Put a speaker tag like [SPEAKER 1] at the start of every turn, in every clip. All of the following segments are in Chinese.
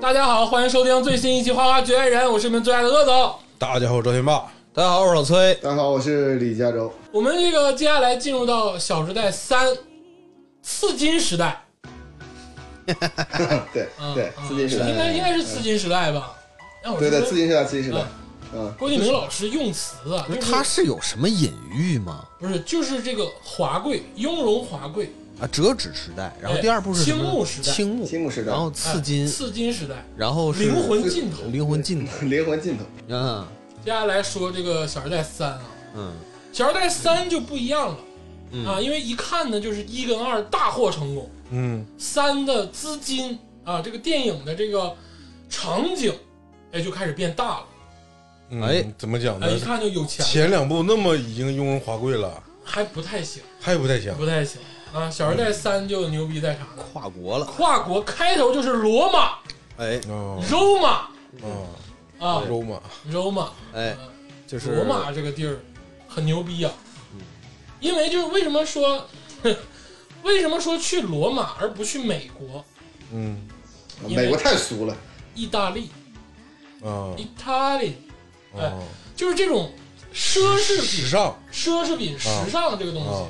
[SPEAKER 1] 大家好，欢迎收听最新一期《花花绝爱人》，我是你们最爱的鄂总。
[SPEAKER 2] 大家好，我周天霸。
[SPEAKER 3] 大家好，我是老崔。
[SPEAKER 4] 大家好，我是李佳洲。
[SPEAKER 1] 我们这个接下来进入到《小时代三》刺金时代，
[SPEAKER 4] 对
[SPEAKER 1] 嗯、
[SPEAKER 4] 对，
[SPEAKER 1] 嗯
[SPEAKER 4] 刺金时代，
[SPEAKER 1] 应该应该是刺金时代吧？让我
[SPEAKER 4] 对对，
[SPEAKER 1] 说
[SPEAKER 4] 刺金时代，刺金时代
[SPEAKER 1] 啊。
[SPEAKER 4] 嗯，
[SPEAKER 1] 郭敬明老师用词啊，就是
[SPEAKER 3] 他是有什么隐喻吗？
[SPEAKER 1] 不是就是这个华贵，雍容华贵，
[SPEAKER 3] 啊，折纸时代，然后第二部是什么
[SPEAKER 1] 哎青木时代
[SPEAKER 3] 青木，
[SPEAKER 4] 青木时代
[SPEAKER 3] 然后刺金
[SPEAKER 1] 哎，刺金时代，
[SPEAKER 3] 然后是
[SPEAKER 1] 灵魂尽头。
[SPEAKER 3] 灵魂尽头。
[SPEAKER 4] 灵魂尽头。
[SPEAKER 3] 嗯
[SPEAKER 1] 接下来说这个《小时代三》啊，
[SPEAKER 3] 嗯
[SPEAKER 1] 《小时代三》就不一样了、
[SPEAKER 3] 嗯
[SPEAKER 1] 啊，因为一看呢，就是一跟二大获成功，
[SPEAKER 2] 嗯，
[SPEAKER 1] 三的资金啊，这个电影的这个场景，哎，就开始变大了，
[SPEAKER 2] 嗯
[SPEAKER 3] 哎
[SPEAKER 2] 怎么讲呢
[SPEAKER 1] 哎，？一看就有钱了，
[SPEAKER 2] 前两部那么已经雍容华贵了，
[SPEAKER 1] 还不太行，
[SPEAKER 2] 还不太行。
[SPEAKER 1] 不太行啊。《小时代三》就牛逼在啥呢？
[SPEAKER 3] 跨国了。
[SPEAKER 1] 跨国开头就是罗马、
[SPEAKER 3] 哎
[SPEAKER 2] 啊
[SPEAKER 1] Roma
[SPEAKER 2] 啊，
[SPEAKER 1] 啊
[SPEAKER 2] 肉麻，
[SPEAKER 1] ，Roma
[SPEAKER 3] 哎，就是
[SPEAKER 1] 罗马这个地儿很牛逼啊，
[SPEAKER 2] 嗯
[SPEAKER 1] 因为就是为什么说， 为什么说去罗马而不去美国、
[SPEAKER 2] 嗯
[SPEAKER 1] 因为
[SPEAKER 4] 美国太俗了，
[SPEAKER 1] 意大利、
[SPEAKER 2] 啊
[SPEAKER 1] Italy，哎
[SPEAKER 2] 啊，
[SPEAKER 1] 就是这种奢侈
[SPEAKER 2] 时
[SPEAKER 1] 品、
[SPEAKER 2] 尚
[SPEAKER 1] 奢侈品、时尚这个东
[SPEAKER 2] 啊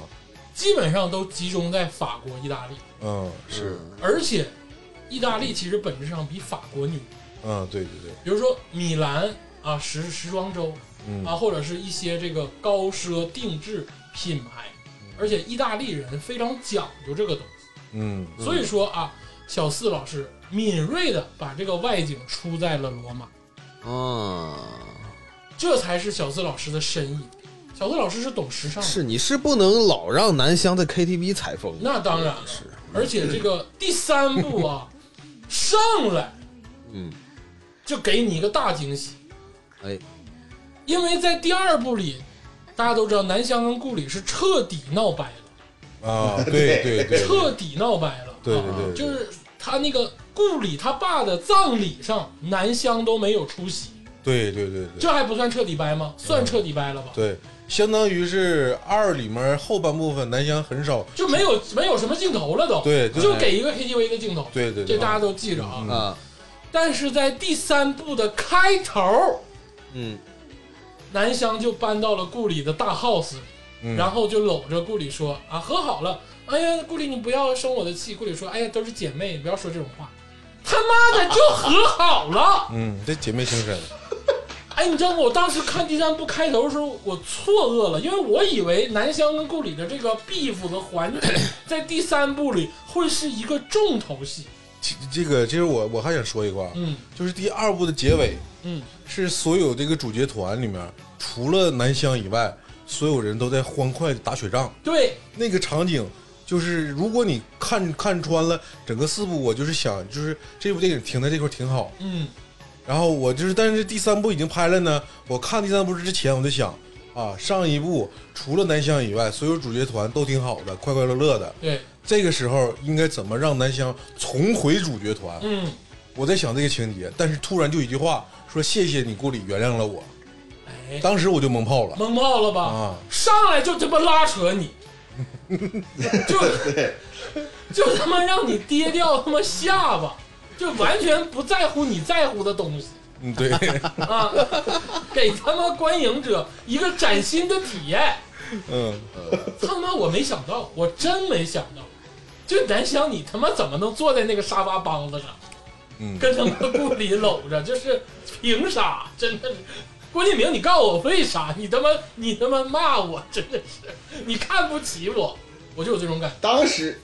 [SPEAKER 1] 西，基本上都集中在法国、意大利，
[SPEAKER 2] 啊是
[SPEAKER 3] 嗯
[SPEAKER 1] 而且意大利其实本质上比法国牛。
[SPEAKER 2] 啊，对对对，
[SPEAKER 1] 比如说米兰啊，时时装周啊，
[SPEAKER 2] 嗯
[SPEAKER 1] 或者是一些这个高奢定制品牌，而且意大利人非常讲究这个东西，
[SPEAKER 2] 嗯
[SPEAKER 1] 所以说啊，小四老师敏锐的把这个外景出在了罗马，
[SPEAKER 3] 嗯，
[SPEAKER 1] 这才是小四老师的深意。小四老师是懂时尚的，
[SPEAKER 3] 是你是不能老让南湘在 KTV 采风。
[SPEAKER 1] 那当然了，
[SPEAKER 3] 是，
[SPEAKER 1] 而且这个第三部 啊，上来
[SPEAKER 3] 嗯，
[SPEAKER 1] 就给你一个大惊喜，
[SPEAKER 3] 哎，
[SPEAKER 1] 因为在第二部里，大家都知道南湘跟顾里是彻底闹掰了，
[SPEAKER 2] 啊，对对对，
[SPEAKER 1] 彻底闹掰了，
[SPEAKER 2] 对对
[SPEAKER 1] 啊
[SPEAKER 2] 对对
[SPEAKER 1] 就是他那个顾里他爸的葬礼上，南湘都没有出席，
[SPEAKER 2] 对对对对
[SPEAKER 1] 这还不算彻底掰吗？算彻底掰了吧？
[SPEAKER 2] 对，相当于是二里面后半部分南湘很少，
[SPEAKER 1] 就没有没有什么镜头了都，
[SPEAKER 2] 对对
[SPEAKER 1] 就给一个 KTV 的镜头，
[SPEAKER 2] 对对
[SPEAKER 1] 这
[SPEAKER 2] 对，
[SPEAKER 1] 大家都记着啊。
[SPEAKER 2] 嗯
[SPEAKER 3] 啊，
[SPEAKER 1] 但是在第三部的开头，
[SPEAKER 3] 嗯，
[SPEAKER 1] 南湘就搬到了顾里的大 house 里。
[SPEAKER 2] 嗯
[SPEAKER 1] 然后就搂着顾里说啊，和好了。哎呀，顾里你不要生我的气。顾里说，哎呀，都是姐妹，不要说这种话。 他妈的就和好了。
[SPEAKER 2] 嗯，这姐妹情深，
[SPEAKER 1] 哎，你知道吗？我当时看第三部开头的时候，我错愕了，因为我以为南湘跟顾里的这个 beef 的环节在第三部里会是一个重头戏。
[SPEAKER 2] 其这个其实我我还想说一个啊，
[SPEAKER 1] 嗯
[SPEAKER 2] 就是第二部的结尾，
[SPEAKER 1] 嗯，
[SPEAKER 2] 是所有这个主角团里面，除了南湘以外，所有人都在欢快地打雪仗。
[SPEAKER 1] 对，
[SPEAKER 2] 那个场景，就是如果你看看穿了整个四部，我就是想，就是这部电影停在这块儿挺好。
[SPEAKER 1] 嗯，
[SPEAKER 2] 然后我就是，但是第三部已经拍了呢。我看第三部之前，我就想啊，上一部除了南湘以外，所有主角团都挺好的，快快乐乐的。
[SPEAKER 1] 对，
[SPEAKER 2] 这个时候应该怎么让南湘重回主角团？
[SPEAKER 1] 嗯，
[SPEAKER 2] 我在想这个情节，但是突然就一句话说：“谢谢你，顾里原谅了我。”
[SPEAKER 1] 哎，
[SPEAKER 2] 当时我就蒙泡了
[SPEAKER 1] 懵爆了吧？
[SPEAKER 2] 啊！
[SPEAKER 1] 上来就他妈拉扯你，就就他妈让你跌掉他妈下巴，就完全不在乎你在乎的东西
[SPEAKER 2] 嗯， 对，
[SPEAKER 1] 啊，给他妈观影者一个崭新的体验。
[SPEAKER 2] 嗯，
[SPEAKER 1] 他妈我没想到，我真没想到，就南湘你他妈怎么能坐在那个沙发帮子上，
[SPEAKER 2] 嗯
[SPEAKER 1] 跟他妈顾里搂着，就是凭啥？真的是。郭敬明，你告诉我为啥？你他妈，你他妈骂我，真的是，你看不起我，我就有这种感觉。
[SPEAKER 4] 当时，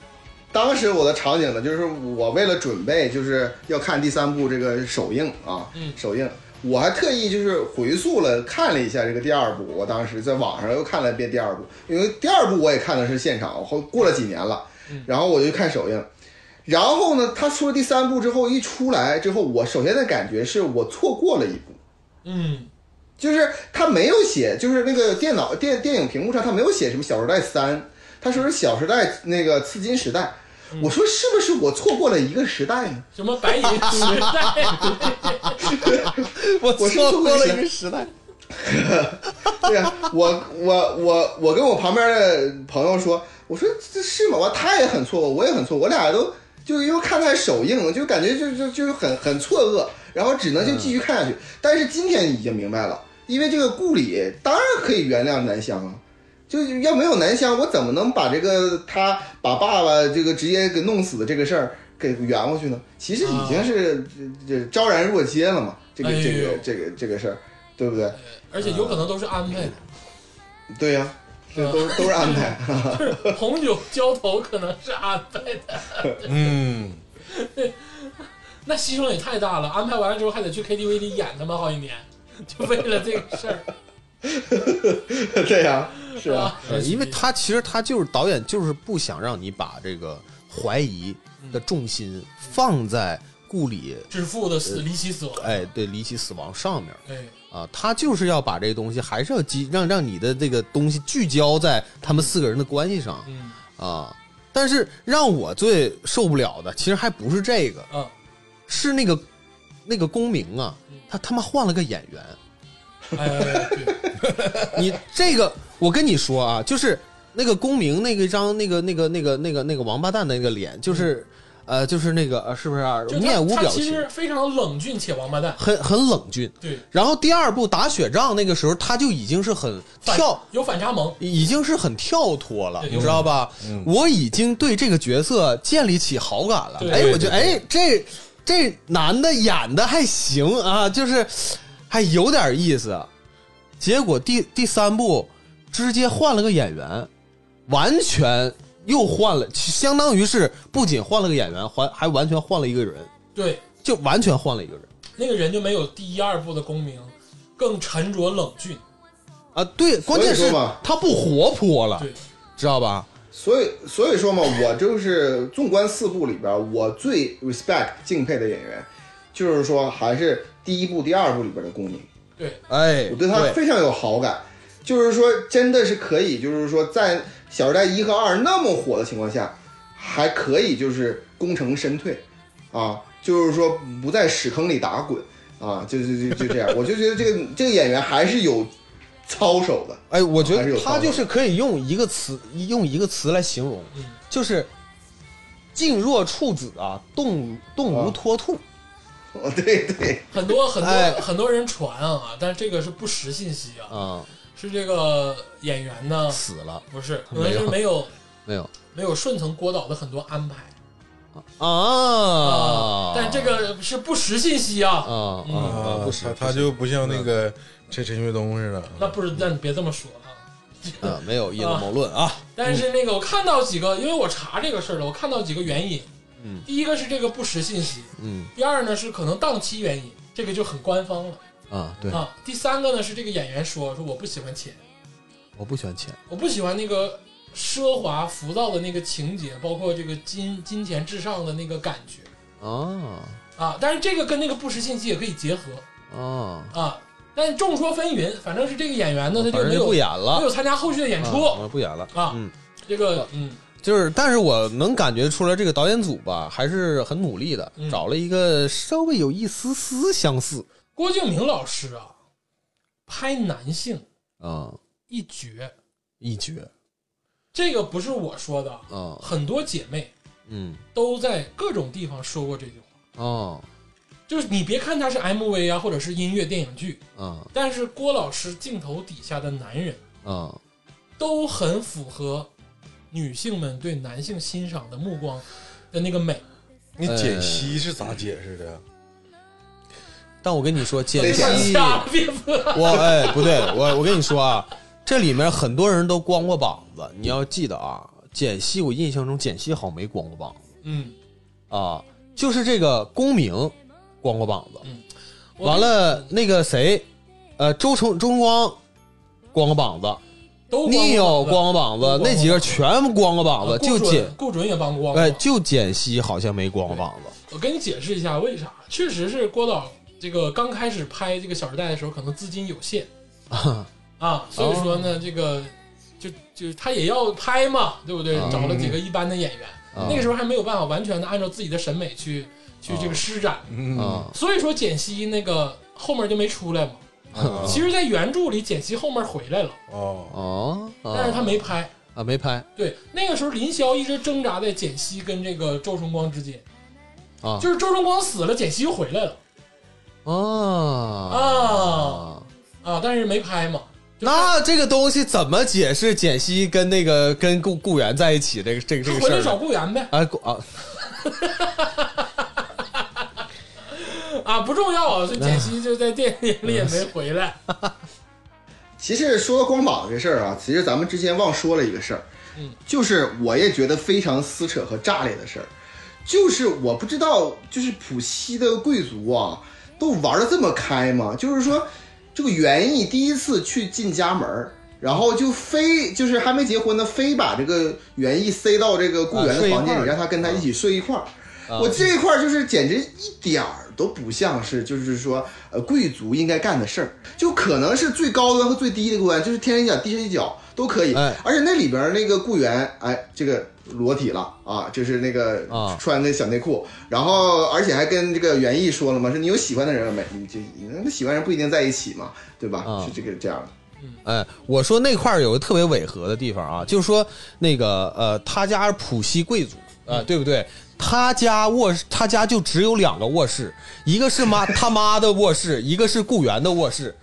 [SPEAKER 4] 当时我的场景呢，就是我为了准备就是要看第三部这个首映啊，
[SPEAKER 1] 嗯
[SPEAKER 4] 首映，我还特意就是回溯了看了一下这个第二部，我当时在网上又看了一遍第二部，因为第二部我也看的是现场，我后过了几年了，
[SPEAKER 1] 嗯
[SPEAKER 4] 然后我就去看首映。然后呢，他出了第三部之后一出来之后，我首先的感觉是我错过了一部，
[SPEAKER 1] 嗯，
[SPEAKER 4] 就是他没有写，就是那个电脑电电影屏幕上他没有写什么《小时代三》，他说是《小时代》那个刺金时代。我说是不是我错过了一个时代呢？
[SPEAKER 1] 什么白银时代，
[SPEAKER 3] 我
[SPEAKER 4] 我是
[SPEAKER 3] 错过了
[SPEAKER 4] 做
[SPEAKER 3] 一个时代。
[SPEAKER 4] 对呀、我我我我跟我旁边的朋友说，我说这是吗？我他也很错过，我也很错，我俩都就因为看它首映，就感觉就就就很很错愕，然后只能就继续看下去。
[SPEAKER 1] 嗯
[SPEAKER 4] 但是今天已经明白了，因为这个顾里当然可以原谅南湘啊，就是要没有南湘，我怎么能把这个他把爸爸这个直接给弄死的这个事儿给圆过去呢？其实已经是呃这这昭然若揭了嘛，这个
[SPEAKER 1] 啊哎呦
[SPEAKER 4] 这个这个这个事儿，对不对？
[SPEAKER 1] 而且有可能都是安排的，
[SPEAKER 4] 对呀、这都都是安排。
[SPEAKER 1] 就是红酒浇头可能是安排的，
[SPEAKER 2] 嗯，
[SPEAKER 1] 那牺牲也太大了。安排完了之后还得去 KTV 里演他妈好几年，就为了这个事儿，
[SPEAKER 4] 对呀、是啊，
[SPEAKER 1] 吧？
[SPEAKER 3] 呃因为他其实他就是导演，就是不想让你把这个怀疑的重心放在顾里，
[SPEAKER 1] 致富的死离奇死亡，
[SPEAKER 3] 哎，对离奇死亡上面
[SPEAKER 1] 哎，
[SPEAKER 3] 啊，他就是要把这个东西，还是要集让让你的这个东西聚焦在他们四个人的关系上
[SPEAKER 1] 嗯
[SPEAKER 3] 啊。但是让我最受不了的，其实还不是这个，
[SPEAKER 1] 啊，
[SPEAKER 3] 是那个那个公明啊，
[SPEAKER 1] 嗯
[SPEAKER 3] 他他妈换了个演员。
[SPEAKER 1] 哎哎， 对，
[SPEAKER 3] 你这个，我跟你说啊，就是那个公明那个一张那个那个那个那个那个王八蛋的那个脸，就是、呃，就是那个呃，是不是、啊、
[SPEAKER 1] 嗯就
[SPEAKER 3] 面无
[SPEAKER 1] 他他
[SPEAKER 3] 表
[SPEAKER 1] 其
[SPEAKER 3] 情
[SPEAKER 1] 实，非常冷峻且王八蛋，
[SPEAKER 3] 很很冷峻。
[SPEAKER 1] 对，
[SPEAKER 3] 然后第二部打雪仗那个时候，他就已经是很
[SPEAKER 1] 反
[SPEAKER 3] 跳，
[SPEAKER 1] 有反差萌，
[SPEAKER 3] 已经是很跳脱了，
[SPEAKER 1] 对
[SPEAKER 3] 你知道吧？
[SPEAKER 2] 嗯
[SPEAKER 3] 我已经对这个角色建立起好感了
[SPEAKER 1] 对。
[SPEAKER 3] 哎，
[SPEAKER 1] 对
[SPEAKER 3] 我觉得哎，这这男的演的还行啊，就是还有点意思。结果第第三部直接换了个演员，完全又换了，其相当于是不仅换了个演员，还还完全换了一个人，
[SPEAKER 1] 对，
[SPEAKER 3] 就完全换了一个人
[SPEAKER 1] 那个人就没有第一二部的功名更沉着冷峻，
[SPEAKER 3] 啊！对，关键
[SPEAKER 4] 所以
[SPEAKER 3] 是
[SPEAKER 4] 说嘛
[SPEAKER 3] 他不活泼了
[SPEAKER 1] 对，
[SPEAKER 3] 知道吧？
[SPEAKER 4] 所以所以说嘛，我就是纵观四部里边，我最 respect 敬佩的演员，就是说还是第一部、第二部里边的公民，
[SPEAKER 1] 对，
[SPEAKER 3] 哎，
[SPEAKER 4] 我对他非常有好感。就是说，真的是可以，就是说，在《小时代》一和二那么火的情况下，还可以就是功成身退，啊，就是说不在屎坑里打滚啊，就就就就这样。我就觉得这个这个演员还是有操守的，
[SPEAKER 3] 哎，我觉
[SPEAKER 4] 还是有
[SPEAKER 3] 得
[SPEAKER 4] 道
[SPEAKER 3] 他
[SPEAKER 4] 理
[SPEAKER 3] 就是可以用一个词，用一个词来形容，
[SPEAKER 1] 嗯
[SPEAKER 3] 就是“静若处子啊，动动如脱兔
[SPEAKER 4] 哦，对对，
[SPEAKER 1] 很多很多、
[SPEAKER 3] 哎
[SPEAKER 1] 很多人传啊，但这个是不实信息”啊，
[SPEAKER 3] 啊、
[SPEAKER 1] 是这个演员呢
[SPEAKER 3] 死了
[SPEAKER 1] 不是，可
[SPEAKER 3] 没有
[SPEAKER 1] 能是没有
[SPEAKER 3] 没有
[SPEAKER 1] 没有顺从郭导的很多安排
[SPEAKER 3] 啊？
[SPEAKER 1] 但这个是不实信息啊，
[SPEAKER 3] 啊啊
[SPEAKER 1] 嗯
[SPEAKER 3] 啊
[SPEAKER 2] 啊
[SPEAKER 3] 不是
[SPEAKER 2] 他他就不像那个陈陈学冬似的，
[SPEAKER 1] 那不是，那你别这么说啊。
[SPEAKER 3] 啊，没有阴谋谋论啊，
[SPEAKER 1] 但是那个我看到几个，因为我查这个事儿了，我看到几个原因。
[SPEAKER 3] 嗯，
[SPEAKER 1] 第一个是这个不实信息，
[SPEAKER 3] 嗯
[SPEAKER 1] 第二呢是可能档期原因，这个就很官方了
[SPEAKER 3] 啊，对，
[SPEAKER 1] 啊。第三个呢是这个演员说说我不喜欢钱，
[SPEAKER 3] 我不喜欢钱，
[SPEAKER 1] 我不喜欢那个奢华浮躁的那个情节，包括这个金金钱至上的那个感觉
[SPEAKER 3] 啊
[SPEAKER 1] 啊。但是这个跟那个不实信息也可以结合
[SPEAKER 3] 啊，
[SPEAKER 1] 啊。但众说纷纭，反正是这个演员呢，他
[SPEAKER 3] 反
[SPEAKER 1] 就
[SPEAKER 3] 正
[SPEAKER 1] 没
[SPEAKER 3] 就
[SPEAKER 1] 有
[SPEAKER 3] 不
[SPEAKER 1] 没
[SPEAKER 3] 演了，
[SPEAKER 1] 有参加后续的演出
[SPEAKER 3] 啊我不演了。
[SPEAKER 1] 啊。
[SPEAKER 3] 嗯
[SPEAKER 1] 这个嗯，
[SPEAKER 3] 就是，但是我能感觉出来，这个导演组吧，还是很努力的，
[SPEAKER 1] 嗯
[SPEAKER 3] 找了一个稍微有一丝丝相似
[SPEAKER 1] 郭敬明老师啊，拍男性
[SPEAKER 3] 啊
[SPEAKER 1] 一绝，
[SPEAKER 3] 一绝
[SPEAKER 1] 这个不是我说的，
[SPEAKER 3] 啊，
[SPEAKER 1] 很多姐妹
[SPEAKER 3] 嗯
[SPEAKER 1] 都在各种地方说过这句话。
[SPEAKER 3] 哦
[SPEAKER 1] 就是你别看他是 MV 啊，或者是音乐电影剧，
[SPEAKER 3] 啊
[SPEAKER 1] 但是郭老师镜头底下的男人
[SPEAKER 3] 啊
[SPEAKER 1] 都很符合女性们对男性欣赏的目光的那个美。
[SPEAKER 2] 你解析是咋解释的？
[SPEAKER 3] 但我跟你说，
[SPEAKER 4] 得
[SPEAKER 3] 解
[SPEAKER 4] 想
[SPEAKER 1] 想
[SPEAKER 3] 析
[SPEAKER 1] 瞎别播
[SPEAKER 3] 我哎不对，我我跟你说啊，这里面很多人都光过膀子，你要记得啊，简溪我印象中简溪好像没光过膀子
[SPEAKER 1] 嗯，
[SPEAKER 3] 啊，就是这个公明光过膀子，
[SPEAKER 1] 我
[SPEAKER 3] 完了那个谁，呃周成周崇光光过膀子，
[SPEAKER 1] 都
[SPEAKER 3] 你有
[SPEAKER 1] 光啊
[SPEAKER 3] 光过膀
[SPEAKER 1] 都光
[SPEAKER 3] 子
[SPEAKER 1] 过，
[SPEAKER 3] 那几个全光过膀
[SPEAKER 1] 膀
[SPEAKER 3] 子，
[SPEAKER 1] 顾
[SPEAKER 3] 就
[SPEAKER 1] 准
[SPEAKER 3] 简
[SPEAKER 1] 顾准也帮光
[SPEAKER 3] 哎
[SPEAKER 1] 膀
[SPEAKER 3] 就简溪好像没光过膀子，
[SPEAKER 1] 我跟你解释一下为啥，确实是郭导这个刚开始拍这个《小时代》的时候，可能资金有限啊，所以说呢，这个就就他也要拍嘛，对不对？
[SPEAKER 3] 啊
[SPEAKER 1] 找了几个一般的演员，
[SPEAKER 3] 啊
[SPEAKER 1] 那个时候还没有办法完全的按照自己的审美去去这个施展，
[SPEAKER 2] 嗯，
[SPEAKER 3] 啊
[SPEAKER 1] 所以说简溪那个后面就没出来嘛。
[SPEAKER 2] 啊
[SPEAKER 1] 其实，在原著里，简溪后面回来了，
[SPEAKER 2] 哦，
[SPEAKER 3] 哦，
[SPEAKER 1] 但是他没拍，
[SPEAKER 3] 啊，没拍
[SPEAKER 1] 对，那个时候林霄一直挣扎在简溪跟这个周崇光之间，
[SPEAKER 3] 啊
[SPEAKER 1] 就是周崇光死了，简溪又回来了
[SPEAKER 3] 啊
[SPEAKER 1] 啊
[SPEAKER 3] 啊！
[SPEAKER 1] 啊，但是没拍嘛。就
[SPEAKER 3] 那这个东西怎么解释简溪跟那个跟顾顾源在一起这个这个这
[SPEAKER 1] 他
[SPEAKER 3] 个
[SPEAKER 1] 回
[SPEAKER 3] 事
[SPEAKER 1] 来
[SPEAKER 3] 儿
[SPEAKER 1] 找
[SPEAKER 3] 呢？
[SPEAKER 1] 顾源呗，
[SPEAKER 3] 啊顾啊，
[SPEAKER 1] 啊，不重要 啊，这简溪就在电影里也没回来。
[SPEAKER 4] 其实说到光膀这事儿啊，其实咱们之前忘说了一个事儿，
[SPEAKER 1] 嗯，
[SPEAKER 4] 就是我也觉得非常撕扯和炸裂的事儿，就是我不知道，就是浦西的贵族啊，都玩的这么开吗？就是说，这个袁艺第一次去进家门儿然后就非就是还没结婚呢，非把这个袁艺塞到这个顾源
[SPEAKER 3] 啊
[SPEAKER 4] 的
[SPEAKER 3] 睡一
[SPEAKER 4] 房间
[SPEAKER 3] 块儿
[SPEAKER 4] 里，让他跟他一起睡一块儿。
[SPEAKER 3] 啊
[SPEAKER 4] 我这一块儿就是简直一点儿都不像是，就是说呃贵族应该干的事儿，就可能是最高端和最低的官，就是天上一脚地上一脚都可以。
[SPEAKER 3] 哎
[SPEAKER 4] 而且那里边儿那个雇员，哎，这个裸体了啊，就是那个
[SPEAKER 3] 啊
[SPEAKER 4] 穿那小内裤，然后而且还跟这个袁艺说了嘛，说你有喜欢的人了没？你就那喜欢人不一定在一起嘛，对吧？
[SPEAKER 3] 啊
[SPEAKER 4] 是这个这样的。
[SPEAKER 3] 哎，我说那块儿有个特别违和的地方啊，就是说那个呃，他家是浦西贵族啊、
[SPEAKER 1] 嗯
[SPEAKER 3] 对不对？他家卧室，他家就只有两个卧室，一个 是妈他妈的卧室，一个是雇员的卧室，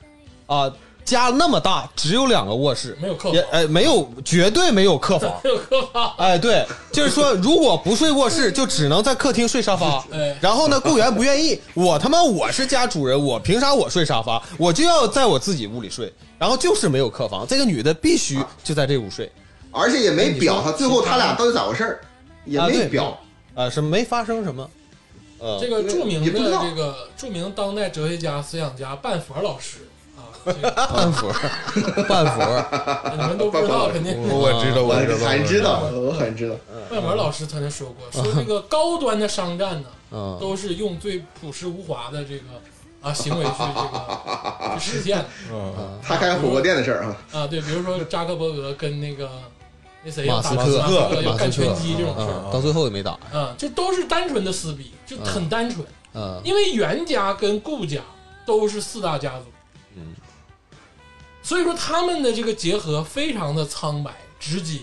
[SPEAKER 3] 啊、家那么大，只有两个卧室，
[SPEAKER 1] 没有客房
[SPEAKER 3] 也哎没有，绝对没有客 房，
[SPEAKER 1] 有客房，
[SPEAKER 3] 哎，对，就是说，如果不睡卧室，就只能在客厅睡沙发
[SPEAKER 1] 哎。
[SPEAKER 3] 然后呢，雇员不愿意，我他妈我是家主人，我凭啥我睡沙发？我就要在我自己屋里睡。然后就是没有客房，这个女的必须就在这屋睡
[SPEAKER 4] 而且也没表
[SPEAKER 3] 哎你
[SPEAKER 4] 他
[SPEAKER 3] 说
[SPEAKER 4] 最后他俩到底咋回事儿，也
[SPEAKER 3] 啊
[SPEAKER 4] 没
[SPEAKER 3] 对
[SPEAKER 4] 表。
[SPEAKER 3] 啊，是没发生什么。呃
[SPEAKER 1] 这，个著名
[SPEAKER 4] 也
[SPEAKER 1] 的
[SPEAKER 4] 不知道
[SPEAKER 1] 这个著名当代哲学家、思想家半佛老师啊，这个
[SPEAKER 3] 半佛，半佛，
[SPEAKER 1] 你们都不知
[SPEAKER 4] 半佛
[SPEAKER 1] 道，
[SPEAKER 4] 老师
[SPEAKER 1] 肯定
[SPEAKER 2] 我我知道，
[SPEAKER 4] 我
[SPEAKER 2] 我知道，
[SPEAKER 4] 很知
[SPEAKER 2] 我
[SPEAKER 4] 道，我很知道。
[SPEAKER 3] 嗯
[SPEAKER 1] 半佛老师曾经说过，说这个高端的商战呢，
[SPEAKER 3] 嗯，
[SPEAKER 1] 都是用最朴实无华的这个 啊行为去这个去实现的
[SPEAKER 2] 知道。啊，
[SPEAKER 4] 他开火锅店的事儿啊，
[SPEAKER 1] 啊，对，比如说扎克伯格跟那个那谁
[SPEAKER 3] 马
[SPEAKER 1] 打
[SPEAKER 3] 斯
[SPEAKER 1] 马
[SPEAKER 3] 克
[SPEAKER 1] 克要
[SPEAKER 3] 马斯
[SPEAKER 1] 干拳
[SPEAKER 3] 克
[SPEAKER 1] 击这种事儿。
[SPEAKER 3] 嗯，到最后也没打。
[SPEAKER 1] 啊，这都是单纯的撕逼，就很单纯。
[SPEAKER 3] 嗯，
[SPEAKER 1] 因为袁家跟顾家都是四大家族，
[SPEAKER 3] 嗯，
[SPEAKER 1] 所以说他们的这个结合非常的苍白直接，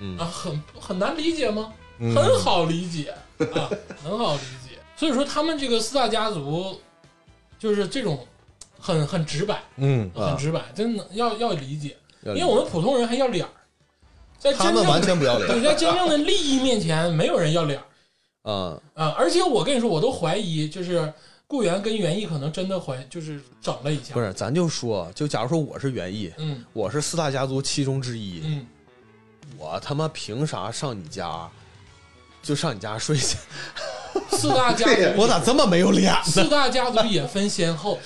[SPEAKER 3] 嗯
[SPEAKER 1] 啊，很很难理解吗？
[SPEAKER 2] 嗯
[SPEAKER 1] 很好理解啊， 很好理解。所以说他们这个四大家族就是这种很很直白，
[SPEAKER 2] 嗯，
[SPEAKER 3] 啊
[SPEAKER 1] 很直白，真的要要理解，
[SPEAKER 3] 因
[SPEAKER 1] 因为我们普通人还要脸儿，在真
[SPEAKER 3] 他们
[SPEAKER 1] 正
[SPEAKER 3] 完全不 要脸
[SPEAKER 1] 对，在真正的利益面前，没有人要脸儿。
[SPEAKER 3] 嗯
[SPEAKER 1] 啊，而且我跟你说，我都怀疑，就是顾源跟袁艺可能真的怀，就是整了一下。
[SPEAKER 3] 不，是，咱就说，就假如说我是袁艺，
[SPEAKER 1] 嗯
[SPEAKER 3] 我是四大家族其中之一，
[SPEAKER 1] 嗯，
[SPEAKER 3] 我他妈凭啥上你家，就上你家 睡去？
[SPEAKER 1] 四大家
[SPEAKER 4] 对
[SPEAKER 1] 族，
[SPEAKER 3] 我咋这么没有脸
[SPEAKER 1] 四
[SPEAKER 3] 呢？
[SPEAKER 1] 大家族也分先后，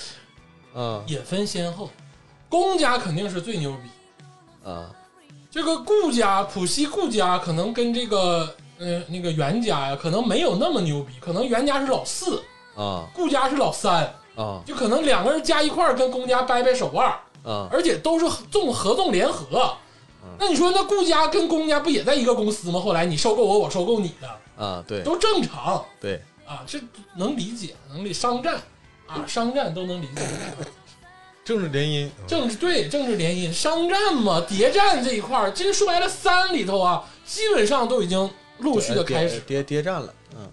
[SPEAKER 3] 啊
[SPEAKER 1] 也分先后。公家肯定是最牛逼，
[SPEAKER 3] 啊
[SPEAKER 1] 这个顾家、浦西顾家可能跟这个呃那个袁家呀，可能没有那么牛逼，可能袁家是老四，
[SPEAKER 3] 啊
[SPEAKER 1] 顾家是老三，
[SPEAKER 3] 啊
[SPEAKER 1] 就可能两个人加一块儿跟公家掰掰手腕儿，
[SPEAKER 3] 啊！
[SPEAKER 1] 而且都是纵合纵联合。那你说，那顾家跟公家不也在一个公司吗？后来你收购我，我收购你的，
[SPEAKER 3] 啊，对
[SPEAKER 1] 都正常
[SPEAKER 3] 对，
[SPEAKER 1] 啊，这能理解，能理商战啊，商战都能理解。
[SPEAKER 2] 政治联姻，
[SPEAKER 1] 政治对政治联姻，商战嘛，谍战这一块儿，这说白了，三里头啊，基本上都已经陆续的
[SPEAKER 3] 哎
[SPEAKER 1] 开始。
[SPEAKER 3] 谍谍战了，嗯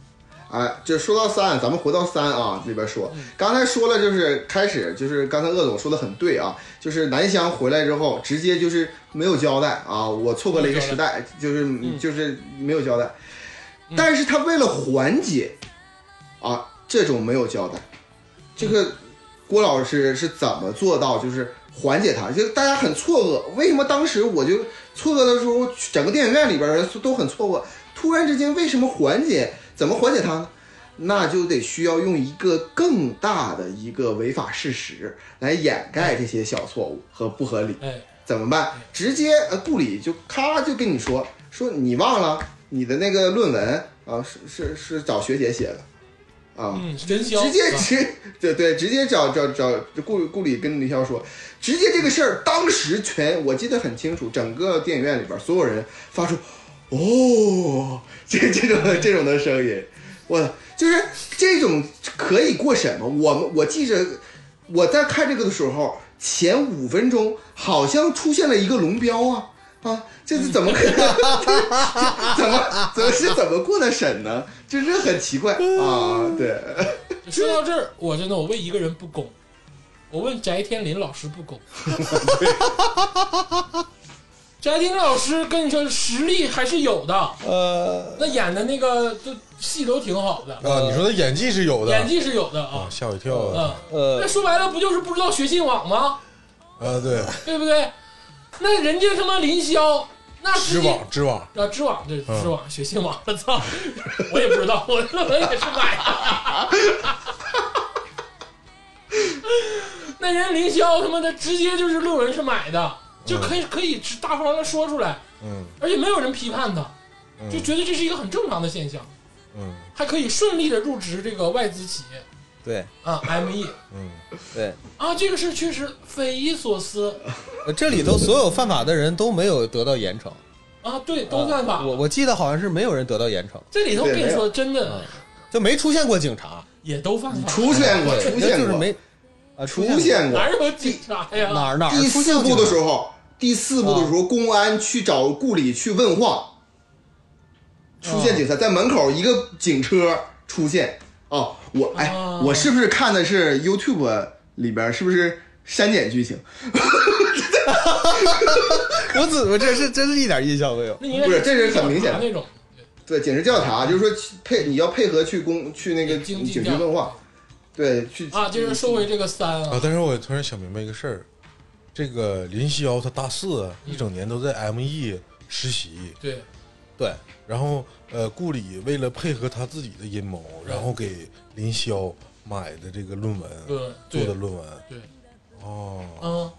[SPEAKER 4] 哎，就说到三，咱们回到三啊这边说，刚才说了就是开始就是刚才鄂总说的很对啊，就是南湘回来之后直接就是没有交代啊，我错过了一个时代，就是、就是没有交代，但是他为了缓解啊这种没有交代，这个郭老师是怎么做到就是缓解他？就大家很错愕，为什么当时我就错愕的时候，整个电影院里边人都很错愕，突然之间为什么缓解？怎么缓解他呢？那就得需要用一个更大的一个违法事实来掩盖这些小错误和不合理。
[SPEAKER 1] 哎，
[SPEAKER 4] 怎么办？直接呃顾里就咔就跟你说说你忘了你的那个论文啊，是是是找学姐写的啊，
[SPEAKER 1] 嗯，真香，
[SPEAKER 4] 直接
[SPEAKER 1] 啊
[SPEAKER 4] 直对对，直接找找找顾顾里跟李潇说，直接这个事儿当时全我记得很清楚，整个电影院里边所有人发出哦这这种的这种的声音，我就是这种可以过审吗？我们我记着我在看这个的时候，前五分钟好像出现了一个龙标啊，啊，这是怎么可能？ 怎么怎么是怎么过的审呢？就是很奇怪啊，对，
[SPEAKER 1] 说到这儿，我真的我为一个人不公，我问翟天临老师不公。翟天临老师跟你说实力还是有的，
[SPEAKER 3] 呃，
[SPEAKER 1] 那演的那个都戏都挺好的，
[SPEAKER 2] 啊，你说他演技是有的，
[SPEAKER 1] 呃演技是有的
[SPEAKER 2] 啊
[SPEAKER 1] 啊，
[SPEAKER 2] 吓我一跳
[SPEAKER 1] 嗯、
[SPEAKER 2] 啊！
[SPEAKER 1] 那
[SPEAKER 3] 呃，
[SPEAKER 1] 说白了不就是不知道学信网吗？呃
[SPEAKER 2] 啊，对，
[SPEAKER 1] 对不对？那人家他妈林霄，那
[SPEAKER 2] 知
[SPEAKER 1] 直接
[SPEAKER 2] 网知网，
[SPEAKER 1] 啊，知网对知网学信网，我操，我也不知道，我我也是买的。那人林霄他妈的直接就是论文是买的，就可以可以直大方的说出来，
[SPEAKER 2] 嗯
[SPEAKER 1] 而且没有人批判他，就
[SPEAKER 2] 嗯
[SPEAKER 1] 觉得这是一个很正常的现象，
[SPEAKER 2] 嗯
[SPEAKER 1] 还可以顺利的入职这个外资企业
[SPEAKER 3] 对
[SPEAKER 1] 啊，ME
[SPEAKER 2] 嗯，
[SPEAKER 3] 对，
[SPEAKER 1] 啊，这个事确实匪夷所思
[SPEAKER 3] 呃这里头所有犯法的人都没有得到严惩，呃
[SPEAKER 1] 啊，对，都犯法。
[SPEAKER 3] 我我记得好像是没有人得到严惩，
[SPEAKER 1] 这里头我
[SPEAKER 4] 对
[SPEAKER 1] 跟你
[SPEAKER 4] 没
[SPEAKER 1] 说，真的
[SPEAKER 3] 就没出现过警察，
[SPEAKER 1] 也都犯法，
[SPEAKER 4] 出现过，啊出现
[SPEAKER 3] 就是
[SPEAKER 4] 过，
[SPEAKER 3] 没啊
[SPEAKER 4] 出现过
[SPEAKER 1] 哪。有警察呀？
[SPEAKER 3] 哪儿哪儿
[SPEAKER 4] 第
[SPEAKER 3] 出现
[SPEAKER 4] 四
[SPEAKER 3] 过警
[SPEAKER 4] 部
[SPEAKER 3] 察
[SPEAKER 4] 的时候，第四部的时候，公安去找顾里去问话，出现警察在门口一个警车出现。哦，我哎
[SPEAKER 1] 哦，
[SPEAKER 4] 我是不是看的是 YouTube 里边是不是删减剧情？
[SPEAKER 3] 我怎么这是真是一点印象没有？
[SPEAKER 1] 那应该
[SPEAKER 4] 不是这是很明显的
[SPEAKER 1] 那种
[SPEAKER 4] 对，警察调查就是说去配你要配合去公去那个
[SPEAKER 1] 经
[SPEAKER 4] 警
[SPEAKER 1] 济
[SPEAKER 4] 局
[SPEAKER 1] 调查
[SPEAKER 4] 问话，对，去
[SPEAKER 1] 啊。就是说回这个三
[SPEAKER 2] 啊
[SPEAKER 1] 啊，，
[SPEAKER 2] 但是我突然想明白一个事儿，这个林霄他大四啊一整年都在 ME 实习，
[SPEAKER 1] 对，
[SPEAKER 3] 对，
[SPEAKER 2] 然后呃，顾里为了配合他自己的阴谋，然后给林霄买的这个论文
[SPEAKER 1] 论文
[SPEAKER 2] 做的
[SPEAKER 1] 呃对
[SPEAKER 2] 论文，
[SPEAKER 1] 对，
[SPEAKER 2] 哦，
[SPEAKER 1] 嗯，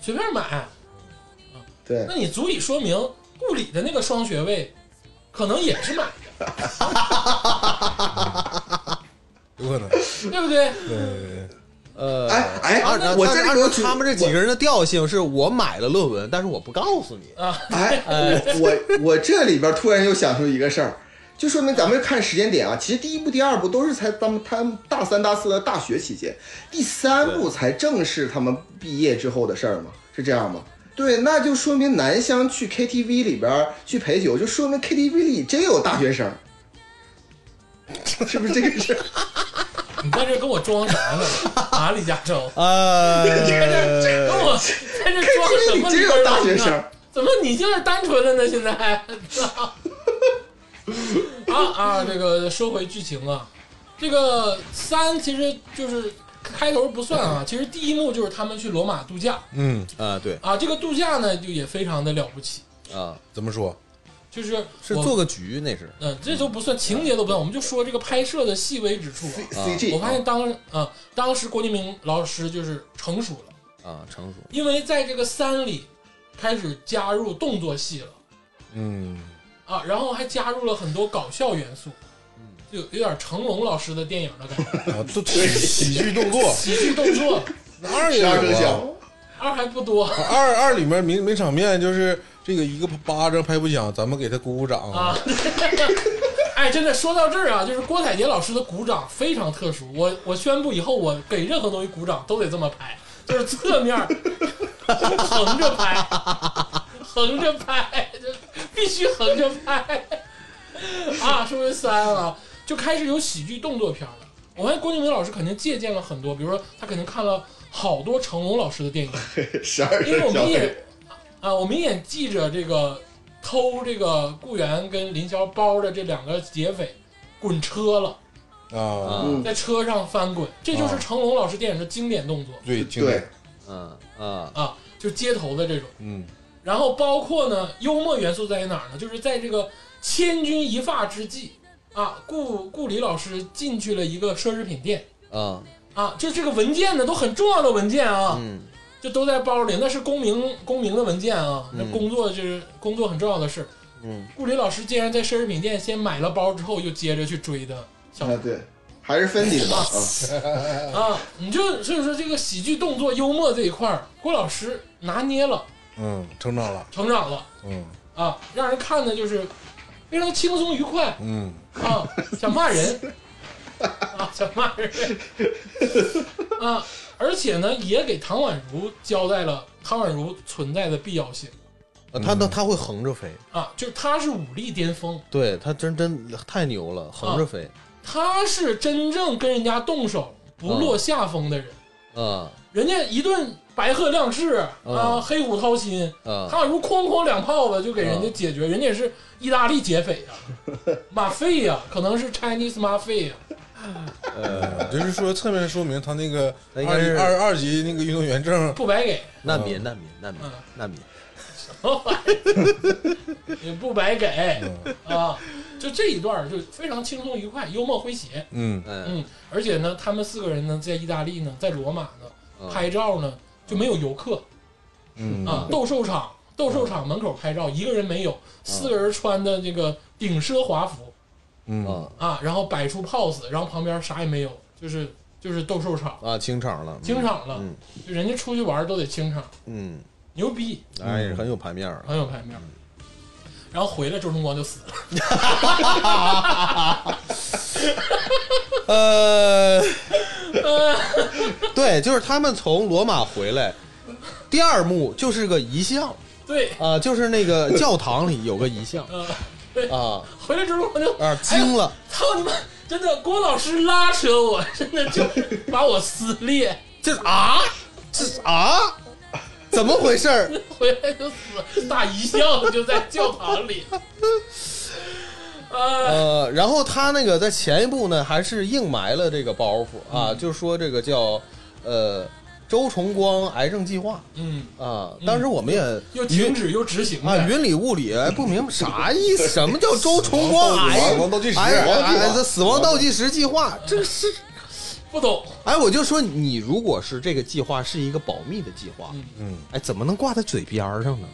[SPEAKER 1] 随便买，
[SPEAKER 4] 对
[SPEAKER 1] 那你足以说明顾里的那个双学位可能也是买的，
[SPEAKER 2] 有可能，
[SPEAKER 1] 对不对？
[SPEAKER 2] 对，
[SPEAKER 3] 呃，
[SPEAKER 4] 哎哎
[SPEAKER 3] 按照
[SPEAKER 4] 我
[SPEAKER 3] 按
[SPEAKER 4] 这里
[SPEAKER 3] 按
[SPEAKER 4] 有
[SPEAKER 3] 照
[SPEAKER 4] 举
[SPEAKER 3] 他们这几个人的调性是我买了论文，但是我不告诉你。
[SPEAKER 1] 啊
[SPEAKER 4] 哎，我我我这里边突然又想出一个事儿，就说明咱们看时间点啊，其实第一部、第二部都是才咱们他们大三、大四的大学期间，第三部才正是他们毕业之后的事儿嘛，是这样吗？对，那就说明南湘去 KTV 里边去陪酒，就说明 KTV 里真有大学生，是不是这个 事儿？
[SPEAKER 1] 你在这跟我装啥呢？啊，李嘉诚，
[SPEAKER 3] 呃，
[SPEAKER 1] 跟我在这装 什
[SPEAKER 4] KTV
[SPEAKER 1] 么
[SPEAKER 4] 里真
[SPEAKER 1] 理
[SPEAKER 4] 有
[SPEAKER 1] 儿
[SPEAKER 4] 大
[SPEAKER 1] 郎
[SPEAKER 4] 学
[SPEAKER 1] 呢
[SPEAKER 4] 生，
[SPEAKER 1] 怎么你现在单纯了呢？现在 啊啊，这个说回剧情啊，这个三其实就是开头不算啊，其实第一幕就是他们去罗马度假
[SPEAKER 2] 嗯，
[SPEAKER 3] 啊，对
[SPEAKER 1] 啊，这个度假呢就也非常的了不起，
[SPEAKER 3] 啊，
[SPEAKER 2] 怎么说？
[SPEAKER 1] 就是
[SPEAKER 3] 是
[SPEAKER 1] 我
[SPEAKER 3] 做个局那是。
[SPEAKER 1] 嗯、这都不算情节都不算，我们就说这个拍摄的细微之处啊。
[SPEAKER 4] CG，
[SPEAKER 1] 我发现当啊、当时郭敬明老师就是成熟了，
[SPEAKER 3] 啊，成熟
[SPEAKER 1] 因为在这个三里开始加入动作戏了。
[SPEAKER 2] 嗯，
[SPEAKER 1] 啊，然后还加入了很多搞笑元素，就有有点成龙老师的电影的感觉，
[SPEAKER 2] 啊，都喜剧动作，
[SPEAKER 1] 喜剧动作
[SPEAKER 2] 二也
[SPEAKER 4] 十
[SPEAKER 2] 有
[SPEAKER 4] 二生
[SPEAKER 2] 啊
[SPEAKER 4] 肖。。
[SPEAKER 1] 二还不多
[SPEAKER 2] 二二里面名名场面就是这个一个巴掌拍不响，咱们给他鼓鼓掌
[SPEAKER 1] 啊。 哎，真的说到这儿啊，就是郭采洁老师的鼓掌非常特殊，我我宣布以后，我给任何东西鼓掌都得这么拍，就是侧面儿横着拍，横着拍，就必须横着拍啊！说回三啊，就开始有喜剧动作片儿了。我发现郭敬明老师肯定借鉴了很多，比如说他肯定看了好多成龙老师的电影，
[SPEAKER 4] 十二
[SPEAKER 1] 因为我
[SPEAKER 4] 生肖
[SPEAKER 1] 明眼啊，我明眼记着这个偷这个顾源跟林霄包的这两个劫匪滚车了，
[SPEAKER 2] 啊，
[SPEAKER 3] 啊
[SPEAKER 4] 嗯
[SPEAKER 1] 在车上翻滚，这就是
[SPEAKER 2] 啊
[SPEAKER 1] 成龙老师电影的经典动作
[SPEAKER 2] 对，经
[SPEAKER 4] 对
[SPEAKER 2] 典，，
[SPEAKER 3] 啊啊
[SPEAKER 1] 啊，就街头的这种。
[SPEAKER 2] 嗯
[SPEAKER 1] 然后包括呢，幽默元素在于哪儿呢？就是在这个千钧一发之际啊，顾顾里老师进去了一个奢侈品店
[SPEAKER 3] 啊
[SPEAKER 1] 啊，就这个文件呢都很重要的文件啊，
[SPEAKER 3] 嗯
[SPEAKER 1] 就都在包里，那是公民公民的文件啊，那
[SPEAKER 3] 嗯
[SPEAKER 1] 工作就是工作很重要的事儿。
[SPEAKER 3] 嗯
[SPEAKER 1] 顾里老师竟然在奢侈品店先买了包，之后又接着去追的小
[SPEAKER 4] 啊对，还是芬迪的吧？啊。
[SPEAKER 1] 啊，你就所以说这个喜剧动作幽默这一块儿，郭老师拿捏了，
[SPEAKER 2] 嗯，成长了，
[SPEAKER 1] 成长了
[SPEAKER 2] 嗯
[SPEAKER 1] 啊，让人看的就是非常轻松愉快
[SPEAKER 2] 嗯，
[SPEAKER 1] 啊， 想骂人啊，想骂人啊，而且呢，也给唐宛如交代了唐宛如存在的必要性
[SPEAKER 3] 呃他他他会横着飞，
[SPEAKER 1] 啊，就是他是武力巅峰，
[SPEAKER 3] 对他真真太牛了，横着飞
[SPEAKER 1] 他是真正跟人家动手不
[SPEAKER 3] 嗯
[SPEAKER 1] 落下风的人，
[SPEAKER 3] 啊
[SPEAKER 1] 人家一顿白鹤亮翅啊，
[SPEAKER 3] 嗯
[SPEAKER 1] 黑虎掏心，
[SPEAKER 3] 啊
[SPEAKER 1] 他如哐哐两炮吧就给人家
[SPEAKER 3] 嗯
[SPEAKER 1] 解决，人家也是意大利劫 匪呀、啊马费呀、可能是 Chinese mafia 呀、
[SPEAKER 3] 呃
[SPEAKER 2] 嗯就是说侧面说明他那个
[SPEAKER 3] 他
[SPEAKER 2] 二
[SPEAKER 3] 应该是
[SPEAKER 2] 二二级那个运动员证，
[SPEAKER 1] 不白给，
[SPEAKER 3] 难民难民难民
[SPEAKER 1] 嗯
[SPEAKER 3] 难民，
[SPEAKER 1] 也不白给
[SPEAKER 3] 嗯
[SPEAKER 1] 啊，就这一段儿就非常轻松愉快，幽默诙谐，
[SPEAKER 2] 嗯，
[SPEAKER 3] 嗯
[SPEAKER 1] 嗯，而且呢，他们四个人呢，在意大利呢，在罗马呢，
[SPEAKER 3] 嗯
[SPEAKER 1] 拍照呢就没有游客
[SPEAKER 2] 嗯
[SPEAKER 1] 啊，斗兽场斗兽场门口拍照，一个人没有，
[SPEAKER 3] 嗯
[SPEAKER 1] 四个人穿的这个顶奢华服
[SPEAKER 2] 嗯
[SPEAKER 3] 啊
[SPEAKER 1] 啊，然后摆出 pose，然后旁边啥也没有，就是就是斗兽场
[SPEAKER 3] 啊清场了，
[SPEAKER 1] 清场了，
[SPEAKER 3] 嗯
[SPEAKER 1] 就人家出去玩都得清场，
[SPEAKER 3] 嗯，
[SPEAKER 1] 牛逼，
[SPEAKER 3] 哎很有盘面儿
[SPEAKER 1] 很有排面。
[SPEAKER 3] 嗯
[SPEAKER 1] 然后回来，周崇光就死了。嗯
[SPEAKER 3] 呃， 对，就是他们从罗马回来，第二幕就是个遗像
[SPEAKER 1] 对，
[SPEAKER 3] 啊、就是那个教堂里有个遗像
[SPEAKER 1] 呃，
[SPEAKER 3] 啊
[SPEAKER 1] 回来周崇光就
[SPEAKER 3] 啊，惊了，
[SPEAKER 1] 操你妈！真的，郭老师拉扯我，真的就是把我撕裂，
[SPEAKER 3] 这是啊，这是啊，怎么回事儿？
[SPEAKER 1] 回来就死，大一笑就在教堂里。啊，
[SPEAKER 3] 呃，然后他那个在前一部呢，还是硬埋了这个包袱啊，就说这个叫呃周崇光癌症计划
[SPEAKER 1] 嗯，
[SPEAKER 3] 啊，当时我们也
[SPEAKER 1] 又
[SPEAKER 3] 云
[SPEAKER 1] 停止又执行
[SPEAKER 3] 啊
[SPEAKER 1] 呗，
[SPEAKER 3] 云里雾里哎不明白啥意思，什么叫周崇光癌
[SPEAKER 2] 死亡倒计时啊
[SPEAKER 3] 癌
[SPEAKER 2] 死
[SPEAKER 4] 亡计划
[SPEAKER 3] 癌这死亡倒计时计划，这是
[SPEAKER 1] 不懂。
[SPEAKER 3] 哎，我就说你如果是这个计划是一个保密的计划，
[SPEAKER 2] 嗯，
[SPEAKER 3] 哎，怎么能挂在嘴边儿上 呢？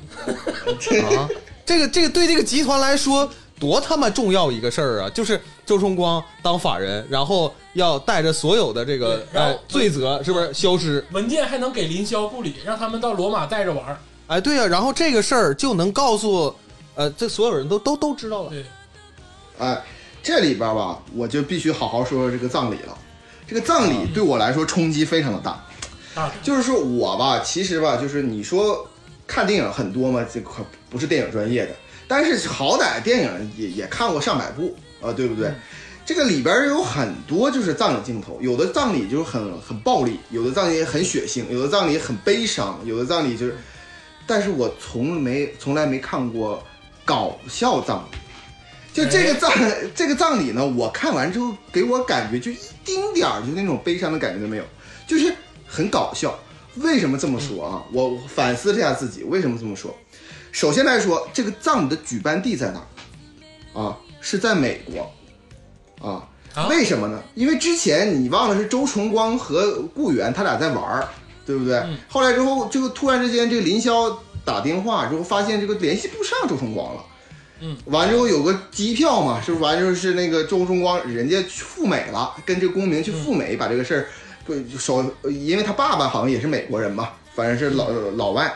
[SPEAKER 3] 啊，这个这个对这个集团来说多他妈重要一个事儿啊！就是周崇光当法人，然后要带着所有的这个
[SPEAKER 1] 对然后嗯
[SPEAKER 3] 哎罪责是不是消失？
[SPEAKER 1] 文件还能给林霄不理，让他们到罗马带着玩儿。
[SPEAKER 3] 哎，对啊，然后这个事儿就能告诉呃，这所有人都都都知道了。
[SPEAKER 1] 对，
[SPEAKER 4] 哎，这里边吧，我就必须好好说说这个葬礼了。这个葬礼对我来说冲击非常的大，
[SPEAKER 1] 啊，
[SPEAKER 4] 就是说我吧，其实吧，就是你说看电影很多嘛，这块不是电影专业的，但是好歹电影也也看过上百部啊、对不对？这个里边有很多就是葬礼镜头，有的葬礼就是很很暴力，有的葬礼很血腥，有的葬礼很悲伤，有的葬礼就是，但是我从没从来没看过搞笑葬礼。就这个葬、这个葬礼呢，我看完之后给我感觉就一丁点儿就那种悲伤的感觉都没有，就是很搞笑。为什么这么说啊？我反思了一下自己，为什么这么说？首先来说，这个葬礼的举办地在哪儿？啊，是在美国，啊，
[SPEAKER 1] 啊
[SPEAKER 4] 为什么呢？因为之前你忘了是周崇光和顾源他俩在玩儿，对不对？
[SPEAKER 1] 嗯
[SPEAKER 4] 后来之后，这个突然之间，这个林霄打电话之后，发现这个联系不上周崇光了。
[SPEAKER 1] 嗯，
[SPEAKER 4] 完之后有个机票嘛，是不是？完就是那个周崇光人家去赴美了，跟这个公民
[SPEAKER 1] 嗯
[SPEAKER 4] 去赴美，把这个事儿不手，因为他爸爸好像也是美国人嘛，反正是老老外，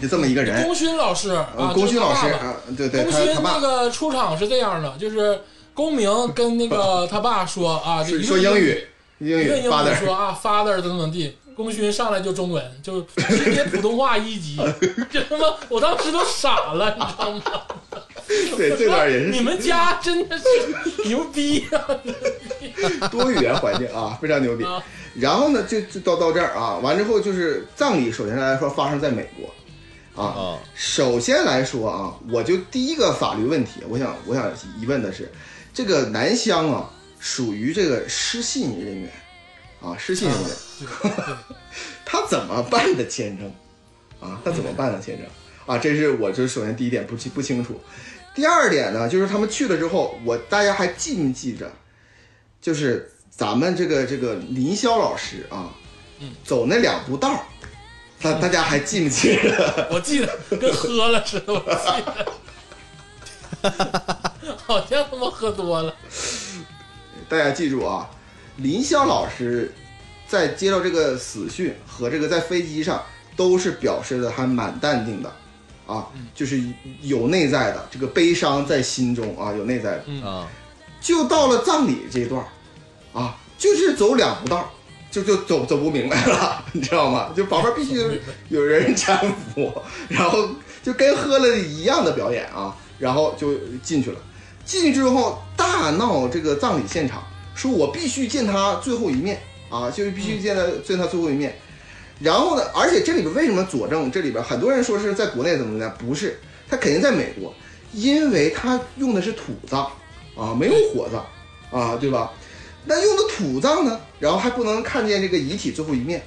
[SPEAKER 4] 就这么一个人。
[SPEAKER 1] 功勋老师
[SPEAKER 4] 呃
[SPEAKER 1] 嗯啊，
[SPEAKER 4] 哎功
[SPEAKER 1] 就是
[SPEAKER 4] 勋
[SPEAKER 1] 他
[SPEAKER 4] 老
[SPEAKER 1] 爸
[SPEAKER 4] 师，
[SPEAKER 1] 爸
[SPEAKER 4] 啊，对对，
[SPEAKER 1] 功
[SPEAKER 4] 他
[SPEAKER 1] 勋那
[SPEAKER 4] 他爸
[SPEAKER 1] 个出场是这样的，就是公明跟那 个他爸说啊，就
[SPEAKER 4] 说
[SPEAKER 1] 一
[SPEAKER 4] 说
[SPEAKER 1] 顿
[SPEAKER 4] 英语，英
[SPEAKER 1] 一顿
[SPEAKER 4] 语
[SPEAKER 1] 英
[SPEAKER 4] 发
[SPEAKER 1] 语
[SPEAKER 4] 的，
[SPEAKER 1] 说啊，father 怎么怎么地，功勋上来就中文，就直接普通话一 级，这他妈我当时都傻了，你知道吗？
[SPEAKER 4] 对，这段也
[SPEAKER 1] 你
[SPEAKER 4] 是
[SPEAKER 1] 们家真的是牛逼啊！
[SPEAKER 4] 多语言环境啊，非常牛逼
[SPEAKER 1] 啊。
[SPEAKER 4] 然后呢，就就到到这儿啊，完之后就是葬礼，首先来说发生在美国，啊，
[SPEAKER 3] 啊
[SPEAKER 4] 首先来说啊，我就第一个法律问题，我想我想疑问的是，这个南湘啊，属于这个失信人员啊，失信人员，
[SPEAKER 1] 对对
[SPEAKER 4] 啊 他怎么办的签证啊？他怎么办的签证啊？这是我这首先第一点不清不清楚。第二点呢，就是他们去了之后，我大家还记不记着，就是咱们这个这个林霄老师啊，
[SPEAKER 1] 嗯，
[SPEAKER 4] 走那两步道儿，大大家还记不记着？
[SPEAKER 1] 我记得跟喝了似的，我记得， 好像他妈喝多了。
[SPEAKER 4] 大家记住啊，林霄老师在接到这个死讯和这个在飞机上，都是表示的还蛮淡定的，啊，就是有内在的这个悲伤在心中啊，有内在的。
[SPEAKER 1] 嗯
[SPEAKER 3] 啊
[SPEAKER 4] 就到了葬礼这一段儿，啊，就是走两步道儿，就就走 走不明白了，你知道吗？就旁边必须有有人搀扶，然后就跟喝了一样的表演啊，然后就进去了。进去之后大闹这个葬礼现场，说我必须见他最后一面啊，就是必须见他见他最后一面。然后呢，而且这里边为什么佐证？这里边很多人说是在国内怎么的，不是，他肯定在美国，因为他用的是土葬啊，没有火葬啊，对吧？那用的土葬呢，然后还不能看见这个遗体最后一面，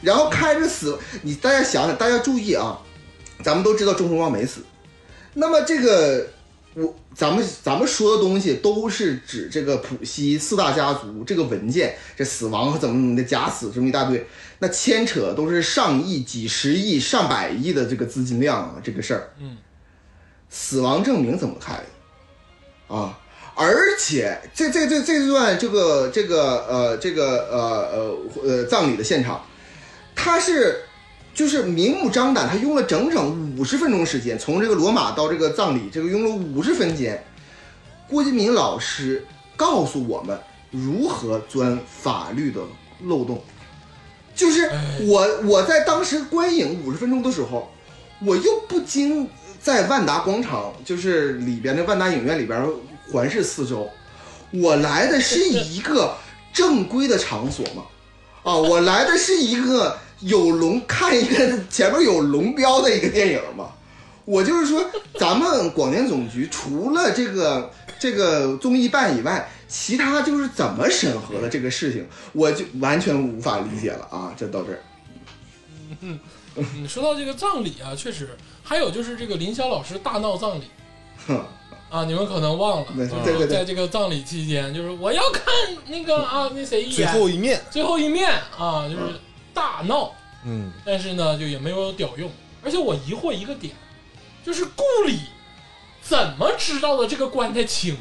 [SPEAKER 4] 然后开着死，你大家想想，大家注意啊，咱们都知道钟崇光没死，那么这个我咱们咱们说的东西都是指这个普西四大家族这个文件，这死亡和怎么怎么的假死这么一大堆，那牵扯都是上亿、几十亿、上百亿的这个资金量啊，这个事儿。
[SPEAKER 1] 嗯，
[SPEAKER 4] 死亡证明怎么看啊？而且这这这这段这个这个呃这个呃呃呃葬礼的现场，他是就是明目张胆，他用了整整五十分钟时间，从这个罗马到这个葬礼，这个用了五十分间。郭敬明老师告诉我们如何钻法律的漏洞，就是我我在当时观影五十分钟的时候，我又不禁在万达广场，就是里边的万达影院里边环视四周，我来的是一个正规的场所吗？啊，我来的是一个有龙看一个前面有龙标的一个电影嘛。我就是说，咱们广电总局除了这个这个综艺办以外，其他就是怎么审核的这个事情，我就完全无法理解了啊！这到这儿，
[SPEAKER 1] 你嗯说到这个葬礼啊，确实还有就是这个林霄老师大闹葬礼
[SPEAKER 4] 哼，
[SPEAKER 1] 啊，你们可能忘了，
[SPEAKER 4] 对
[SPEAKER 1] 啊
[SPEAKER 4] 对对对
[SPEAKER 1] 在这个葬礼期间，就是我要看那个啊，那谁一
[SPEAKER 2] 最
[SPEAKER 1] 眼
[SPEAKER 2] 后一面，
[SPEAKER 1] 最后一面啊，就是大闹，
[SPEAKER 2] 嗯，
[SPEAKER 1] 但是呢，就也没有屌用。而且我疑惑一个点，就是顾里怎么知道的这个棺材轻，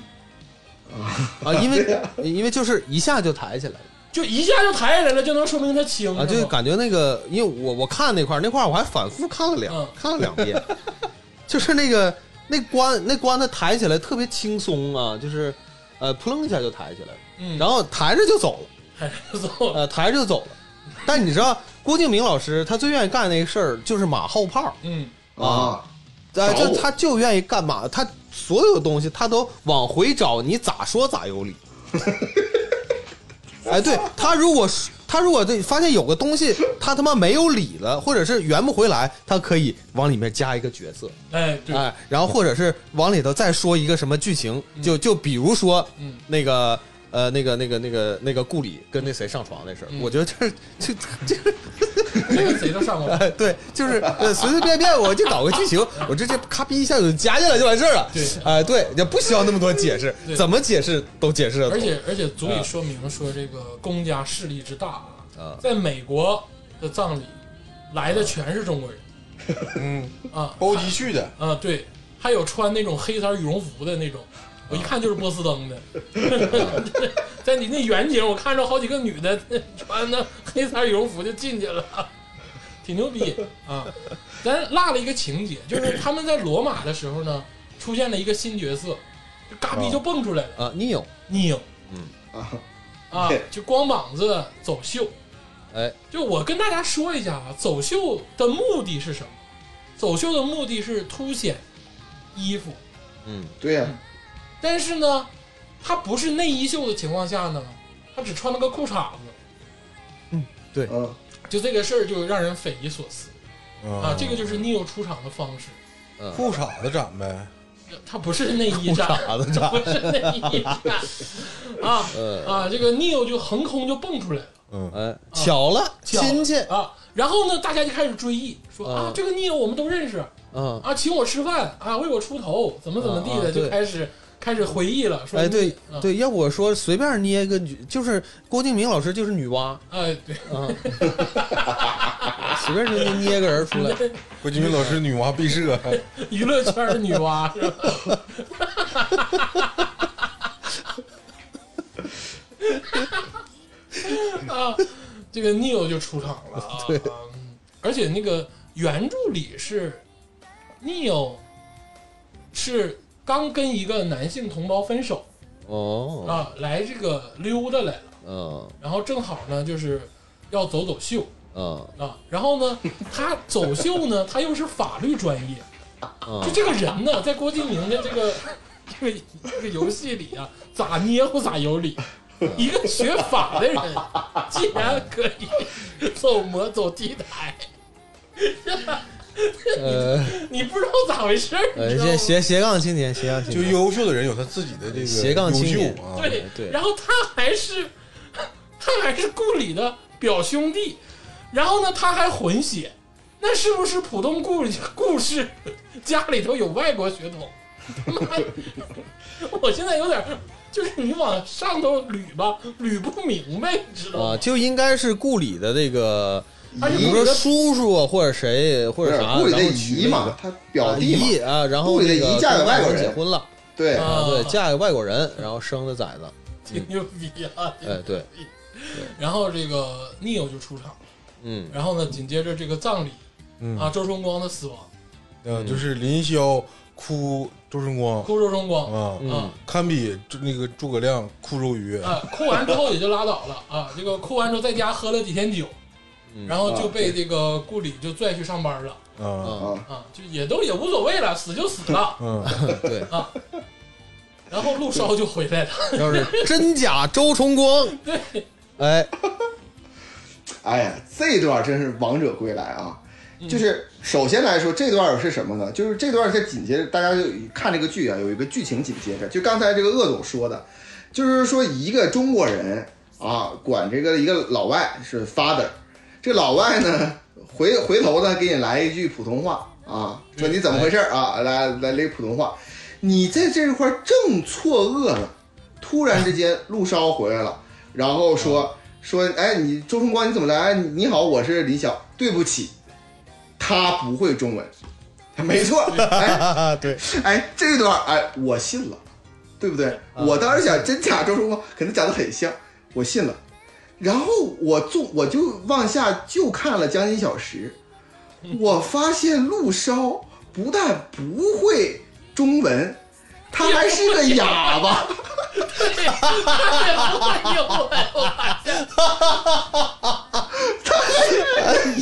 [SPEAKER 3] 啊，因 为因为就是一下就抬起来了
[SPEAKER 1] 就一下就抬起来了，就能说明它轻
[SPEAKER 3] 啊，
[SPEAKER 1] 是
[SPEAKER 3] 就
[SPEAKER 1] 吗
[SPEAKER 3] 感觉那个，因为我我看那块儿那块儿我还反复看了两、
[SPEAKER 1] 嗯
[SPEAKER 3] 看了两遍， 就是那个那棺那棺材抬起来特别轻松啊，就是呃扑棱一下就抬起来了，
[SPEAKER 1] 嗯，哎
[SPEAKER 3] 然后抬着就走了，
[SPEAKER 1] 还是走了，
[SPEAKER 3] 呃抬着就走了。但你知道郭敬明老师他最愿意干那个事儿就是马后炮，
[SPEAKER 1] 嗯
[SPEAKER 4] 啊，
[SPEAKER 3] 呃，
[SPEAKER 4] 找
[SPEAKER 3] 就
[SPEAKER 4] 我
[SPEAKER 3] 他就愿意干嘛，他所有东西他都往回找，你咋说咋有理。 哎，对他如果是他如果对发现有个东西他他妈没有理了，或者是圆不回来，他可以往里面加一个角色，
[SPEAKER 1] 哎对，
[SPEAKER 3] 哎，然后或者是往里头再说一个什么剧情，就就比如说
[SPEAKER 1] 嗯
[SPEAKER 3] 那个。呃，那个、那个、那个、那个顾里跟那谁上床那事儿，
[SPEAKER 1] 嗯
[SPEAKER 3] 我觉得这这这
[SPEAKER 1] 这个谁都上过 班，
[SPEAKER 3] 哎，对，就是呃随随便便我就搞个剧情，我直接咔逼一下就加进来就完事儿了。
[SPEAKER 1] 对
[SPEAKER 3] 哎，对，也不需要那么多解释
[SPEAKER 1] 对，
[SPEAKER 3] 怎么解释都解释得通。
[SPEAKER 1] 而且而且足以说明说这个公家势力之大啊，
[SPEAKER 3] 啊，
[SPEAKER 1] 在美国的葬礼来的全是中国 人，嗯啊
[SPEAKER 2] 包机去的，
[SPEAKER 1] 啊对，还有穿那种黑衫羽绒服的那种，我一看就是波司登的， 在你那远景我看着好几个女的穿的黑衫羽绒服就进去了，挺牛逼啊！咱落了一个情节，就是他们在罗马的时候呢，出现了一个新角色，就嘎逼就蹦出来了，
[SPEAKER 3] 啊，你有
[SPEAKER 1] 宁
[SPEAKER 4] 啊，
[SPEAKER 1] 啊
[SPEAKER 4] 对，
[SPEAKER 1] 就光膀子走秀。
[SPEAKER 3] 哎，
[SPEAKER 1] 就我跟大家说一下啊，走秀的目的是什么？走秀的目的是凸显衣服，
[SPEAKER 3] 嗯，
[SPEAKER 4] 对呀、
[SPEAKER 1] 但是呢，他不是内衣袖的情况下呢，他只穿了个裤衩子，
[SPEAKER 4] 嗯，
[SPEAKER 1] 就这个事儿就让人匪夷所思
[SPEAKER 3] 哦
[SPEAKER 1] 啊！这个就是 Neo 出场的方式，
[SPEAKER 3] 呃
[SPEAKER 2] 裤衩子展呗，
[SPEAKER 1] 他不是内衣
[SPEAKER 3] 啥
[SPEAKER 1] 战，
[SPEAKER 3] 子啥？
[SPEAKER 1] 不是内衣战啊
[SPEAKER 3] 呃，
[SPEAKER 1] 啊！这个 Neo 就横空就蹦出来了。
[SPEAKER 2] 嗯，
[SPEAKER 3] 哎，巧了，
[SPEAKER 1] 巧了
[SPEAKER 3] 亲戚，
[SPEAKER 1] 啊，然后呢，大家就开始追忆，说
[SPEAKER 3] 啊
[SPEAKER 1] 啊，这个 Neo 我们都认识，
[SPEAKER 3] 嗯，
[SPEAKER 1] 啊，请我吃饭啊，为我出头，怎么怎么地
[SPEAKER 3] 啊
[SPEAKER 1] 的，
[SPEAKER 3] 啊对
[SPEAKER 1] 就开始开始回忆了。说
[SPEAKER 3] 哎，对
[SPEAKER 1] 啊
[SPEAKER 3] 对，要不我说随便捏一个女，就是郭敬明老师就是女 娲
[SPEAKER 1] 哎对，
[SPEAKER 3] 啊，随便就捏捏个人出 来，
[SPEAKER 2] 郭敬明老师女娲毕设，
[SPEAKER 1] 娱乐圈的女娲是吧？啊，这个 Neo 就出场了啊，
[SPEAKER 3] 对
[SPEAKER 1] 嗯而且那个原著里是 Neo 是刚跟一个男性同胞分手
[SPEAKER 3] 哦，
[SPEAKER 1] 啊，来这个溜达来了，
[SPEAKER 3] 嗯
[SPEAKER 1] 然后正好呢就是要走走秀，
[SPEAKER 3] 嗯
[SPEAKER 1] 啊，然后呢，他走秀呢，他又是法律专业，
[SPEAKER 3] 嗯
[SPEAKER 1] 就这个人呢，在郭敬明的这个 这个这个游戏里啊，咋捏乎咋有理。一个学法的人，竟然可以走魔走 T 台，
[SPEAKER 3] 呃，
[SPEAKER 1] 你不知道咋回事儿，你
[SPEAKER 3] 呃，
[SPEAKER 1] 知道吗
[SPEAKER 3] 这？斜斜杠青年，斜杠青
[SPEAKER 2] 就
[SPEAKER 3] 年，
[SPEAKER 2] 优秀的人有他自己的这个
[SPEAKER 3] 斜杠青
[SPEAKER 2] 优
[SPEAKER 3] 年
[SPEAKER 2] 秀啊，
[SPEAKER 1] 对
[SPEAKER 3] 对
[SPEAKER 1] 然后他还是 他还是顾里的表兄弟，然后呢他还混血，那是不是普通故故事家里头有外国血 统？妈呀，我现在有点就是你往上头捋吧，捋不明白，你知道
[SPEAKER 3] 啊，
[SPEAKER 1] 吗？
[SPEAKER 3] 就应该是顾里的这个，
[SPEAKER 1] 而且
[SPEAKER 3] 比
[SPEAKER 1] 顾
[SPEAKER 3] 如
[SPEAKER 1] 里
[SPEAKER 3] 说
[SPEAKER 1] 的
[SPEAKER 3] 叔叔啊或者谁
[SPEAKER 4] 啊不
[SPEAKER 3] 或
[SPEAKER 4] 是
[SPEAKER 3] 者啥，
[SPEAKER 4] 顾里
[SPEAKER 3] 然
[SPEAKER 4] 的
[SPEAKER 3] 后娶
[SPEAKER 4] 姨
[SPEAKER 3] 了
[SPEAKER 4] 嘛，他表弟
[SPEAKER 3] 一个
[SPEAKER 4] 嘛，
[SPEAKER 3] 姨啊，然后
[SPEAKER 4] 顾里的
[SPEAKER 3] 那个
[SPEAKER 4] 姨嫁给
[SPEAKER 3] 跟
[SPEAKER 4] 外国人
[SPEAKER 3] 结婚了
[SPEAKER 4] 对，
[SPEAKER 1] 啊
[SPEAKER 3] 啊，对，嫁给外国人，然后生的崽子，
[SPEAKER 1] 挺牛逼啊！挺
[SPEAKER 3] 哎，对，
[SPEAKER 1] 然后这个 Neo 就出场，
[SPEAKER 3] 嗯，
[SPEAKER 1] 然后呢，紧接着这个葬礼
[SPEAKER 2] 嗯
[SPEAKER 1] 啊，周崇光的死亡，
[SPEAKER 2] 嗯，就是林霄哭周春光
[SPEAKER 1] 哭周崇光
[SPEAKER 2] 啊，
[SPEAKER 3] 嗯
[SPEAKER 1] 啊
[SPEAKER 2] 堪比就那个诸葛亮哭周瑜，
[SPEAKER 1] 啊，哭完之后也就拉倒了啊。这个哭完之后在家喝了几天酒，
[SPEAKER 3] 嗯
[SPEAKER 1] 然后就被这个顾里就拽去上班了
[SPEAKER 2] 啊，
[SPEAKER 3] 啊，
[SPEAKER 4] 啊，
[SPEAKER 1] 啊，就也都也无所谓了，死就死了。
[SPEAKER 2] 嗯，
[SPEAKER 3] 对，
[SPEAKER 1] 然后陆烧就回来了，
[SPEAKER 3] 要是真假周崇光，
[SPEAKER 1] 对，
[SPEAKER 3] 哎，
[SPEAKER 4] 哎呀，这段真是王者归来啊！就是首先来说，这段是什么呢？就是这段在紧接着，大家就看这个剧啊，有一个剧情紧接着，就刚才这个鄂总说的，就是说一个中国人啊，管这个一个老外是 father，这老外呢回回头呢给你来一句普通话啊，说你怎么回事儿啊？来来了一个普通话，你在这块儿正错愕呢，突然之间陆烧回来了，然后说说，哎，你周崇光你怎么来？哎你你好，我是李晓，对不起，他不会中文，没错，哎
[SPEAKER 3] 哈哈，对，
[SPEAKER 4] 哎，这段哎我信了，对不对？我当时想真假周崇光可能讲的很像，我信了，然后我就我就往下就看了将近一小时，我发现陆烧不但不会中文，他还是个哑巴。
[SPEAKER 1] 哎呦我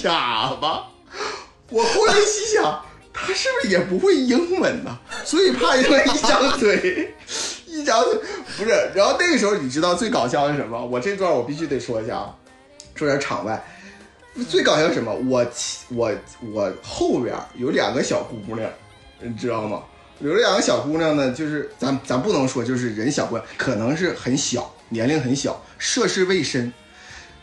[SPEAKER 4] 哑巴。我后来心想，他是不是也不会英文呢？所以怕因为一张嘴，一张嘴不是。然后那个时候，你知道最搞笑的是什么？我这段我必须得说一下啊，说点场外。最搞笑是什么？我其我我后边有两个小姑娘，你知道吗？有两个小姑娘呢，就是咱咱不能说就是人小姑娘，可能是很小，年龄很小，涉世未深，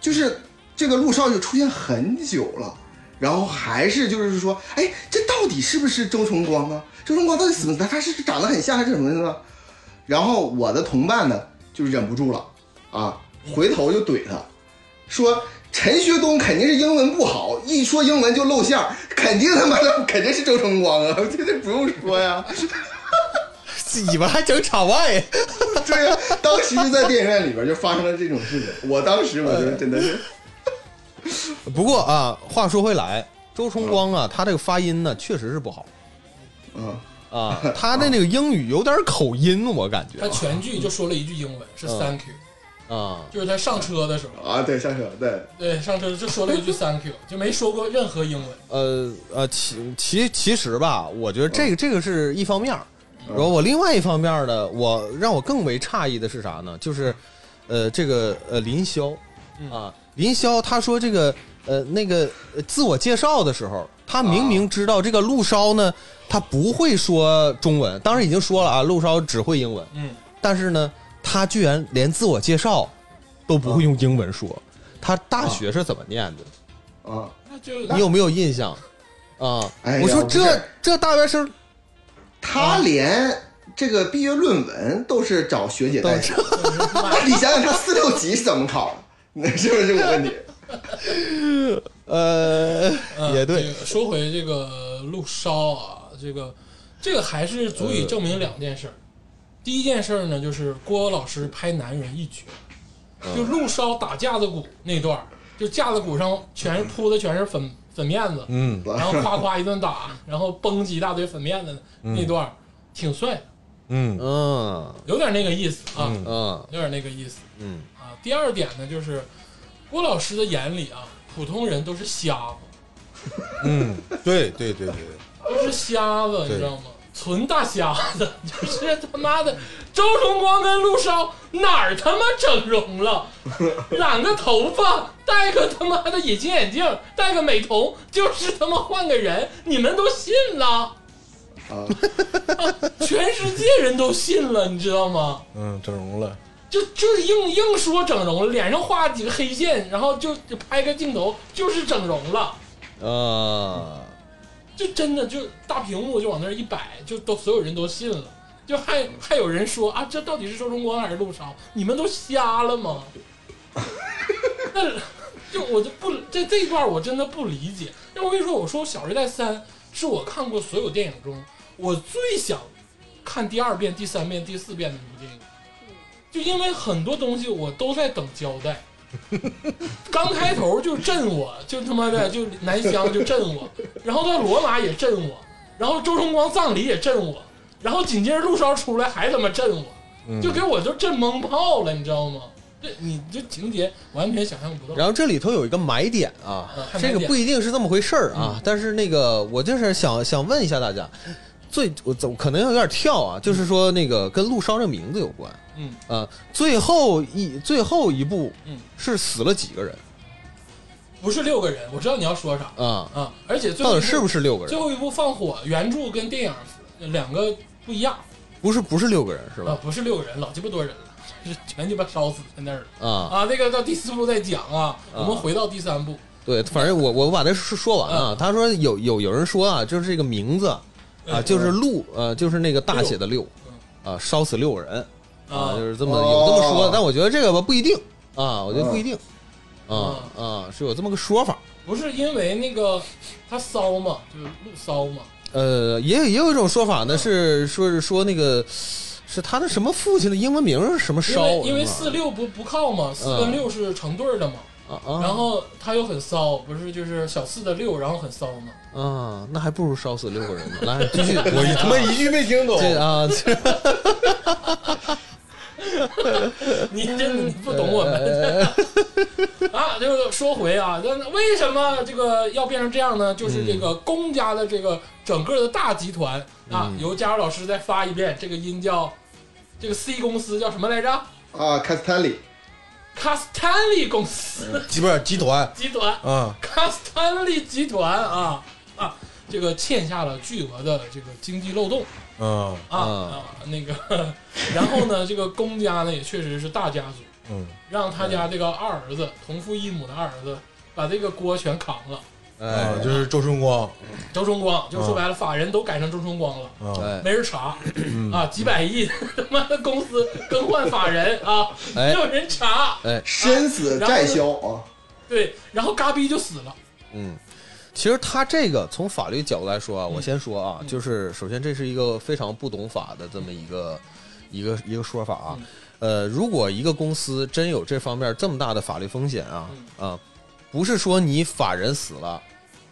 [SPEAKER 4] 就是这个陆少就出现很久了，然后还是就是说，哎，这到底是不是周崇光啊？周崇光到底怎么他他是长得很像还是怎么的呢？然后我的同伴呢就忍不住了啊，回头就怼他，说陈学冬肯定是英文不好，一说英文就露馅儿，肯定他妈的肯定是周崇光啊， 这这不用说呀。
[SPEAKER 3] 你们还整场外，
[SPEAKER 4] 对呀、当时就在电影院里边就发生了这种事情，我当时我觉得真的是，
[SPEAKER 3] 不过啊，话说回来，周崇光啊，他这个发音呢，确实是不好
[SPEAKER 4] 嗯，
[SPEAKER 3] 啊，他的那个英语有点口音，我感觉
[SPEAKER 1] 他全剧就说了一句英文，是
[SPEAKER 3] 嗯
[SPEAKER 1] Thank you，
[SPEAKER 3] 啊，
[SPEAKER 1] 就是他上车的时候，
[SPEAKER 4] 啊，对，下手对。
[SPEAKER 1] 对，上车就说了一句 Thank you，就没说过任何英文。
[SPEAKER 3] 呃呃，其其其实吧，我觉得这个这个是一方面儿，然后我另外一方面儿呢，我让我更为诧异的是啥呢？就是，呃，这个呃林霄啊，林霄他说这个呃那个呃自我介绍的时候，他明明知道这个陆烧呢，他不会说中文，当然已经说了啊，陆烧只会英文，
[SPEAKER 1] 嗯，
[SPEAKER 3] 但是呢，他居然连自我介绍都不会用英文说，他大学是怎么念的？
[SPEAKER 4] 啊，
[SPEAKER 1] 那就
[SPEAKER 3] 你有没有印象？啊，
[SPEAKER 4] 哎呀
[SPEAKER 3] 我说
[SPEAKER 4] 不是
[SPEAKER 3] 这这大学生
[SPEAKER 4] 他连这个毕业论文都是找学姐代写。那你想想，他四六级是怎么考的？那是不是我问你？
[SPEAKER 3] 呃
[SPEAKER 1] 嗯
[SPEAKER 3] 也
[SPEAKER 1] 这
[SPEAKER 3] 对，
[SPEAKER 1] 个说回这个陆烧啊，这个这个还是足
[SPEAKER 3] 呃
[SPEAKER 1] 以证明两件事儿。第一件事儿呢，就是郭老师拍男人一绝，
[SPEAKER 3] 嗯
[SPEAKER 1] 就陆烧打架子鼓那段儿，就架子鼓上全
[SPEAKER 3] 嗯
[SPEAKER 1] 是铺的全是粉粉面子，
[SPEAKER 2] 嗯，
[SPEAKER 1] 然后夸夸一顿打，然后崩起一大堆粉面子那段儿，挺帅的，
[SPEAKER 2] 嗯
[SPEAKER 3] 嗯
[SPEAKER 1] 有点那个意思啊，
[SPEAKER 3] 嗯
[SPEAKER 1] 有点那个意思
[SPEAKER 3] 嗯
[SPEAKER 1] 啊。第二点呢，就是郭老师的眼里啊，普通人都是瞎子。
[SPEAKER 2] 嗯，对对对对对，
[SPEAKER 1] 都是瞎子，你知道吗？纯大瞎子， 就是他妈的周崇光跟陆骁哪儿他妈整容了？染个头发，戴个他妈的隐形眼镜，戴个美瞳，就是他妈换个人，你们都信了？
[SPEAKER 4] 啊，
[SPEAKER 1] 全世界人都信了，你知道吗？
[SPEAKER 2] 嗯，整容了，
[SPEAKER 1] 就就是硬硬说整容了，脸上画几个黑线，然后就就拍个镜头，就是整容了，
[SPEAKER 3] 嗯啊，
[SPEAKER 1] 就真的就大屏幕就往那儿一摆，就都所有人都信了，就还还有人说啊，这到底是周崇光还是陆骁？你们都瞎了吗？那就我就不这这一段我真的不理解。那我跟你说，我说《小时代三》是我看过所有电影中我最想看第二遍、第三遍、第四遍的一部电影。就因为很多东西我都在等交代。 刚开头就震我，就他妈的就南湘就震我，然后到罗马也震我，然后周崇光葬礼也震我，然后紧接着陆骁出来还他妈震我，
[SPEAKER 2] 嗯
[SPEAKER 1] 就给我就震懵炮了，你知道吗？这你这情节完全想象不到。
[SPEAKER 3] 然后这里头有一个买点啊
[SPEAKER 1] 嗯，还买嗯
[SPEAKER 3] 这个不一定是这么回事儿啊，但是那个我就是想想问一下大家，最我走可能有点跳啊，就是说那个跟陆骁这名字有关，
[SPEAKER 1] 嗯
[SPEAKER 3] 啊，最后一最后一步
[SPEAKER 1] 嗯，
[SPEAKER 3] 是死了几个人
[SPEAKER 1] 不是六个人，我知道你要说啥
[SPEAKER 3] 啊？
[SPEAKER 1] 啊，而且最
[SPEAKER 3] 到
[SPEAKER 1] 后一
[SPEAKER 3] 底
[SPEAKER 1] 部
[SPEAKER 3] 是不是六个
[SPEAKER 1] 最
[SPEAKER 3] 人？
[SPEAKER 1] 后一部放火原著跟电影两个不一样
[SPEAKER 3] 不是不是六个人是
[SPEAKER 1] 啊
[SPEAKER 3] 吧？，
[SPEAKER 1] 不是六个人，老鸡巴多人了，是全鸡巴烧死在那儿了。
[SPEAKER 3] 啊，
[SPEAKER 1] 啊，那个到第四部再讲啊，我们回到第三部，
[SPEAKER 3] 对，反正我我把这说说完
[SPEAKER 1] 嗯
[SPEAKER 3] 啊。他说有有有人说啊，就是这个名字啊，就是
[SPEAKER 1] 嗯
[SPEAKER 3] 陆呃，就是那个大写的六啊，烧死六个人啊，
[SPEAKER 1] 啊
[SPEAKER 3] 就是这么
[SPEAKER 4] 哦
[SPEAKER 3] 有这么说，但我觉得这个吧不一定啊，我觉得不一定
[SPEAKER 1] 嗯
[SPEAKER 3] 啊啊，是有这么个说法。
[SPEAKER 1] 不是因为那个他骚嘛，就是陆骚嘛，
[SPEAKER 3] 呃，也有也有一种说
[SPEAKER 1] 嗯
[SPEAKER 3] 法呢，是说是说那个是他的什么父亲的英文名是什么
[SPEAKER 1] 因
[SPEAKER 3] 烧
[SPEAKER 1] 为，因为
[SPEAKER 3] 什
[SPEAKER 1] 四
[SPEAKER 3] 么玩意
[SPEAKER 1] 六不不靠嘛，四跟六是成对儿的嘛，
[SPEAKER 3] 儿啊啊，
[SPEAKER 1] 然后他又很骚，不是就是小四的六，然后很骚嘛，
[SPEAKER 3] 啊，那还不如烧死六个人呢。来，继 续，
[SPEAKER 2] 我一他妈一句没听懂。
[SPEAKER 3] 这啊，这
[SPEAKER 1] 你真的你不懂我们 啊！就是说回啊，那那为什么这个要变成这样呢？就是这个公家的这个整个的大集团啊，由佳茹老师再发一遍，这个音叫这个 C 公司叫什么来着
[SPEAKER 4] 啊，卡斯坦利，
[SPEAKER 1] ？Castanly 公司
[SPEAKER 2] 集不是集团
[SPEAKER 1] 集团
[SPEAKER 3] 嗯
[SPEAKER 2] 啊，
[SPEAKER 1] ，Castanly 集团啊啊，这个欠下了巨额的这个经济漏洞。
[SPEAKER 2] 嗯
[SPEAKER 1] 啊啊，那个， 然后呢，这个公家呢也确实是大家族，
[SPEAKER 2] 嗯，
[SPEAKER 1] 让他家这个二儿子同父异母的二儿子把这个锅全扛了。
[SPEAKER 2] 啊，
[SPEAKER 3] 哎，
[SPEAKER 2] 就是周春光
[SPEAKER 1] 周崇
[SPEAKER 3] 嗯
[SPEAKER 1] 光就说白了，法人都改成周崇光了，
[SPEAKER 2] 啊，
[SPEAKER 3] 哎
[SPEAKER 1] 没人查
[SPEAKER 3] 嗯
[SPEAKER 1] 啊，几百亿 他妈的公司更换法人啊，没
[SPEAKER 3] 哎
[SPEAKER 1] 有人查。
[SPEAKER 3] 哎，
[SPEAKER 4] 身死债消啊，
[SPEAKER 1] 对，然后嘎逼就死了。
[SPEAKER 3] 嗯，其实他这个从法律角度来说啊，我先说啊，就是首先这是一个非常不懂法的这么一个一个一个说法啊。呃，如果一个公司真有这方面这么大的法律风险啊啊，不是说你法人死了，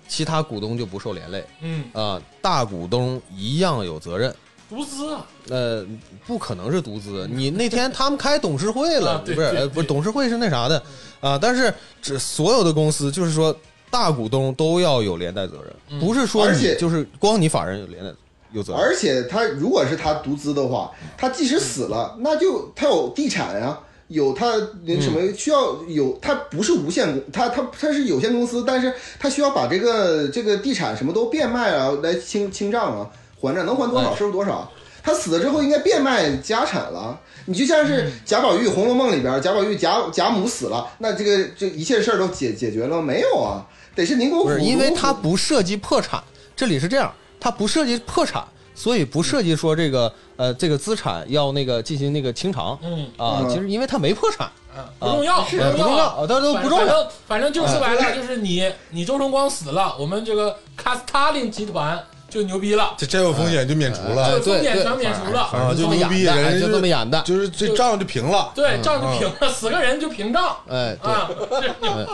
[SPEAKER 3] 其他股东就不受连累
[SPEAKER 1] 嗯，
[SPEAKER 3] 啊，大股东一样有责任。
[SPEAKER 1] 毒资啊，
[SPEAKER 3] 呃，不可能是独资。你那天他们开董事会了，
[SPEAKER 1] 嗯 啊对
[SPEAKER 3] 不是？
[SPEAKER 1] 对
[SPEAKER 3] 呃，
[SPEAKER 1] 对
[SPEAKER 3] 不是，董事会是那啥的啊。但是这所有的公司，就是说大股东都要有连带责任，
[SPEAKER 1] 嗯
[SPEAKER 3] 不是说
[SPEAKER 4] 而
[SPEAKER 3] 你
[SPEAKER 4] 且
[SPEAKER 3] 就是光你法人有连带有责任。
[SPEAKER 4] 而且他如果是他独资的话，他即使死了，那就他有地产呀、有他那什么需要有，他不是无限公，他他他是有限公司，但是他需要把这个这个地产什么都变卖啊，来清清账啊，还账能还多少是多少。他死了之后应该变卖家产了，你就像是贾宝玉《红楼梦》里边贾宝玉贾贾母死了，那这个这一切事儿都解解决了吗没有啊？得是宁国
[SPEAKER 3] 不
[SPEAKER 4] 府，
[SPEAKER 3] 是，因为
[SPEAKER 4] 宁国府
[SPEAKER 3] 它不涉及破产，这里是这样，它不涉及破产，所以不涉及说这个呃这个资产要那个进行那个清偿
[SPEAKER 1] 嗯
[SPEAKER 3] 啊。
[SPEAKER 4] 嗯
[SPEAKER 3] 其实因为它没破产，
[SPEAKER 1] 嗯，不重要，
[SPEAKER 3] 呃不重要，啊它都不重
[SPEAKER 1] 反
[SPEAKER 3] 要。
[SPEAKER 1] 正反正就是说白
[SPEAKER 3] 哎
[SPEAKER 1] 了，就是你你周崇光死了，我们这个卡斯塔林集团就牛逼了，
[SPEAKER 2] 这债务风险就免除
[SPEAKER 3] 哎
[SPEAKER 2] 了，
[SPEAKER 1] 风
[SPEAKER 3] 对
[SPEAKER 1] 险
[SPEAKER 3] 对
[SPEAKER 1] 全免除了
[SPEAKER 3] 反正就这么演
[SPEAKER 2] 啊就牛逼
[SPEAKER 3] 的，哎
[SPEAKER 2] 人家
[SPEAKER 3] 就
[SPEAKER 2] 就
[SPEAKER 3] 这么演的。
[SPEAKER 2] 就是这账就平了。
[SPEAKER 1] 对，账就平了，死个人就平账
[SPEAKER 3] 哎，嗯对，
[SPEAKER 1] 啊，这牛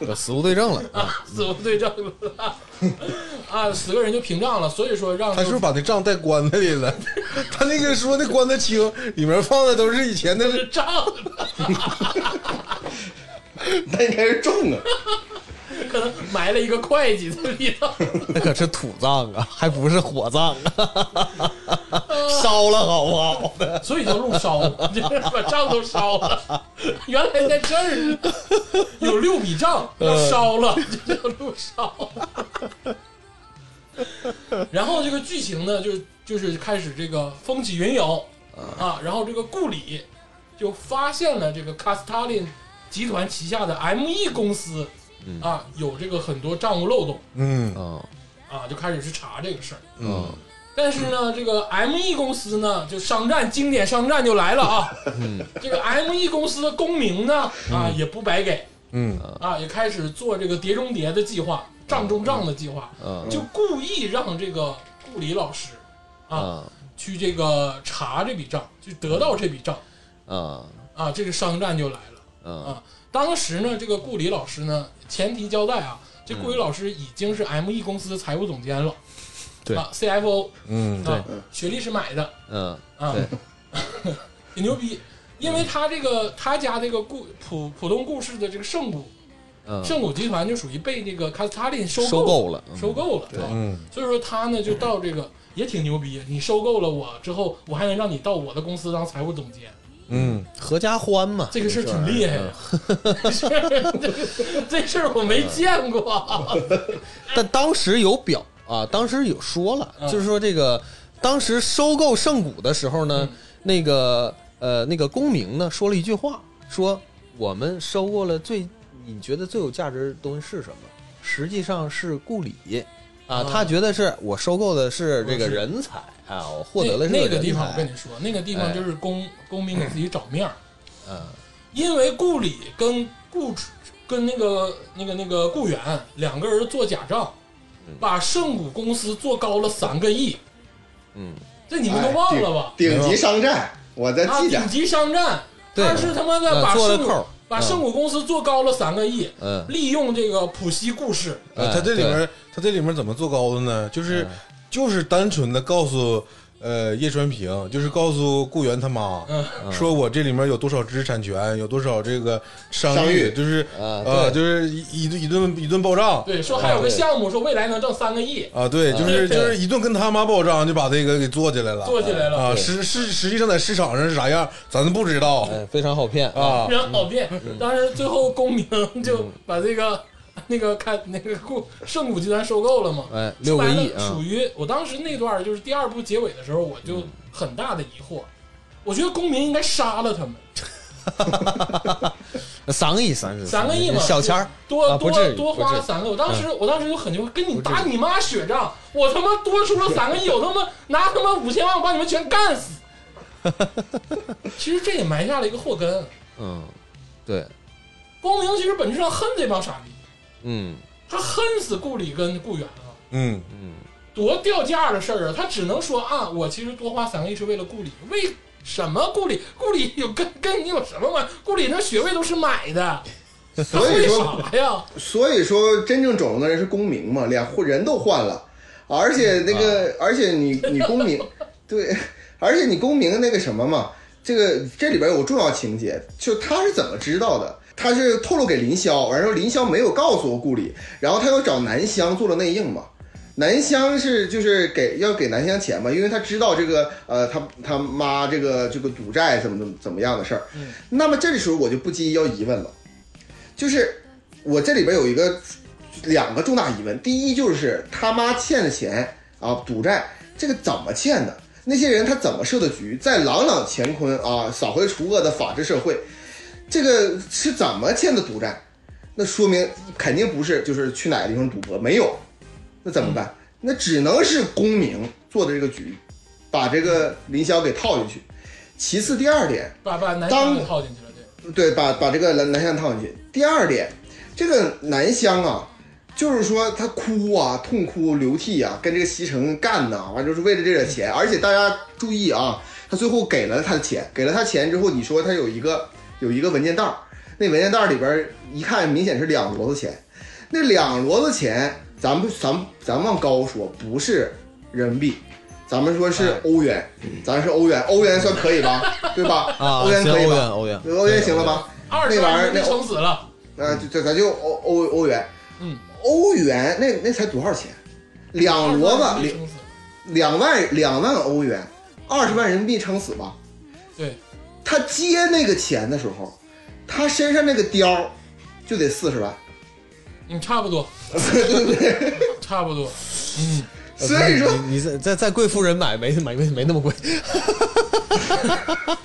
[SPEAKER 3] 有死无对证了啊！
[SPEAKER 1] 死无对证了啊，死个人就平账了，所以说让
[SPEAKER 2] 他是不是把那账带棺材里了？ 他那个说那棺材轻，里面放的都是以前的
[SPEAKER 1] 是 账，
[SPEAKER 4] 那应该是重啊。
[SPEAKER 1] 可能埋了一个会计在里头。
[SPEAKER 3] 那可是土葬啊， 还不是火葬 啊，烧了好不好？
[SPEAKER 1] 所以叫路烧， 就是把账都烧了。原来在这儿呢，有六笔账要烧了，这叫路烧。然后这个剧情呢，就就是开始这个风起云涌啊，然后这个顾里就发现了这个卡斯塔林集团旗下的 ME 公司啊有这个很多账务漏洞
[SPEAKER 2] 嗯
[SPEAKER 3] 嗯
[SPEAKER 1] 啊，就开始去查这个事儿。
[SPEAKER 2] 嗯，
[SPEAKER 1] 但是呢，这个 ME 公司呢，就商战经典商战就来了啊。
[SPEAKER 3] 嗯
[SPEAKER 1] 这个 ME 公司的功名呢，啊也不白给
[SPEAKER 2] 嗯
[SPEAKER 1] 啊，也开始做这个碟中谍的计划、账中账的计划，
[SPEAKER 3] 嗯
[SPEAKER 1] 就故意让这个顾里老师啊
[SPEAKER 3] 嗯
[SPEAKER 1] 去这个查这笔账，去得到这笔账
[SPEAKER 3] 嗯
[SPEAKER 1] 啊，这个商战就来了
[SPEAKER 3] 嗯
[SPEAKER 1] 啊。当时呢，这个顾里老师呢，前提交代啊，这
[SPEAKER 3] 嗯
[SPEAKER 1] 顾里老师已经是 ME 公司的财务总监了，
[SPEAKER 3] 对
[SPEAKER 1] 啊，CFO
[SPEAKER 2] 嗯
[SPEAKER 1] 啊，学历是买的。
[SPEAKER 3] 嗯
[SPEAKER 1] 啊，挺 牛逼，因为他这个他家这个故浦浦东故事的这个圣谷
[SPEAKER 3] 嗯，
[SPEAKER 1] 圣谷集团就属于被这个卡斯塔林收
[SPEAKER 3] 收
[SPEAKER 1] 购
[SPEAKER 3] 购了，嗯
[SPEAKER 1] 收购了，啊
[SPEAKER 2] 嗯
[SPEAKER 1] 所以说他呢就到这个也挺牛逼，你收购了我之后，我还能让你到我的公司当财务总监，
[SPEAKER 2] 嗯
[SPEAKER 3] 合家欢嘛，
[SPEAKER 1] 这个事儿挺厉害的， 是这这事儿我没见过，
[SPEAKER 3] 但当时有表啊，当时有说了，
[SPEAKER 1] 嗯
[SPEAKER 3] 就是说这个当时收购圣谷的时候呢，
[SPEAKER 1] 嗯
[SPEAKER 3] 那个呃那个公明呢说了一句话，说我们收购了最你觉得最有价值的东西是什么？实际上是顾里。啊，
[SPEAKER 1] 嗯
[SPEAKER 3] 他觉得是我收购的是这
[SPEAKER 1] 我
[SPEAKER 3] 个
[SPEAKER 1] 是
[SPEAKER 3] 人才啊，我获得了这
[SPEAKER 1] 嗯那那
[SPEAKER 3] 人才。
[SPEAKER 1] 个地方，我跟你说，那个地方
[SPEAKER 3] 哎
[SPEAKER 1] 就是公公民给自己找面儿。
[SPEAKER 3] 嗯
[SPEAKER 1] 因为顾里跟顾楚跟那个那个那个顾源两个人做假账，把圣谷公司做高了三个亿，
[SPEAKER 3] 嗯，
[SPEAKER 1] 这你们都忘了吧？
[SPEAKER 4] 哎顶级商战，我再
[SPEAKER 1] 啊，
[SPEAKER 4] 哎
[SPEAKER 1] 顶
[SPEAKER 4] 记点。
[SPEAKER 1] 级商战，
[SPEAKER 3] 对
[SPEAKER 1] 他是他妈的把
[SPEAKER 3] 嗯做了
[SPEAKER 1] 圣谷
[SPEAKER 3] 扣儿
[SPEAKER 1] 把
[SPEAKER 3] 嗯
[SPEAKER 1] 圣谷公司做高了三个亿，
[SPEAKER 3] 嗯
[SPEAKER 1] 利用这个浦西故事，
[SPEAKER 2] 呃
[SPEAKER 3] 哎
[SPEAKER 2] 他这里
[SPEAKER 3] 对
[SPEAKER 2] 面他这里面怎么做高的呢？就是就是单纯的告诉呃叶传平，就是告诉顾源他妈，
[SPEAKER 1] 嗯
[SPEAKER 2] 说我这里面有多少知识产权，有多少这个商
[SPEAKER 4] 商
[SPEAKER 2] 誉，
[SPEAKER 4] 誉
[SPEAKER 2] 就是
[SPEAKER 3] 啊
[SPEAKER 2] 呃
[SPEAKER 3] 对
[SPEAKER 2] 就是一一顿一顿一顿爆炸。
[SPEAKER 1] 对，说还有个
[SPEAKER 3] 哎对
[SPEAKER 1] 项目，说未来能挣三个亿，
[SPEAKER 2] 啊，对，就是
[SPEAKER 3] 对
[SPEAKER 2] 就是一顿跟他妈爆仗，就把这个给做起来了。
[SPEAKER 1] 做起来了，
[SPEAKER 2] 啊，
[SPEAKER 3] 哎对
[SPEAKER 2] 实实实际上在市场上是啥样，咱不知道
[SPEAKER 3] 哎，非常好嗯骗
[SPEAKER 2] 啊。
[SPEAKER 1] 人好变。当时最后公明就把这个那个看那个顾圣谷集团收购了嘛，
[SPEAKER 3] 哎，六个
[SPEAKER 1] 说白
[SPEAKER 3] 亿
[SPEAKER 1] 了
[SPEAKER 3] 啊嗯
[SPEAKER 1] 属，于我当时那段儿就是第二部结尾的时候，我就很大的疑惑，我觉得公民应该杀了他们，
[SPEAKER 3] 三个亿，三个亿，
[SPEAKER 1] 三个亿嘛
[SPEAKER 3] 小钱儿，
[SPEAKER 1] 多
[SPEAKER 3] 啊不至
[SPEAKER 1] 多
[SPEAKER 3] 于
[SPEAKER 1] 多
[SPEAKER 3] 不
[SPEAKER 1] 花
[SPEAKER 3] 至于嗯
[SPEAKER 1] 三个。我当时我当时就很牛，跟你打你妈血仗，我他妈多出了三个亿，我他 妈拿他妈五千万，我把你们全干死。其实这也埋下了一个祸根。
[SPEAKER 3] 嗯，对，
[SPEAKER 1] 光明其实本质上恨这帮傻逼，
[SPEAKER 3] 嗯
[SPEAKER 1] 他恨死顾里跟顾源了。
[SPEAKER 2] 嗯
[SPEAKER 3] 嗯
[SPEAKER 1] 多掉价的事儿啊！他只能说啊，我其实多花三个亿是为了顾里，为什么顾里？顾里有跟跟你有什么关系？顾里那学位都是买的，他
[SPEAKER 4] 所以
[SPEAKER 1] 会
[SPEAKER 4] 说，
[SPEAKER 1] 啥呀？
[SPEAKER 4] 所以说，真正整容的人是公民嘛，连户人都换了，而且那个，而且你你公民，对，而且你公民那个什么嘛，这个这里边有重要情节，就他是怎么知道的？他是透露给林霄，然后林霄没有告诉顾里，然后他又找南湘做了内应嘛。南湘是就是给要给南湘钱嘛，因为他知道这个呃他他妈这个这个赌债怎么怎么怎么样的事儿。那么这时候我就不禁要疑问了，就是我这里边有一个两个重大疑问，第一就是他妈欠的钱啊，赌债这个怎么欠的？那些人他怎么设的局？在朗朗乾坤啊，扫黑除恶的法治社会，这个是怎么欠的赌债？那说明肯定不是就是去哪个地方赌博没有，那怎么办？那只能是公明做的这个局，把这个林霄给套进去。其次，第二点，
[SPEAKER 1] 把把南
[SPEAKER 4] 当
[SPEAKER 1] 翔给套进去了，对，
[SPEAKER 4] 嗯对，把把这个南南湘套进去。第二点，这个南湘啊，就是说他哭啊，痛哭流涕啊，跟这个西城干呐、完就是为了这点钱。而且大家注意啊，他最后给了他的钱，给了他钱之后，你说他有一个 有一个文件袋儿，那文件袋儿里边儿一看明显是两摞子钱，那两摞子钱，咱不咱咱往高说，不是人民币。咱们说
[SPEAKER 3] 哎
[SPEAKER 4] 是欧元，嗯咱是欧元，欧元算可以吧，对吧？
[SPEAKER 3] 啊，
[SPEAKER 4] 欧元
[SPEAKER 3] 行
[SPEAKER 4] 可以
[SPEAKER 3] 欧
[SPEAKER 4] 吧？
[SPEAKER 3] 元，欧元，
[SPEAKER 4] 欧元行了吧？呃
[SPEAKER 1] 二
[SPEAKER 4] 那
[SPEAKER 1] 十
[SPEAKER 4] 玩意儿
[SPEAKER 1] 万
[SPEAKER 4] 那
[SPEAKER 1] 就撑死了，
[SPEAKER 4] 啊，就咱咱就欧欧欧元。
[SPEAKER 1] 嗯，
[SPEAKER 4] 欧元那那才多少钱？两哦萝卜两
[SPEAKER 1] 撑死，
[SPEAKER 4] 两万两万欧元，二十万人民币撑死吧。
[SPEAKER 1] 对，
[SPEAKER 4] 他接那个钱的时候，他身上那个貂儿就得四十万，
[SPEAKER 1] 嗯，差不多，
[SPEAKER 4] 对不对？
[SPEAKER 1] 差不多，呃
[SPEAKER 4] 所以说，
[SPEAKER 3] 呃你你在在在贵妇人买没买没没那么贵，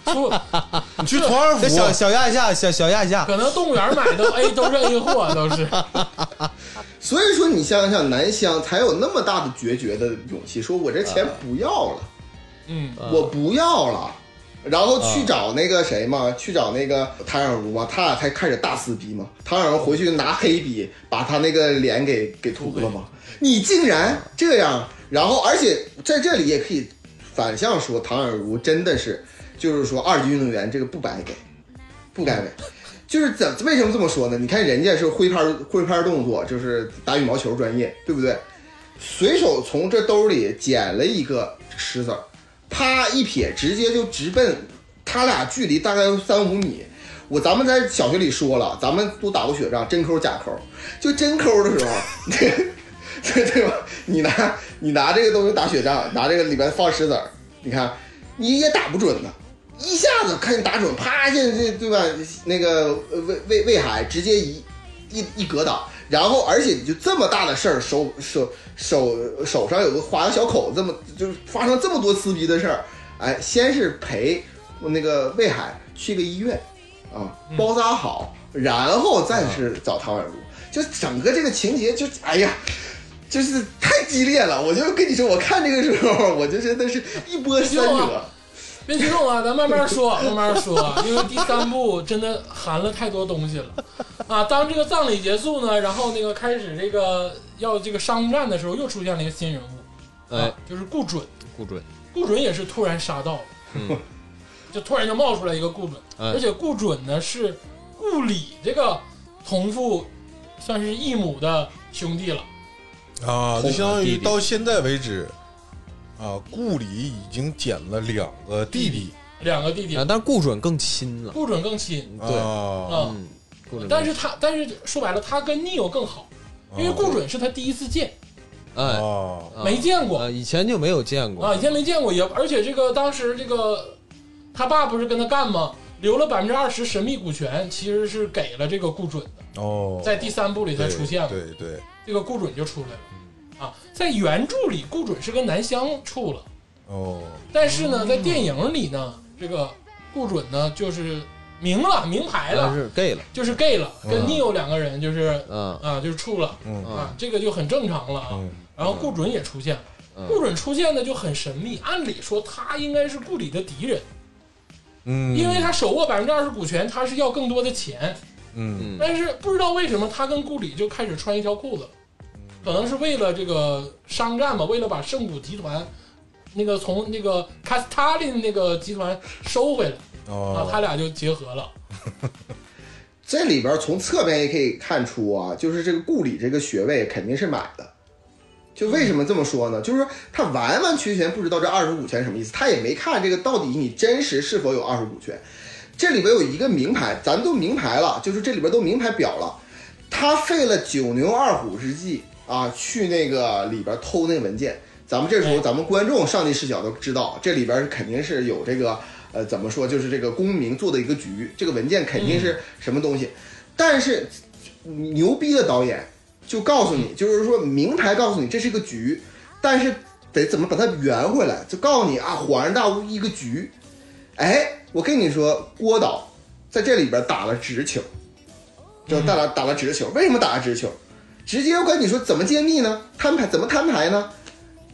[SPEAKER 1] 出
[SPEAKER 2] 你去团二
[SPEAKER 3] 这小
[SPEAKER 2] 府，
[SPEAKER 3] 小亚一下小小亚一下，
[SPEAKER 1] 可能动物园买的 A 都是 A 货，都是。
[SPEAKER 4] 所以说你想想，南湘才有那么大的决绝的勇气，说我这钱不要了，
[SPEAKER 1] 嗯，
[SPEAKER 3] 啊
[SPEAKER 4] 我不要了。然后去找那个谁嘛，去找那个唐小茹嘛，他俩才开始大撕逼嘛。唐小茹回去拿黑笔把他那个脸给给涂了嘛。你竟然这样！然后，而且在这里也可以反向说，唐小茹真的是，就是说二级运动员这个不白给，不该给。就是怎为什么这么说呢？你看人家是挥拍挥拍动作，就是打羽毛球专业，对不对？随手从这兜里捡了一个石子儿，啪一撇，直接就直奔他俩距离大概有三五米。我咱们在小学里说了，咱们都打过雪仗，真抠假抠。就真抠的时候， 对对吧？你拿你拿这个东西打雪仗，拿这个里边放石子儿，你看你也打不准呢。一下子看你打准，啪一下这对吧？那个呃魏魏魏海直接一一一格挡，然后而且你就这么大的事儿，手手手手上有个划个小口，这么就是发生这么多撕逼的事儿，哎，先是陪那个魏海去个医院啊，包扎好，然后再是找唐宛如，就整个这个情节就哎呀。就是太激烈了，我就跟你说，我看这个时候，我就真的是一波三
[SPEAKER 1] 激动
[SPEAKER 4] 折
[SPEAKER 1] 啊。别激动啊，咱慢慢说，慢慢说，因为第三部真的含了太多东西了啊。当这个葬礼结束呢，然后那个开始这个要这个商战的时候，又出现了一个新人物，
[SPEAKER 3] 哎啊
[SPEAKER 1] 啊，，就是顾准，
[SPEAKER 3] 顾准，
[SPEAKER 1] 顾准也是突然杀到了，
[SPEAKER 3] 嗯
[SPEAKER 1] 就突然就冒出来一个顾准，
[SPEAKER 3] 哎
[SPEAKER 1] 而且顾准呢是顾里这个同父算是异母的兄弟了，
[SPEAKER 2] 啊，就相当
[SPEAKER 3] 弟
[SPEAKER 2] 于
[SPEAKER 3] 弟
[SPEAKER 2] 到现在为止，啊，顾里已经捡了两个弟弟
[SPEAKER 1] 两个弟弟
[SPEAKER 3] 啊，，但是顾准更亲了，
[SPEAKER 1] 顾准更亲
[SPEAKER 3] 对，
[SPEAKER 2] 啊，
[SPEAKER 1] 啊。
[SPEAKER 3] 嗯，顾准更亲，
[SPEAKER 1] 但是他，但是说白了，他跟 Neo 更好，因为
[SPEAKER 3] 哦
[SPEAKER 1] 顾准是他第一次见，
[SPEAKER 3] 哎，
[SPEAKER 2] 啊，
[SPEAKER 3] 啊
[SPEAKER 1] 哦没见过
[SPEAKER 3] 啊，以前就没有见过
[SPEAKER 1] 啊，以前没见过也，而且这个当时这个他爸不是跟他干吗？留了百分之二十神秘股权，其实是给了这个顾准的，
[SPEAKER 2] 哦，
[SPEAKER 1] 在第三部里才出现了，
[SPEAKER 2] 对嗯对，
[SPEAKER 1] 这个顾准就出来了啊。在原著里，顾准是跟南湘处了，
[SPEAKER 2] 哦，
[SPEAKER 1] 但是呢，在电影里呢，这个顾准呢就是明了明牌
[SPEAKER 3] 但
[SPEAKER 2] 嗯
[SPEAKER 1] 了，
[SPEAKER 3] 是 gay 了，
[SPEAKER 1] 就是 gay 了，跟
[SPEAKER 3] 嗯
[SPEAKER 1] Neo 两个人就是
[SPEAKER 3] 嗯
[SPEAKER 1] 啊就是处了
[SPEAKER 2] 嗯
[SPEAKER 1] 啊，这个就很正常了啊。
[SPEAKER 2] 嗯，
[SPEAKER 1] 然后顾准也出现了，
[SPEAKER 3] 嗯
[SPEAKER 1] 顾准出现的就很神秘。按理说他应该是顾里的敌人，
[SPEAKER 2] 嗯，
[SPEAKER 1] 因为他手握百分之二十股权，他是要更多的钱。
[SPEAKER 2] 嗯
[SPEAKER 3] 嗯，
[SPEAKER 1] 但是不知道为什么他跟顾里就开始穿一条裤子了，
[SPEAKER 2] 嗯
[SPEAKER 1] 可能是为了这个商战嘛，为了把圣谷集团那个从那个卡斯塔林那个集团收回来，啊，他
[SPEAKER 2] 哦，
[SPEAKER 1] 俩就结合了。
[SPEAKER 4] 这里边从侧面也可以看出啊，就是这个顾里这个学位肯定是买的。就为什么这么说呢？就是说他完完全全不知道这二十股权什么意思，他也没看这个到底你真实是否有二十股权。这里边有一个名牌，咱们都明牌了，就是这里边都明牌表了。他费了九牛二虎之计啊，去那个里边偷那文件。咱们这时候，
[SPEAKER 1] 哎
[SPEAKER 4] 咱们观众上帝视角都知道，这里边肯定是有这个呃，怎么说，就是这个公民做的一个局，这个文件肯定是什么东西。但是牛逼的导演就告诉你，就是说明牌告诉你这是一个局，但是得怎么把它圆回来，就告诉你啊，恍然大悟一个局。哎，我跟你说，郭导在这里边打了直球，就打了打了直球。为什么打了直球？直接我跟你说怎么揭秘呢？摊牌怎么摊牌呢？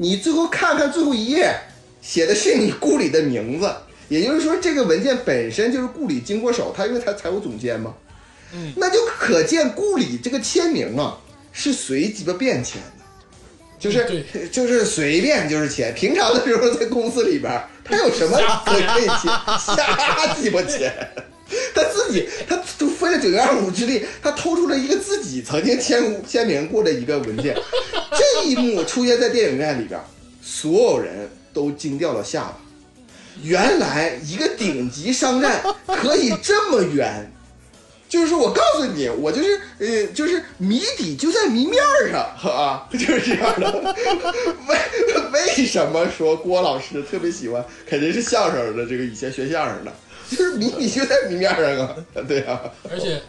[SPEAKER 4] 你最后看看最后一页，写的是你顾里的名字，也就是说这个文件本身就是顾里经过手，他因为他财务总监嘛，
[SPEAKER 1] 嗯，
[SPEAKER 4] 那就可见顾里这个签名啊是随鸡巴便签的，就是、
[SPEAKER 1] 嗯
[SPEAKER 4] 就是随便就是签，平常的时候在公司里边儿他有什么可可以签，瞎鸡巴签。 他自己，他就费了九牛二虎之力，他偷出了一个自己曾经签签名过的一个文 件。这一幕出现在电影院里边，所有人都惊掉了下巴。原来一个顶级商战可以这么圆，就是我告诉你，我就是呃，就是谜底就在谜面儿上啊， 就是这样的。为为什么说郭老师特别喜欢？肯定是相声的，这个以前学相声的，就是谜底就在谜面儿上啊， 对呀、啊，
[SPEAKER 1] 而且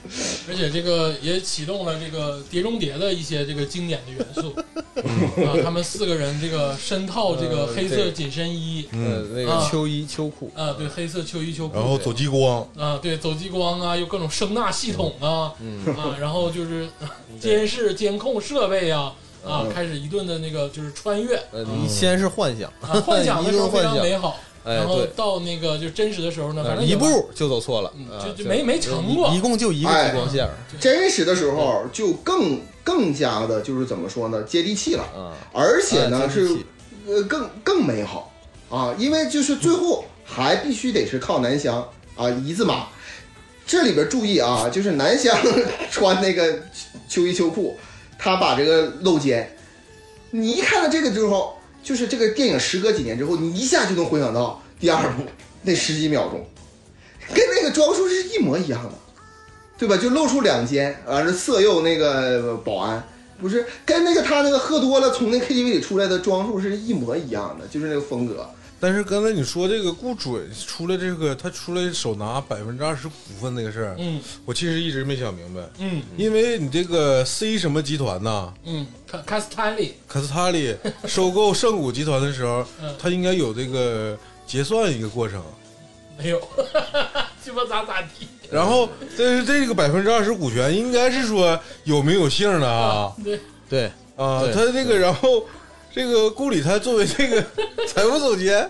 [SPEAKER 1] 而且这个也启动了这个《碟中谍》的一些这个经典的元 素啊，他们四个人这个身套这个
[SPEAKER 3] 呃
[SPEAKER 1] 黑色紧身衣，
[SPEAKER 3] 嗯，那
[SPEAKER 1] 啊
[SPEAKER 3] 个秋衣秋裤，
[SPEAKER 1] 啊，对，黑色秋衣秋裤，
[SPEAKER 2] 然后走激光，
[SPEAKER 1] 啊，对，走激光啊，有各种声呐系统啊，
[SPEAKER 3] 嗯
[SPEAKER 1] 啊，然后就是监视、监控设备啊，
[SPEAKER 3] 嗯
[SPEAKER 1] 啊，开始一顿的那个就是穿越
[SPEAKER 3] 呃，你先是幻想，
[SPEAKER 1] 哦 啊，幻想的
[SPEAKER 3] 一
[SPEAKER 1] 时
[SPEAKER 3] 路
[SPEAKER 1] 候非
[SPEAKER 3] 幻
[SPEAKER 1] 常美
[SPEAKER 3] 想，
[SPEAKER 1] 好，
[SPEAKER 3] 哎
[SPEAKER 1] 然后
[SPEAKER 3] 对
[SPEAKER 1] 到那个就真实的时候呢，反
[SPEAKER 3] 呃
[SPEAKER 1] 正
[SPEAKER 3] 一
[SPEAKER 1] 也完，
[SPEAKER 3] 步就走错了
[SPEAKER 1] 嗯，
[SPEAKER 3] 啊
[SPEAKER 1] 就就
[SPEAKER 3] 对
[SPEAKER 1] 没没成过
[SPEAKER 3] 一共就一个
[SPEAKER 4] 哎
[SPEAKER 3] 激光线儿，
[SPEAKER 4] 真实的时候就更更加的，就是怎么说呢，接地气了。
[SPEAKER 3] 啊，
[SPEAKER 4] 而且呢、
[SPEAKER 3] 啊接
[SPEAKER 4] 是
[SPEAKER 3] 地气
[SPEAKER 4] 呃更更美好啊，因为就是最后还必须得是靠南翔啊一字马。这里边注意啊，就是南翔 穿那个秋衣秋裤，他把这个露肩。你一看到这个之后，就是这个电影时隔几年之后，你一下就能回想到第二部那十几秒钟，跟那个装束是一模一样的，对吧？就露出两肩，完了色诱那个保安，不是跟那个他那个喝多了从那 KTV 里出来的装束是一模一样的，就是那个风格。
[SPEAKER 2] 但是刚才你说这个顾准出来这个，他出来手拿百分之二十股份那个事儿，
[SPEAKER 1] 嗯
[SPEAKER 2] 我其实一直没想明白，
[SPEAKER 1] 嗯
[SPEAKER 2] 因为你这个 C 什么集团呐，
[SPEAKER 1] 嗯，卡卡斯坦利，
[SPEAKER 2] 卡斯塔里收购圣谷集团的时候
[SPEAKER 1] 嗯，
[SPEAKER 2] 他应该有这个结算一个过程。
[SPEAKER 1] 没有， 鸡巴咋咋地
[SPEAKER 2] 然后，但是这个百分之二十股权应该是说有名有姓的啊，
[SPEAKER 1] 对，
[SPEAKER 3] 对，
[SPEAKER 2] 啊，
[SPEAKER 3] 对
[SPEAKER 2] 他这个然后这个顾里他作为这个 财务总监，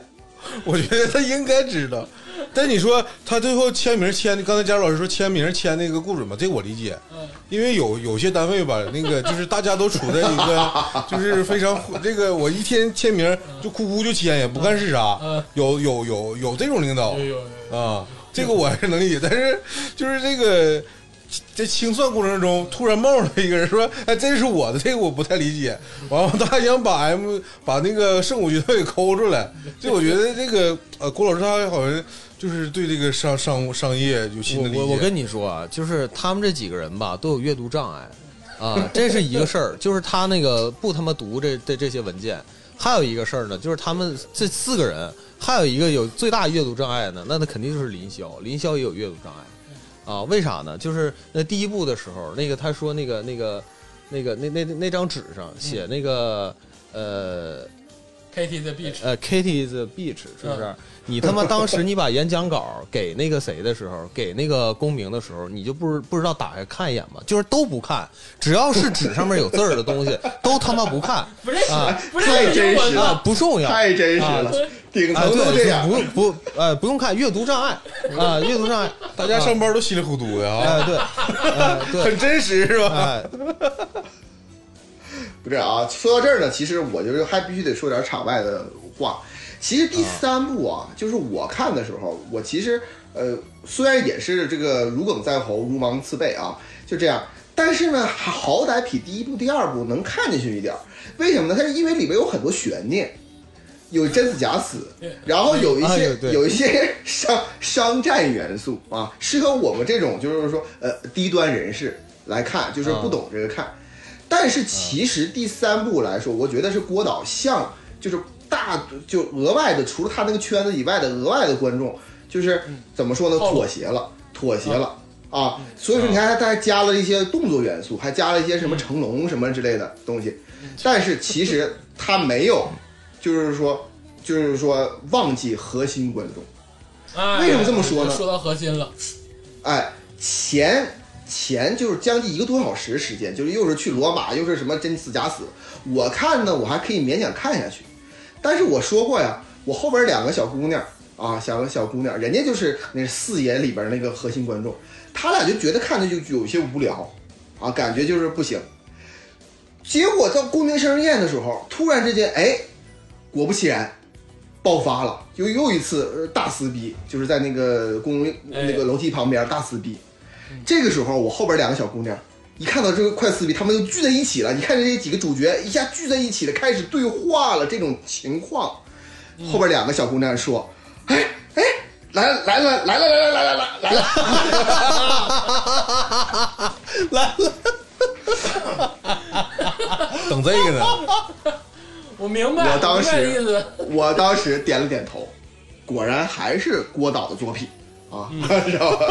[SPEAKER 2] 我觉得他应该知道。但你说他最后签名签，刚才佳茹老师说签名签那个顾准嘛，这我理解，
[SPEAKER 1] 嗯
[SPEAKER 2] 因为有有些单位吧，那个 就是大家都处在 一个就是非常这个，我一天签名就哭哭就签，也不干是啥
[SPEAKER 1] 嗯嗯，
[SPEAKER 2] 有有有有这种领导
[SPEAKER 1] 有有有有
[SPEAKER 2] 啊，这个我还是能理解，但是就是这个。在清算过程中，突然冒出来一个人说：“哎，这是我的，这个我不太理解。”完了，他还想把 M 把那个圣武集团给抠出来，这我觉得这个呃，郭老师他好像就是对这个商商商业有新
[SPEAKER 3] 我
[SPEAKER 2] 的理解。
[SPEAKER 3] 我我跟你说啊，就是他们这几个人吧，都有阅读障碍 啊，这是一个事儿。就是他那个不他妈读这这这些文件，还有一个事儿呢，就是他们这四个人，还有一个有最大阅读障碍呢，那他肯定就是林霄，林霄也有阅读障碍啊。为啥呢？就是那第一部的时候，那个他说那个那个那个那那那那张纸上写那个、呃。
[SPEAKER 1] ，Katy the Beach，
[SPEAKER 3] 呃，Kitty's Beach 是不是？你他妈当时你把演讲稿给那个谁的时候，给那个公明的时候，你就不知不知道打开看一眼吗？就是都不看，只要是纸上面有字儿的东西，都他妈 不看
[SPEAKER 1] 不认识
[SPEAKER 3] 啊
[SPEAKER 1] 不认识英文
[SPEAKER 4] 太
[SPEAKER 1] 的
[SPEAKER 4] 真实了，
[SPEAKER 3] 啊，不重要。
[SPEAKER 4] 太真实
[SPEAKER 3] 啊
[SPEAKER 4] 了，顶
[SPEAKER 3] 啊，
[SPEAKER 4] 层都这
[SPEAKER 3] 对，
[SPEAKER 4] 样。
[SPEAKER 3] 就不不呃，不用看阅读障碍啊，阅读障碍，啊
[SPEAKER 2] 大家上班都稀里糊涂的啊，
[SPEAKER 3] 哎对，哎对，
[SPEAKER 2] 很真实是吧？
[SPEAKER 3] 哎
[SPEAKER 4] 不是啊，说到这儿呢，其实我就是还必须得说点场外的话。其实第三部啊，就是我看的时候，我其实呃，虽然也是这个如鲠在喉、如芒刺背啊，就这样，但是呢，还好歹比第一部、第二部能看进去一点儿。为什么呢？它是因为里面有很多悬念，有真子假死，然后有一
[SPEAKER 3] 哎
[SPEAKER 4] 些、
[SPEAKER 3] 呦对
[SPEAKER 4] 有一些商商战元素啊，适合我们这种就是说呃低端人士来看，就是
[SPEAKER 3] 啊
[SPEAKER 4] 不懂这个看。但是其实第三部来说，我觉得是郭导向就是大就额外的，除了他那个圈子以外的额外的观众，就是怎么说呢，
[SPEAKER 1] 套路
[SPEAKER 4] 妥协了，妥协了啊！所以说你看，他还加了一些动作元素，还加了一些什么成龙什么之类的东西，但是其实他没有，就是说就是说忘记核心观众。
[SPEAKER 1] 哎
[SPEAKER 4] 为什么这么说呢
[SPEAKER 1] 说到核心了，
[SPEAKER 4] 哎，前前就是将近一个多小时时间，就是又是去罗马，又是什么真死假死。我看呢，我还可以勉强看下去，但是我说过呀，我后边两个小姑娘啊，两个小姑娘，人家就是那四爷里边那个核心观众，他俩就觉得看着就有些无聊啊，感觉就是不行。结果到公民生日宴的时候，突然之间，哎，果不其然，爆发了，就又一次呃大撕逼，就是在那个公
[SPEAKER 1] 哎
[SPEAKER 4] 那个楼梯旁边大撕逼。这个时候，我后边两个小姑娘一看到这个快撕逼，他们就聚在一起了。你看这几个主角一下聚在一起了，开始对话了，这种情况，后边两个小姑娘说：“哎哎，来了来了来了来了来了来了来了。”
[SPEAKER 3] 来了，
[SPEAKER 2] 等这 个呢，
[SPEAKER 1] 我明白，
[SPEAKER 4] 我当时
[SPEAKER 1] 明白意思，
[SPEAKER 4] 我当时点了点头，果然还是郭导的作品啊，
[SPEAKER 1] 嗯
[SPEAKER 4] 知道吧？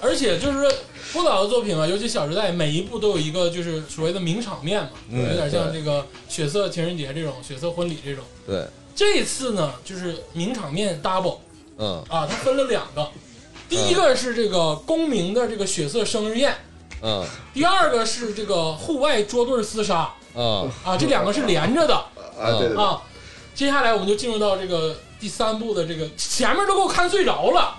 [SPEAKER 1] 而且就是郭导的作品嘛，尤其《小时代》，每一部都有一个就是所谓的名场面嘛，
[SPEAKER 2] 嗯
[SPEAKER 1] 有点像
[SPEAKER 3] 对
[SPEAKER 1] 这个《血色情人节》这种，《血色婚礼》这种。
[SPEAKER 3] 对，
[SPEAKER 1] 这次呢，就是名场面 double
[SPEAKER 3] 嗯
[SPEAKER 1] 啊，它分了两个， 第一个是这个公明的这个血色生日宴，
[SPEAKER 3] 嗯
[SPEAKER 1] 第二个是这个户外捉对厮杀
[SPEAKER 3] 嗯
[SPEAKER 1] 啊，这两个是连着的。
[SPEAKER 4] 啊，对对对，
[SPEAKER 1] 啊，接下来我们就进入到这个第三部的这个前面都给我看睡着了，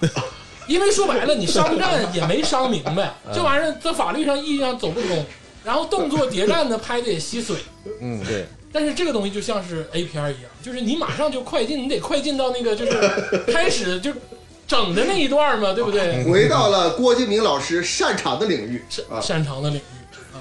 [SPEAKER 1] 因为说白了你商战也没商明白，这玩意儿在法律上意义上走不通，然后动作谍战呢拍的也稀碎，
[SPEAKER 2] 嗯，
[SPEAKER 3] 对，
[SPEAKER 1] 但是这个东西就像是 A 片儿一样，就是你马上就快进，你得快进到那个就是开始就整的那一段嘛，对不对？
[SPEAKER 4] 回到了郭敬明老师擅长的领域
[SPEAKER 1] 擅
[SPEAKER 4] 啊，
[SPEAKER 1] 擅长的领域啊，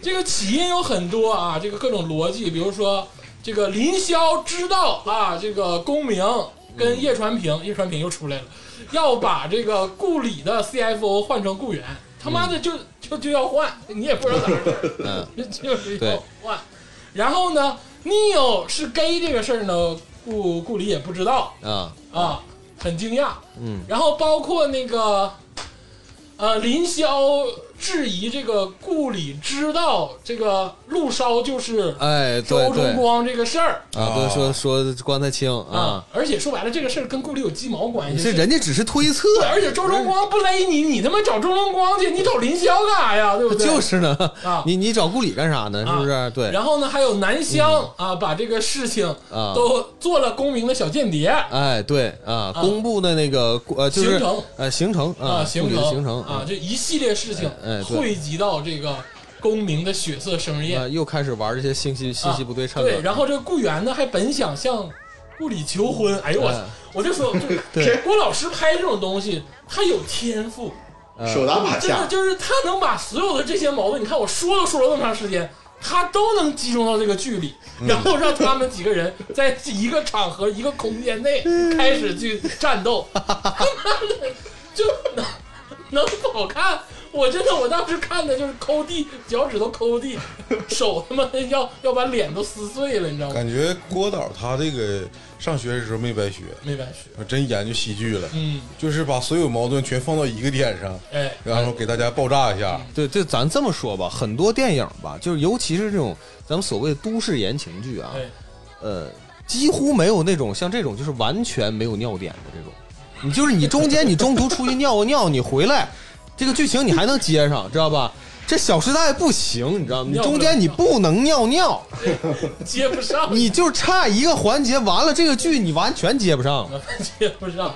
[SPEAKER 1] 这个起因有很多啊，这个各种逻辑，比如说这个林萧知道啊，这个公明
[SPEAKER 3] 嗯
[SPEAKER 1] 跟叶传平，叶传平又出来了，要把这个顾里的 CFO 换成顾源，他妈的就就就要换，你也不知道 咋回事
[SPEAKER 3] 嗯
[SPEAKER 1] 儿，就是
[SPEAKER 3] 对
[SPEAKER 1] 要换。然后呢，Neo 是 gay 这个事儿呢，顾顾里也不知道
[SPEAKER 3] 啊
[SPEAKER 1] 啊，很惊讶。
[SPEAKER 3] 嗯
[SPEAKER 1] 然后包括那个，呃，林萧质疑这个顾里知道这个陆烧就是
[SPEAKER 3] 哎对
[SPEAKER 1] 周
[SPEAKER 3] 对
[SPEAKER 1] 崇光这个事儿
[SPEAKER 3] 啊，不是说说光太清
[SPEAKER 1] 啊
[SPEAKER 3] 啊，，
[SPEAKER 1] 而且说白了，这个事儿跟顾里有鸡毛关系？
[SPEAKER 3] 这人家只是推测，
[SPEAKER 1] 对，而且周崇光不勒你，你他妈找周崇光去，你找林萧干啥呀？对不对？
[SPEAKER 3] 就是呢
[SPEAKER 1] 啊，
[SPEAKER 3] 你你找顾里干啥呢？是不是？对嗯
[SPEAKER 1] 然后呢，还有南湘啊，把这个事情
[SPEAKER 3] 啊，
[SPEAKER 1] 都做了公明的小间谍啊，
[SPEAKER 3] 哎对啊，公布的那个呃就是
[SPEAKER 1] 行程
[SPEAKER 3] 呃行程啊，
[SPEAKER 1] 行
[SPEAKER 3] 顾里的
[SPEAKER 1] 程
[SPEAKER 3] 行程
[SPEAKER 1] 啊，这一系列事情
[SPEAKER 3] 哎哎对
[SPEAKER 1] 汇集到这个公明的血色生日宴
[SPEAKER 3] 啊，又开始玩这些信息信息不对称了。
[SPEAKER 1] 啊对，然后这个顾源呢，还本想向顾里求婚。哎呦我操，
[SPEAKER 3] 嗯
[SPEAKER 1] 我就说，就
[SPEAKER 3] 对
[SPEAKER 1] 郭老师拍这种东西，他有天赋，
[SPEAKER 3] 呃
[SPEAKER 4] 手拿把
[SPEAKER 1] 真的
[SPEAKER 4] 掐，
[SPEAKER 1] 就是他能把所有的这些矛盾，你看我说都说了那么长时间，他都能集中到这个剧里，然后让他们几个人在一个场合、一个空间内开始去战斗， 他妈的就能能好看。我真的，我当时看的就是抠地，脚趾头抠地，手他妈的要要把脸都撕碎了，你知道吗？
[SPEAKER 2] 感觉郭导他这个上学的时候没白学，
[SPEAKER 1] 没白学。
[SPEAKER 2] 真研究喜剧了，
[SPEAKER 1] 嗯，
[SPEAKER 2] 就是把所有矛盾全放到一个点上，
[SPEAKER 1] 哎，
[SPEAKER 2] 然后给大家爆炸一下，
[SPEAKER 3] 对，这咱这么说吧，很多电影吧，就是尤其是这种咱们所谓都市言情剧啊，
[SPEAKER 1] 哎，
[SPEAKER 3] 呃，几乎没有那种像这种就是完全没有尿点的这种。你就是你中间你中途出去尿个尿，你回来，这个剧情你还能接上，知道吧？这《小时代》不行，你知道吗？你
[SPEAKER 1] 尿不了
[SPEAKER 3] 中间你不能尿尿，
[SPEAKER 1] 接不上，
[SPEAKER 3] 你就差一个环节，完了这个剧你完全接不上了。
[SPEAKER 1] 接不上。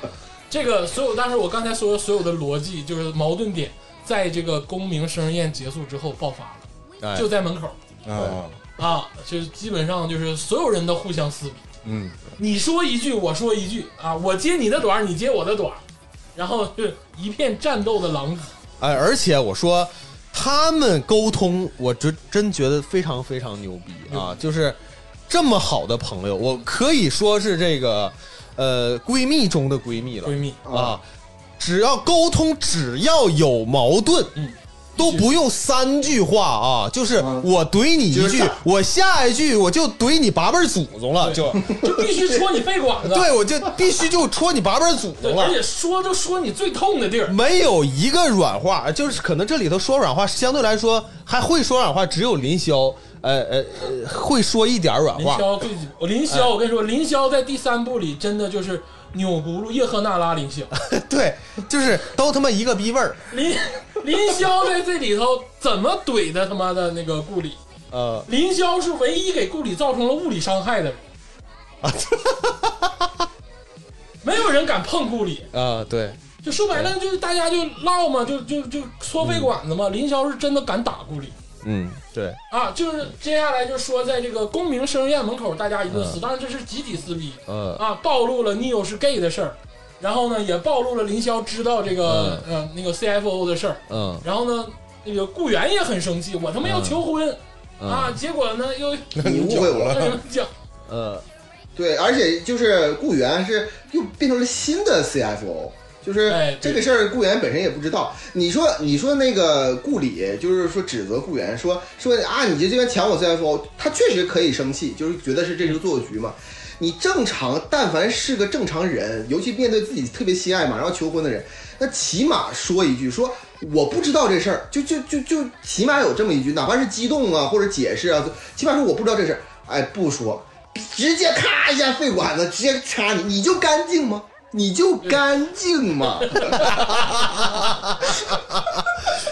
[SPEAKER 1] 这个所有，但是我刚才说的所有的逻辑就是矛盾点，在这个公明生日宴结束之后爆发了，
[SPEAKER 3] 哎
[SPEAKER 1] 就在门口
[SPEAKER 2] 啊，
[SPEAKER 1] 啊，就是基本上就是所有人都互相撕逼，
[SPEAKER 2] 嗯，
[SPEAKER 1] 你说一句我说一句啊，我接你的短儿，你接我的短儿，然后就是一片战斗的狼藉。
[SPEAKER 3] 哎，而且我说他们沟通，我真真觉得非常非常牛逼啊！就是这么好的朋友，我可以说是这个呃闺蜜中的闺蜜了
[SPEAKER 1] 闺蜜，
[SPEAKER 3] 啊。只要沟通，只要有矛盾，
[SPEAKER 1] 嗯
[SPEAKER 3] 都不用三句话啊，就是我怼你一
[SPEAKER 4] 就是
[SPEAKER 3] 句
[SPEAKER 4] 上，
[SPEAKER 3] 我下一句我就怼你八辈儿祖宗了，就
[SPEAKER 1] 就必须戳你肺管子，
[SPEAKER 3] 对我就必须就戳你八辈儿祖
[SPEAKER 1] 对，
[SPEAKER 3] 宗了嗯
[SPEAKER 1] 而。且说就说你最痛的地儿，
[SPEAKER 3] 没有一个软话，就是可能这里头说软话，相对来说还会说软话，只有林霄，呃呃，呃会说一点软
[SPEAKER 1] 林
[SPEAKER 3] 话。
[SPEAKER 1] 霄最我林
[SPEAKER 3] 哎
[SPEAKER 1] 霄，我跟你说，林霄在第三部里真的就是钮钴禄叶赫那拉林霄，
[SPEAKER 3] 对，就是都他妈一个逼味儿。
[SPEAKER 1] 林林霄在这里头怎么怼的他妈的那个顾里，
[SPEAKER 3] 呃，
[SPEAKER 1] 林霄是唯一给顾里造成了物理伤害的人，没有人敢碰顾里，
[SPEAKER 3] 啊，对，
[SPEAKER 1] 就说白了就是大家就唠嘛，就就就缩肺管子嘛，林霄是真的敢打顾里。
[SPEAKER 3] 嗯，对，
[SPEAKER 1] 啊，就是接下来就说，在这个公明生日宴门口，大家一顿撕，当然这是集体撕逼，
[SPEAKER 3] 嗯
[SPEAKER 1] 啊，暴露了 Neo 是 gay 的事儿，然后呢，也暴露了林霄知道这个、呃那个 CFO 的事儿，
[SPEAKER 3] 嗯
[SPEAKER 1] 然后呢，那个顾源也很生气，我他妈要求婚、啊，结果呢又
[SPEAKER 4] 你误会我
[SPEAKER 1] 让
[SPEAKER 4] 了。
[SPEAKER 1] 人讲，
[SPEAKER 3] 呃，
[SPEAKER 4] 对，而且就是顾源是又变成了新的 CFO，就是
[SPEAKER 1] 哎
[SPEAKER 4] 这
[SPEAKER 1] 对
[SPEAKER 4] 个事儿，顾源本身也不知道。你说，你说那个顾里，就是说指责顾源，说说啊，你这这边抢我 CFO，他确实可以生气，就是觉得是这是做局嘛。你正常，但凡是个正常人，尤其面对自己特别心爱、马上要求婚的人，那起码说一句，说我不知道这事儿，就就就就起码有这么一句，哪怕是激动啊或者解释啊，起码说我不知道这事儿，哎，不说，直接咔一下肺管子，直接插你，你就干净吗？你就干净吗？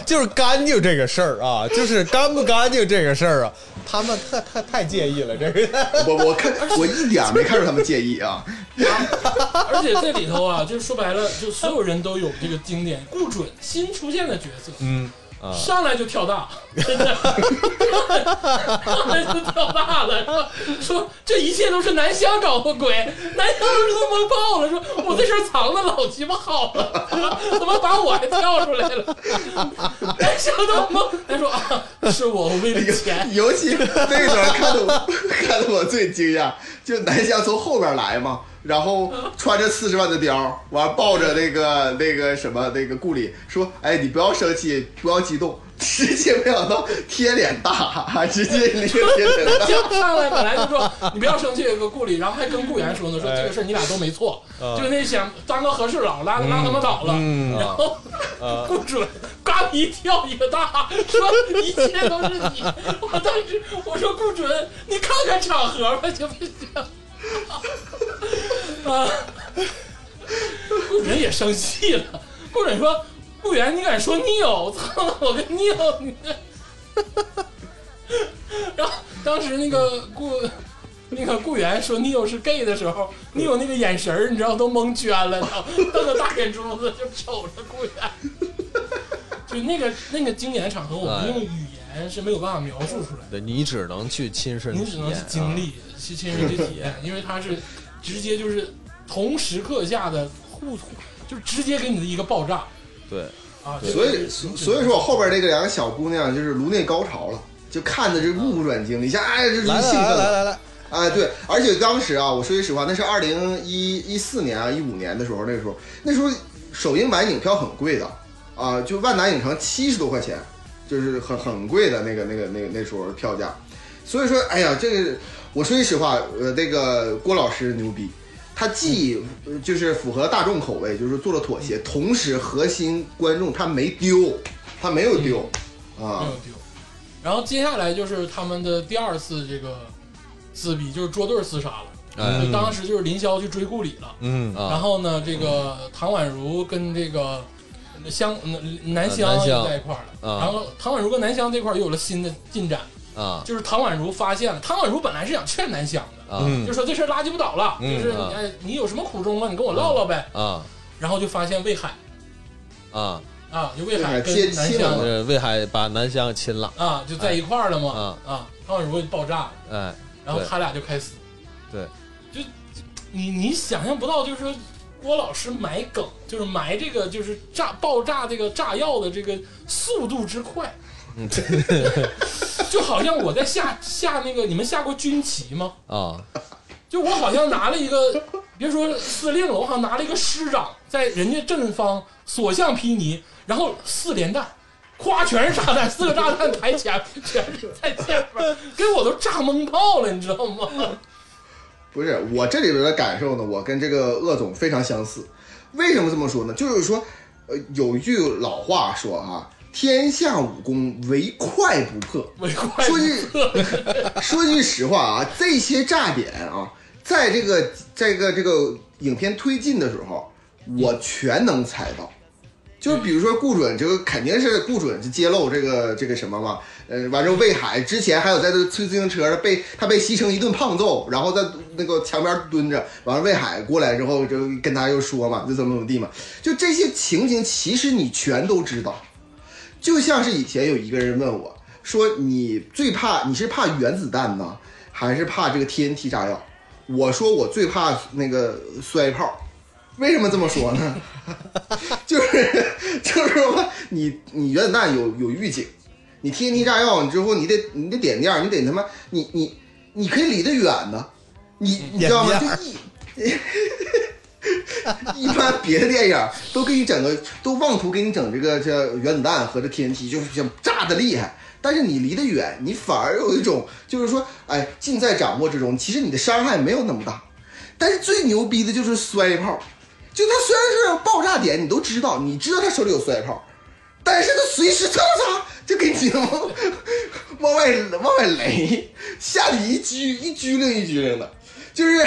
[SPEAKER 3] 就是干净这个事儿啊，就是干不干净这个事儿啊，他们特太太介意了这个。
[SPEAKER 4] 我我看我一点儿没看出他们介意啊，
[SPEAKER 1] 而且这里头啊，就是说白了，就所有人都有这个经典顾准新出现的角色，
[SPEAKER 2] 嗯，
[SPEAKER 1] 上来就跳大，真的，上来就跳大了，说说这一切都是南湘搞的鬼，南湘都是他妈爆了，说我这事儿藏的老鸡巴好了，怎么把我还跳出来了？南湘都懵，他说啊，是我我为了钱，
[SPEAKER 4] 尤其那段看得我 看得我最惊讶，就南湘从后边来嘛，然后穿着四十万的貂，完抱着那个那个什么那个顾里说：“哎，你不要生气，不要激动。”直接没想到贴脸大，直接那个贴脸 大。
[SPEAKER 1] 就上来本来就说你不要生气，个顾里，然后还跟顾源说呢，
[SPEAKER 2] 哎
[SPEAKER 1] 说这个事儿你俩都没错，就那想当个和事佬，拉拉他妈倒了，
[SPEAKER 2] 嗯
[SPEAKER 1] 然后顾准嘎一跳一个大，说一切都是你，我当时我说顾准，你看看场合吧，行不 行？啊， 顾准也生气了，顾准说。顾源，你敢说 Neo？我操，我跟 Neo，你这然后当时那个顾 那个顾源说 Neo 是 gay 的时候，Neo 那个眼神儿，你知道都蒙圈了，然后瞪着大眼珠子就瞅着顾源，就那个那个经典场合，我们用语言是没有办法描述出来的，
[SPEAKER 3] 对你只能去亲身啊
[SPEAKER 1] 你只能去经历，
[SPEAKER 3] 嗯
[SPEAKER 1] 去亲身去体验，因为它是直接就是同时刻下的互，就是直接给你的一个爆炸
[SPEAKER 3] 对，
[SPEAKER 1] 啊！
[SPEAKER 4] 所以所以说我后边那个两个小姑娘就是颅内高潮了，就看的这目不转睛，一下哎，这是兴
[SPEAKER 3] 来来
[SPEAKER 4] 奋
[SPEAKER 3] 来
[SPEAKER 4] 了
[SPEAKER 3] 来。来来，
[SPEAKER 4] 哎，对，而且当时啊，我说句实话，那是二零一一四年啊，一五年的时候，那时候那时候首映买影票很贵的啊，就万达影城七十多块钱，就是很很贵的那个那个那个那时候票价。所以说，哎呀，这个我说句实话，呃，那个郭老师牛逼，他既呃就是符合大众口味，就是做了妥协，同时核心观众他没丢，他没有丢
[SPEAKER 1] 没有
[SPEAKER 4] 啊，
[SPEAKER 1] 丢。然后接下来就是他们的第二次这个撕逼，就是捉对儿厮杀了。
[SPEAKER 3] 哎
[SPEAKER 1] 就当时就是林霄去追顾里了，
[SPEAKER 2] 嗯，
[SPEAKER 3] 啊，
[SPEAKER 1] 然后呢，这个唐宛如跟这个香南
[SPEAKER 3] 呃
[SPEAKER 1] 湘
[SPEAKER 3] 南湘
[SPEAKER 1] 在一块儿了，
[SPEAKER 3] 啊
[SPEAKER 1] 然后唐宛如跟南湘这块儿又有了新的进展，
[SPEAKER 3] 啊
[SPEAKER 1] 就是唐宛如发现了，唐宛如本来是想劝南湘的，
[SPEAKER 3] 啊
[SPEAKER 1] 就说这事儿拉鸡不倒了，
[SPEAKER 2] 嗯
[SPEAKER 1] 就是
[SPEAKER 3] 啊
[SPEAKER 1] 哎你有什么苦衷啊，你跟我唠唠呗，
[SPEAKER 3] 啊
[SPEAKER 1] 然后就发现魏海
[SPEAKER 3] 啊，
[SPEAKER 1] 啊，就魏
[SPEAKER 4] 魏
[SPEAKER 1] 海
[SPEAKER 4] 海
[SPEAKER 1] 跟
[SPEAKER 4] 接
[SPEAKER 1] 南
[SPEAKER 4] 亲
[SPEAKER 1] 湘
[SPEAKER 4] 了
[SPEAKER 3] 这魏海把南湘亲了，
[SPEAKER 1] 啊就在一块儿了嘛，
[SPEAKER 3] 哎
[SPEAKER 1] 啊，唐宛如就爆炸了。
[SPEAKER 3] 哎，
[SPEAKER 1] 然后
[SPEAKER 3] 对
[SPEAKER 1] 他俩就开撕。
[SPEAKER 3] 对，
[SPEAKER 1] 就就你你想象不到，就是说郭老师埋梗，就是埋这个就是炸爆炸这个炸药的这个速度之快， 就好像我在下下那个你们下过军棋吗？
[SPEAKER 3] 啊
[SPEAKER 1] 就我好像拿了一个，别说司令了，我好像拿了一个师长，在人家阵方所向披靡，然后四连弹，夸全是炸弹，四个炸弹抬前，全是在前面，给我都炸懵炮了，你知道 吗？
[SPEAKER 4] 不是我这里边的感受呢，我跟这个鄂总非常相似。为什么这么说呢？就是说，呃，有一句老话说啊，天下武功唯快不破。
[SPEAKER 1] 我快
[SPEAKER 4] 说句 说句实话啊，这些炸点啊，在这个这个这个影片推进的时候，我全能猜到。就是比如说顾准，这个肯定是顾准揭露这个这个什么嘛，呃，完之后魏海之前还有在这推自行车被他被西城一顿胖揍，然后在那个墙边蹲着，完了魏海过来之后就跟他又说嘛，就怎么怎么地嘛，就这些情形其实你全都知道，就像是以前有一个人问我说：“你最怕你是怕原子弹呢，还是怕这个 TNT 炸药？”我说：“我最怕那个摔炮。”为什么这么说呢？ 就是就是说，你你原子弹有有预警，你 TNT 炸药，你之后你得你得点亮，你得他妈你你你可以离得远呢，你你知道吗？
[SPEAKER 3] 点
[SPEAKER 4] 就
[SPEAKER 3] 亮
[SPEAKER 4] 一。 一般别的电影都给你整个，都妄图给你整这个这原子弹和这 TNT，就是想炸的厉害。但是你离得远，你反而有一种就是说，哎，尽在掌握之中。其实你的伤害没有那么大，但是最牛逼的就是摔炮，就他虽然是爆炸点，你都知道，你知道他手里有摔炮，但是他随时嚓嚓就给你 往往外往外雷，下体一拘一拘灵一拘灵的。就是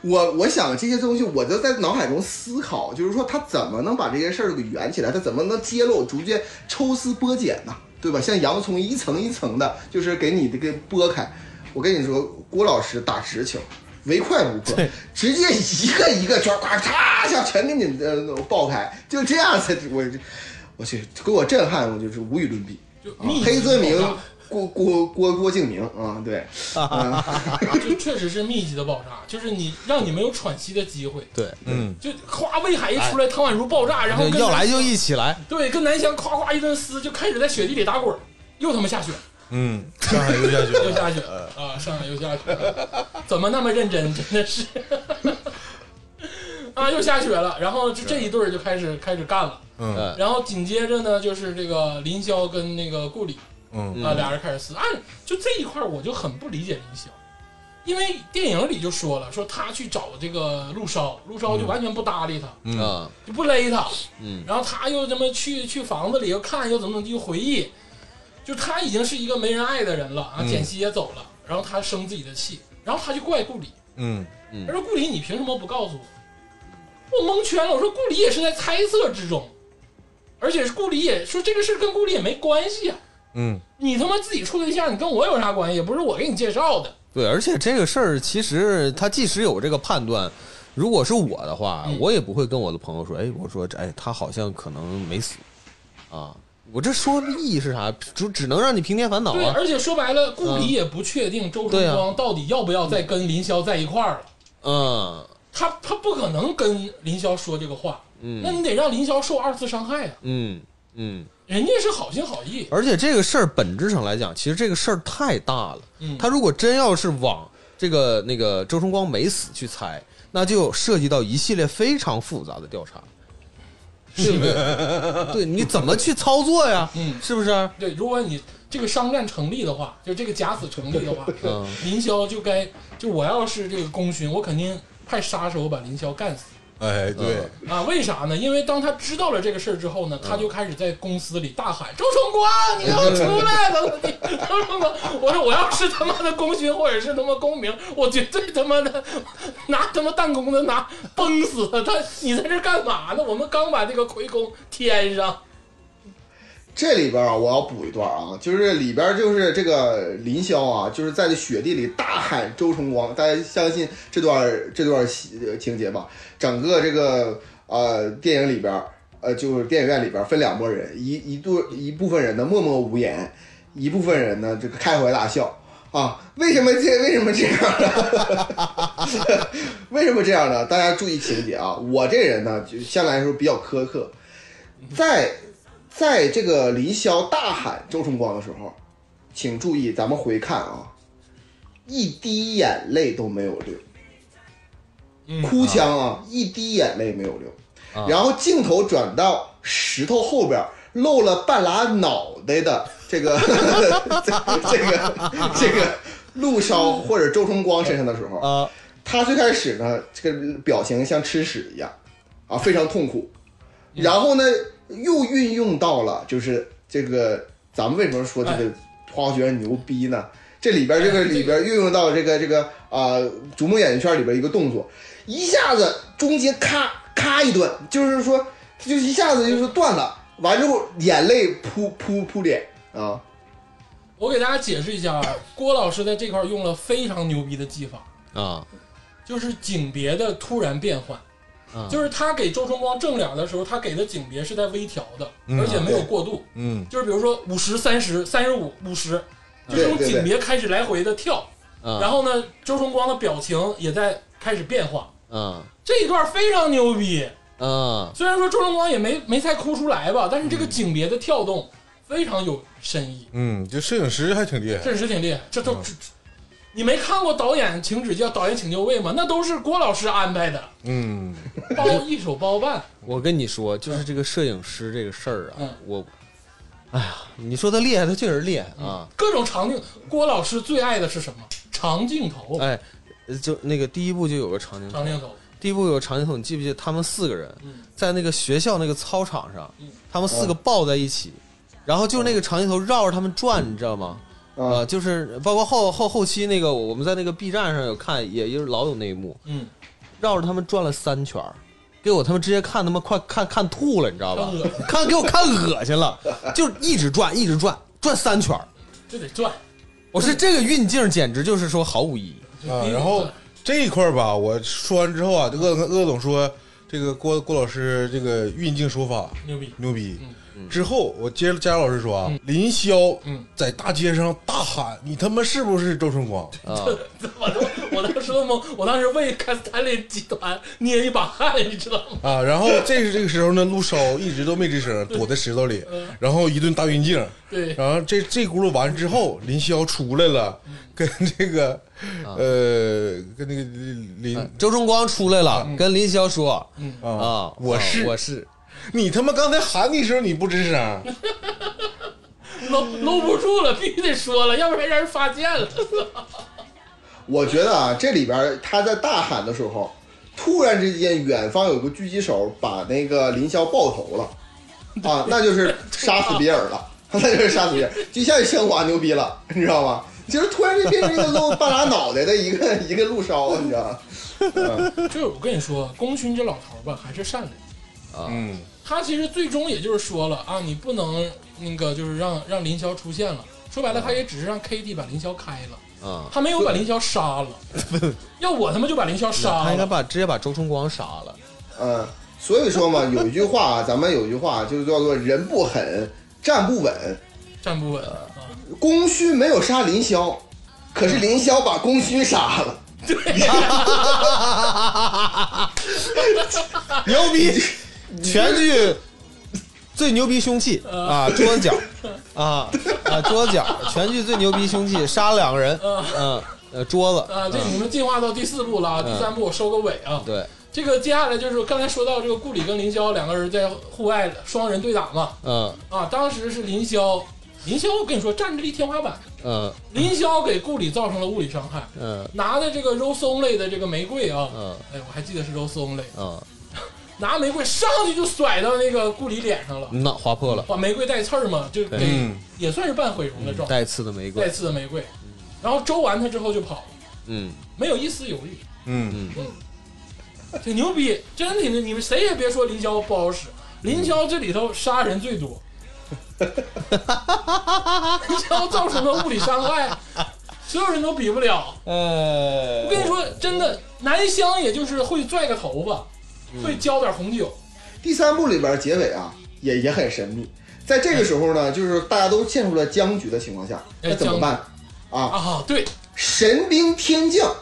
[SPEAKER 4] 我，我想这些东西，我就在脑海中思考，就是说他怎么能把这些事儿给圆起来，他怎么能揭露，逐渐抽丝剥茧呢？对吧？像洋葱一层一层的，就是给你这个剥开。我跟你说，郭老师打直球，唯快不破，直接一个一个抓，咵嚓一下全给你呃爆开，就这样才我这，我去给我震撼，我就是无与伦比。
[SPEAKER 1] 就
[SPEAKER 4] 啊
[SPEAKER 1] 密集
[SPEAKER 4] 黑泽明
[SPEAKER 1] 爆炸，
[SPEAKER 4] 郭郭郭郭敬明啊，对，
[SPEAKER 1] 就确实是密集的爆炸，就是你让你没有喘息的机会，
[SPEAKER 3] 对，
[SPEAKER 2] 嗯，
[SPEAKER 1] 就咵魏海一出来，唐宛如爆炸，然后跟
[SPEAKER 3] 要
[SPEAKER 1] 南
[SPEAKER 3] 来就一起来，
[SPEAKER 1] 对，跟南翔夸夸一顿撕，就开始在雪地里打滚儿，又他妈下雪，
[SPEAKER 2] 嗯，上海又下雪
[SPEAKER 1] 又
[SPEAKER 2] 了。
[SPEAKER 1] 下雪啊，上海又下雪了，怎么那么认真？真的是啊，又下雪了，然后就这一对儿就开始开始干了，
[SPEAKER 2] 嗯
[SPEAKER 3] 嗯
[SPEAKER 1] 然后紧接着呢就是这个林霄跟那个顾里
[SPEAKER 2] 嗯
[SPEAKER 1] 啊俩人开始撕，按、就这一块儿我就很不理解林霄。因为电影里就说了，说他去找这个陆烧，陆烧就完全不搭理他，
[SPEAKER 2] 嗯
[SPEAKER 3] 啊，
[SPEAKER 1] 就不勒他，
[SPEAKER 3] 嗯，
[SPEAKER 1] 然后他又他妈去去房子里又看又怎么怎么地又回忆，就他已经是一个没人爱的人了啊，
[SPEAKER 2] 嗯
[SPEAKER 1] 简溪也走了，然后他生自己的气，然后他就怪顾里，
[SPEAKER 2] 嗯
[SPEAKER 1] 他说顾里你凭什么不告诉我？我蒙圈了，我说顾里也是在猜测之中，而且是顾里也说这个事儿跟顾里也没关系啊，
[SPEAKER 2] 嗯
[SPEAKER 1] 你他妈自己处对象，你跟我有啥关系？也不是我给你介绍的，
[SPEAKER 3] 对，而且这个事儿其实他即使有这个判断，如果是我的话，
[SPEAKER 1] 嗯
[SPEAKER 3] 我也不会跟我的朋友说，哎，我说这，哎，他好像可能没死啊，我这说的意义是啥？只只能让你平添烦恼
[SPEAKER 1] 对，
[SPEAKER 3] 啊，
[SPEAKER 1] 而且说白了，顾里
[SPEAKER 3] 嗯
[SPEAKER 1] 也不确定周春
[SPEAKER 3] 对啊
[SPEAKER 1] 光到底要不要再跟林霄在一块儿了。
[SPEAKER 3] 嗯
[SPEAKER 1] 他他不可能跟林霄说这个话，那
[SPEAKER 3] 嗯
[SPEAKER 1] 你得让林霄受二次伤害啊！
[SPEAKER 3] 嗯嗯，
[SPEAKER 1] 人家是好心好意，
[SPEAKER 3] 而且这个事儿本质上来讲，其实这个事儿太大了。
[SPEAKER 1] 嗯
[SPEAKER 3] 他如果真要是往这个那个周崇光没死去猜，那就涉及到一系列非常复杂的 调查，对不对？对，你怎么去操作呀？
[SPEAKER 1] 嗯
[SPEAKER 3] 是不啊是？
[SPEAKER 1] 对，如果你这个商战成立的话，就这个假死成立的话，
[SPEAKER 3] 嗯
[SPEAKER 1] 林霄就该就我要是这个功勋，我肯定派杀手把林霄干死
[SPEAKER 2] 哎，对，
[SPEAKER 1] 啊！为啥呢？因为当他知道了这个事儿之后呢，他就开始在公司里大喊：“周崇光，你给我出来！”怎么地？周崇光，我说我要是他妈的功勋或者是他妈功名，我绝对他妈的拿他妈弹弓子拿崩死他！他你在这儿干嘛呢？我们刚把这个魁蚣添上，
[SPEAKER 4] 这里边啊，我要补一段啊，就是里边就是这个林霄啊，就是在这雪地里大喊周崇光，大家相信这段这段戏呃情节吧？整个这个呃电影里边，呃就是电影院里边分两拨人，一一度一部分人呢默默无言，一部分人呢这个开怀大笑啊。为什么这为什么这样呢？为什么这样呢？大家注意情节啊！我这人呢，就相对来说比较苛刻，在在这个林霄大喊周崇光的时候，请注意，咱们回看啊，一滴眼泪都没有流，
[SPEAKER 1] 嗯
[SPEAKER 4] 哭腔啊，一滴眼泪没有流。
[SPEAKER 3] 啊
[SPEAKER 4] 然后镜头转到石头后边，露了半拉脑袋的这个这这个这个陆骁或者周崇光身上的时候，
[SPEAKER 3] 啊，
[SPEAKER 4] 他最开始呢，这个表情像吃屎一样，啊，非常痛苦。然后呢，又运用到了就是这个，咱们为什么说这个花学院牛逼呢？这里边这个
[SPEAKER 1] 哎这个
[SPEAKER 4] 里边运用到这个这个啊，逐梦演艺圈里边一个动作，一下子中间咔咔一顿，就是说，他就一下子就是断了，完之后眼泪扑扑扑脸啊，
[SPEAKER 1] 我给大家解释一下啊，郭老师在这块儿用了非常牛逼的技法，
[SPEAKER 3] 啊
[SPEAKER 1] 就是景别的突然变换。
[SPEAKER 3] 啊
[SPEAKER 1] 就是他给周崇光正脸的时候，他给的景别是在微调的，
[SPEAKER 2] 嗯
[SPEAKER 1] 而且没有过渡，
[SPEAKER 2] 嗯
[SPEAKER 1] 就是比如说五十、三十、三十五、五十，就这种
[SPEAKER 4] 对对对嗯
[SPEAKER 1] 景别开始来回的跳。
[SPEAKER 3] 啊，
[SPEAKER 1] 然后呢，周崇光的表情也在开始变化。
[SPEAKER 3] 啊
[SPEAKER 1] 这一段非常牛逼，
[SPEAKER 3] 啊
[SPEAKER 1] 虽然说周崇光也没没太哭出来吧，但是
[SPEAKER 4] 嗯
[SPEAKER 1] 这个景别的跳动非常有深意，
[SPEAKER 2] 嗯，这摄影师还挺厉害。
[SPEAKER 1] 确实挺厉害。这都、这你没看过导演请指教、导演请就位吗？那都是郭老师安排的，
[SPEAKER 2] 嗯，
[SPEAKER 1] 包一手包办。
[SPEAKER 3] 我跟你说，就是这个摄影师这个事儿啊
[SPEAKER 1] 嗯，
[SPEAKER 3] 我，哎呀，你说他厉害，他确实厉害啊。
[SPEAKER 1] 各种场景，郭老师最爱的是什么？长镜头，
[SPEAKER 3] 哎，就那个第一部就有个长镜头
[SPEAKER 1] 长，镜头。
[SPEAKER 3] 第一部有个长镜头，你记不记得他们四个人
[SPEAKER 1] 嗯
[SPEAKER 3] 在那个学校那个操场上
[SPEAKER 1] 嗯，
[SPEAKER 3] 他们四个抱在一起，然后就是那个长镜头绕着他们转，你知道吗？
[SPEAKER 4] 啊
[SPEAKER 3] 呃，就是包括后后后期那个，我们在那个 B 站上有看，也就是老有那一幕，
[SPEAKER 1] 嗯，
[SPEAKER 3] 绕着他们转了三圈儿，给我他妈直接看他妈快看看吐了，你知道吧
[SPEAKER 1] 看恶心？
[SPEAKER 3] 看给我看恶心了，就一直转一直转转三圈儿，
[SPEAKER 1] 这得转。
[SPEAKER 3] 我说这个运镜简直就是说毫无意义。
[SPEAKER 1] 就
[SPEAKER 2] 啊
[SPEAKER 1] 必，须
[SPEAKER 2] 然后
[SPEAKER 1] 转
[SPEAKER 2] 这一块儿吧，我说完之后啊，鄂鄂总说这个郭郭老师这个运镜手法
[SPEAKER 1] 牛逼，
[SPEAKER 2] 牛逼
[SPEAKER 1] 嗯。
[SPEAKER 2] 之后我接着佳老师说啊，林霄在大街上大喊：“你他妈是不是周春光
[SPEAKER 3] 啊，
[SPEAKER 1] 我都我当时都懵，我当时为卡斯坦利集团捏一把汗，你知道 吗？？”
[SPEAKER 2] 啊，然后这是这个时候呢，陆烧一直都没吱声，躲在石头里
[SPEAKER 1] 嗯，
[SPEAKER 2] 然后一顿大运镜。
[SPEAKER 1] 对，
[SPEAKER 2] 然后这这轱辘完之后，林霄出来了，
[SPEAKER 1] 嗯
[SPEAKER 2] 跟这个
[SPEAKER 3] 啊
[SPEAKER 2] 呃，跟那个林，
[SPEAKER 3] 周正光出来了，
[SPEAKER 1] 嗯
[SPEAKER 3] 跟林霄说：“啊，
[SPEAKER 2] 我是
[SPEAKER 3] 我是
[SPEAKER 2] 你他妈刚才喊你的时候你不吱声。啊
[SPEAKER 1] 搂搂不住了，必须得说了，要不然让人发现了。
[SPEAKER 4] 我觉得啊，这里边儿他在大喊的时候，突然之间远方有个狙击手把那个林霄爆头了，啊，那就是杀死比尔了， 那就是杀死比尔，就像生娃牛逼了，你知道吗？就是突然就变成一个露半拉脑袋的一个 一个路烧，你知道吗？
[SPEAKER 1] 就是我跟你说，功勋这老头儿吧，还是善良。
[SPEAKER 3] 啊
[SPEAKER 2] 嗯，
[SPEAKER 1] 他其实最终也就是说了啊，你不能那个就是让让林霄出现了。说白了，他也只 是让 KD 把林霄开了，
[SPEAKER 3] 啊，
[SPEAKER 1] 他没有把林霄杀了。 要我他妈就把林霄
[SPEAKER 3] 他
[SPEAKER 1] 杀
[SPEAKER 3] 应该
[SPEAKER 1] 了。
[SPEAKER 3] 把直接把周春光杀了。
[SPEAKER 4] 嗯，所以说嘛，有一句话啊，咱们有一句话就是叫做“人不狠，站不稳”。
[SPEAKER 1] 站不稳啊！
[SPEAKER 4] 功勋没有杀林霄，可是林霄把功勋杀了。
[SPEAKER 3] 牛逼，全剧最牛逼凶器啊，桌角啊啊，桌角，全剧最牛逼凶器，杀了两个人，嗯，呃，桌子，
[SPEAKER 1] 啊，这你们进化到第四部了，啊，第三部我收个尾啊。
[SPEAKER 3] 对，
[SPEAKER 1] 这个接下来就是刚才说到这个顾里跟林霄两个人在户外双人对打嘛，
[SPEAKER 3] 嗯
[SPEAKER 1] 啊，当时是林霄，林霄我跟你说占着力天花板，
[SPEAKER 3] 嗯
[SPEAKER 1] 林霄给顾里造成了物理伤害，
[SPEAKER 3] 嗯
[SPEAKER 1] 拿的这个 rose only 的这个玫瑰啊，
[SPEAKER 3] 嗯
[SPEAKER 1] 哎，我还记得是 rose only，
[SPEAKER 3] 嗯，
[SPEAKER 1] 拿玫瑰上去就甩到那个顾里脸上了，
[SPEAKER 3] 脑划破了，
[SPEAKER 1] 把玫瑰带刺儿嘛，就给、
[SPEAKER 2] 嗯
[SPEAKER 1] 也算是半毁容的状态，
[SPEAKER 3] 带刺的玫
[SPEAKER 1] 带
[SPEAKER 3] 瑰，
[SPEAKER 1] 刺的玫瑰，然后周完他之后就跑了，
[SPEAKER 3] 嗯，
[SPEAKER 1] 没有一丝犹豫，
[SPEAKER 2] 嗯
[SPEAKER 1] 挺牛逼，真挺牛。你们谁也别说林霄不好使，林霄这里头杀人最多，林霄造成的物理伤害，所有人都比不了。
[SPEAKER 3] 呃
[SPEAKER 1] 我跟你说，真的，南湘也就是会拽个头发，
[SPEAKER 4] 嗯
[SPEAKER 1] 会浇点红酒，
[SPEAKER 4] 第三部里边结尾啊，也也很神秘。在
[SPEAKER 1] 嗯
[SPEAKER 4] 这个时候呢，就是大家都陷入了僵局的情况下，
[SPEAKER 1] 哎
[SPEAKER 4] 那怎么办？啊，
[SPEAKER 1] 啊，对，
[SPEAKER 4] 神兵天降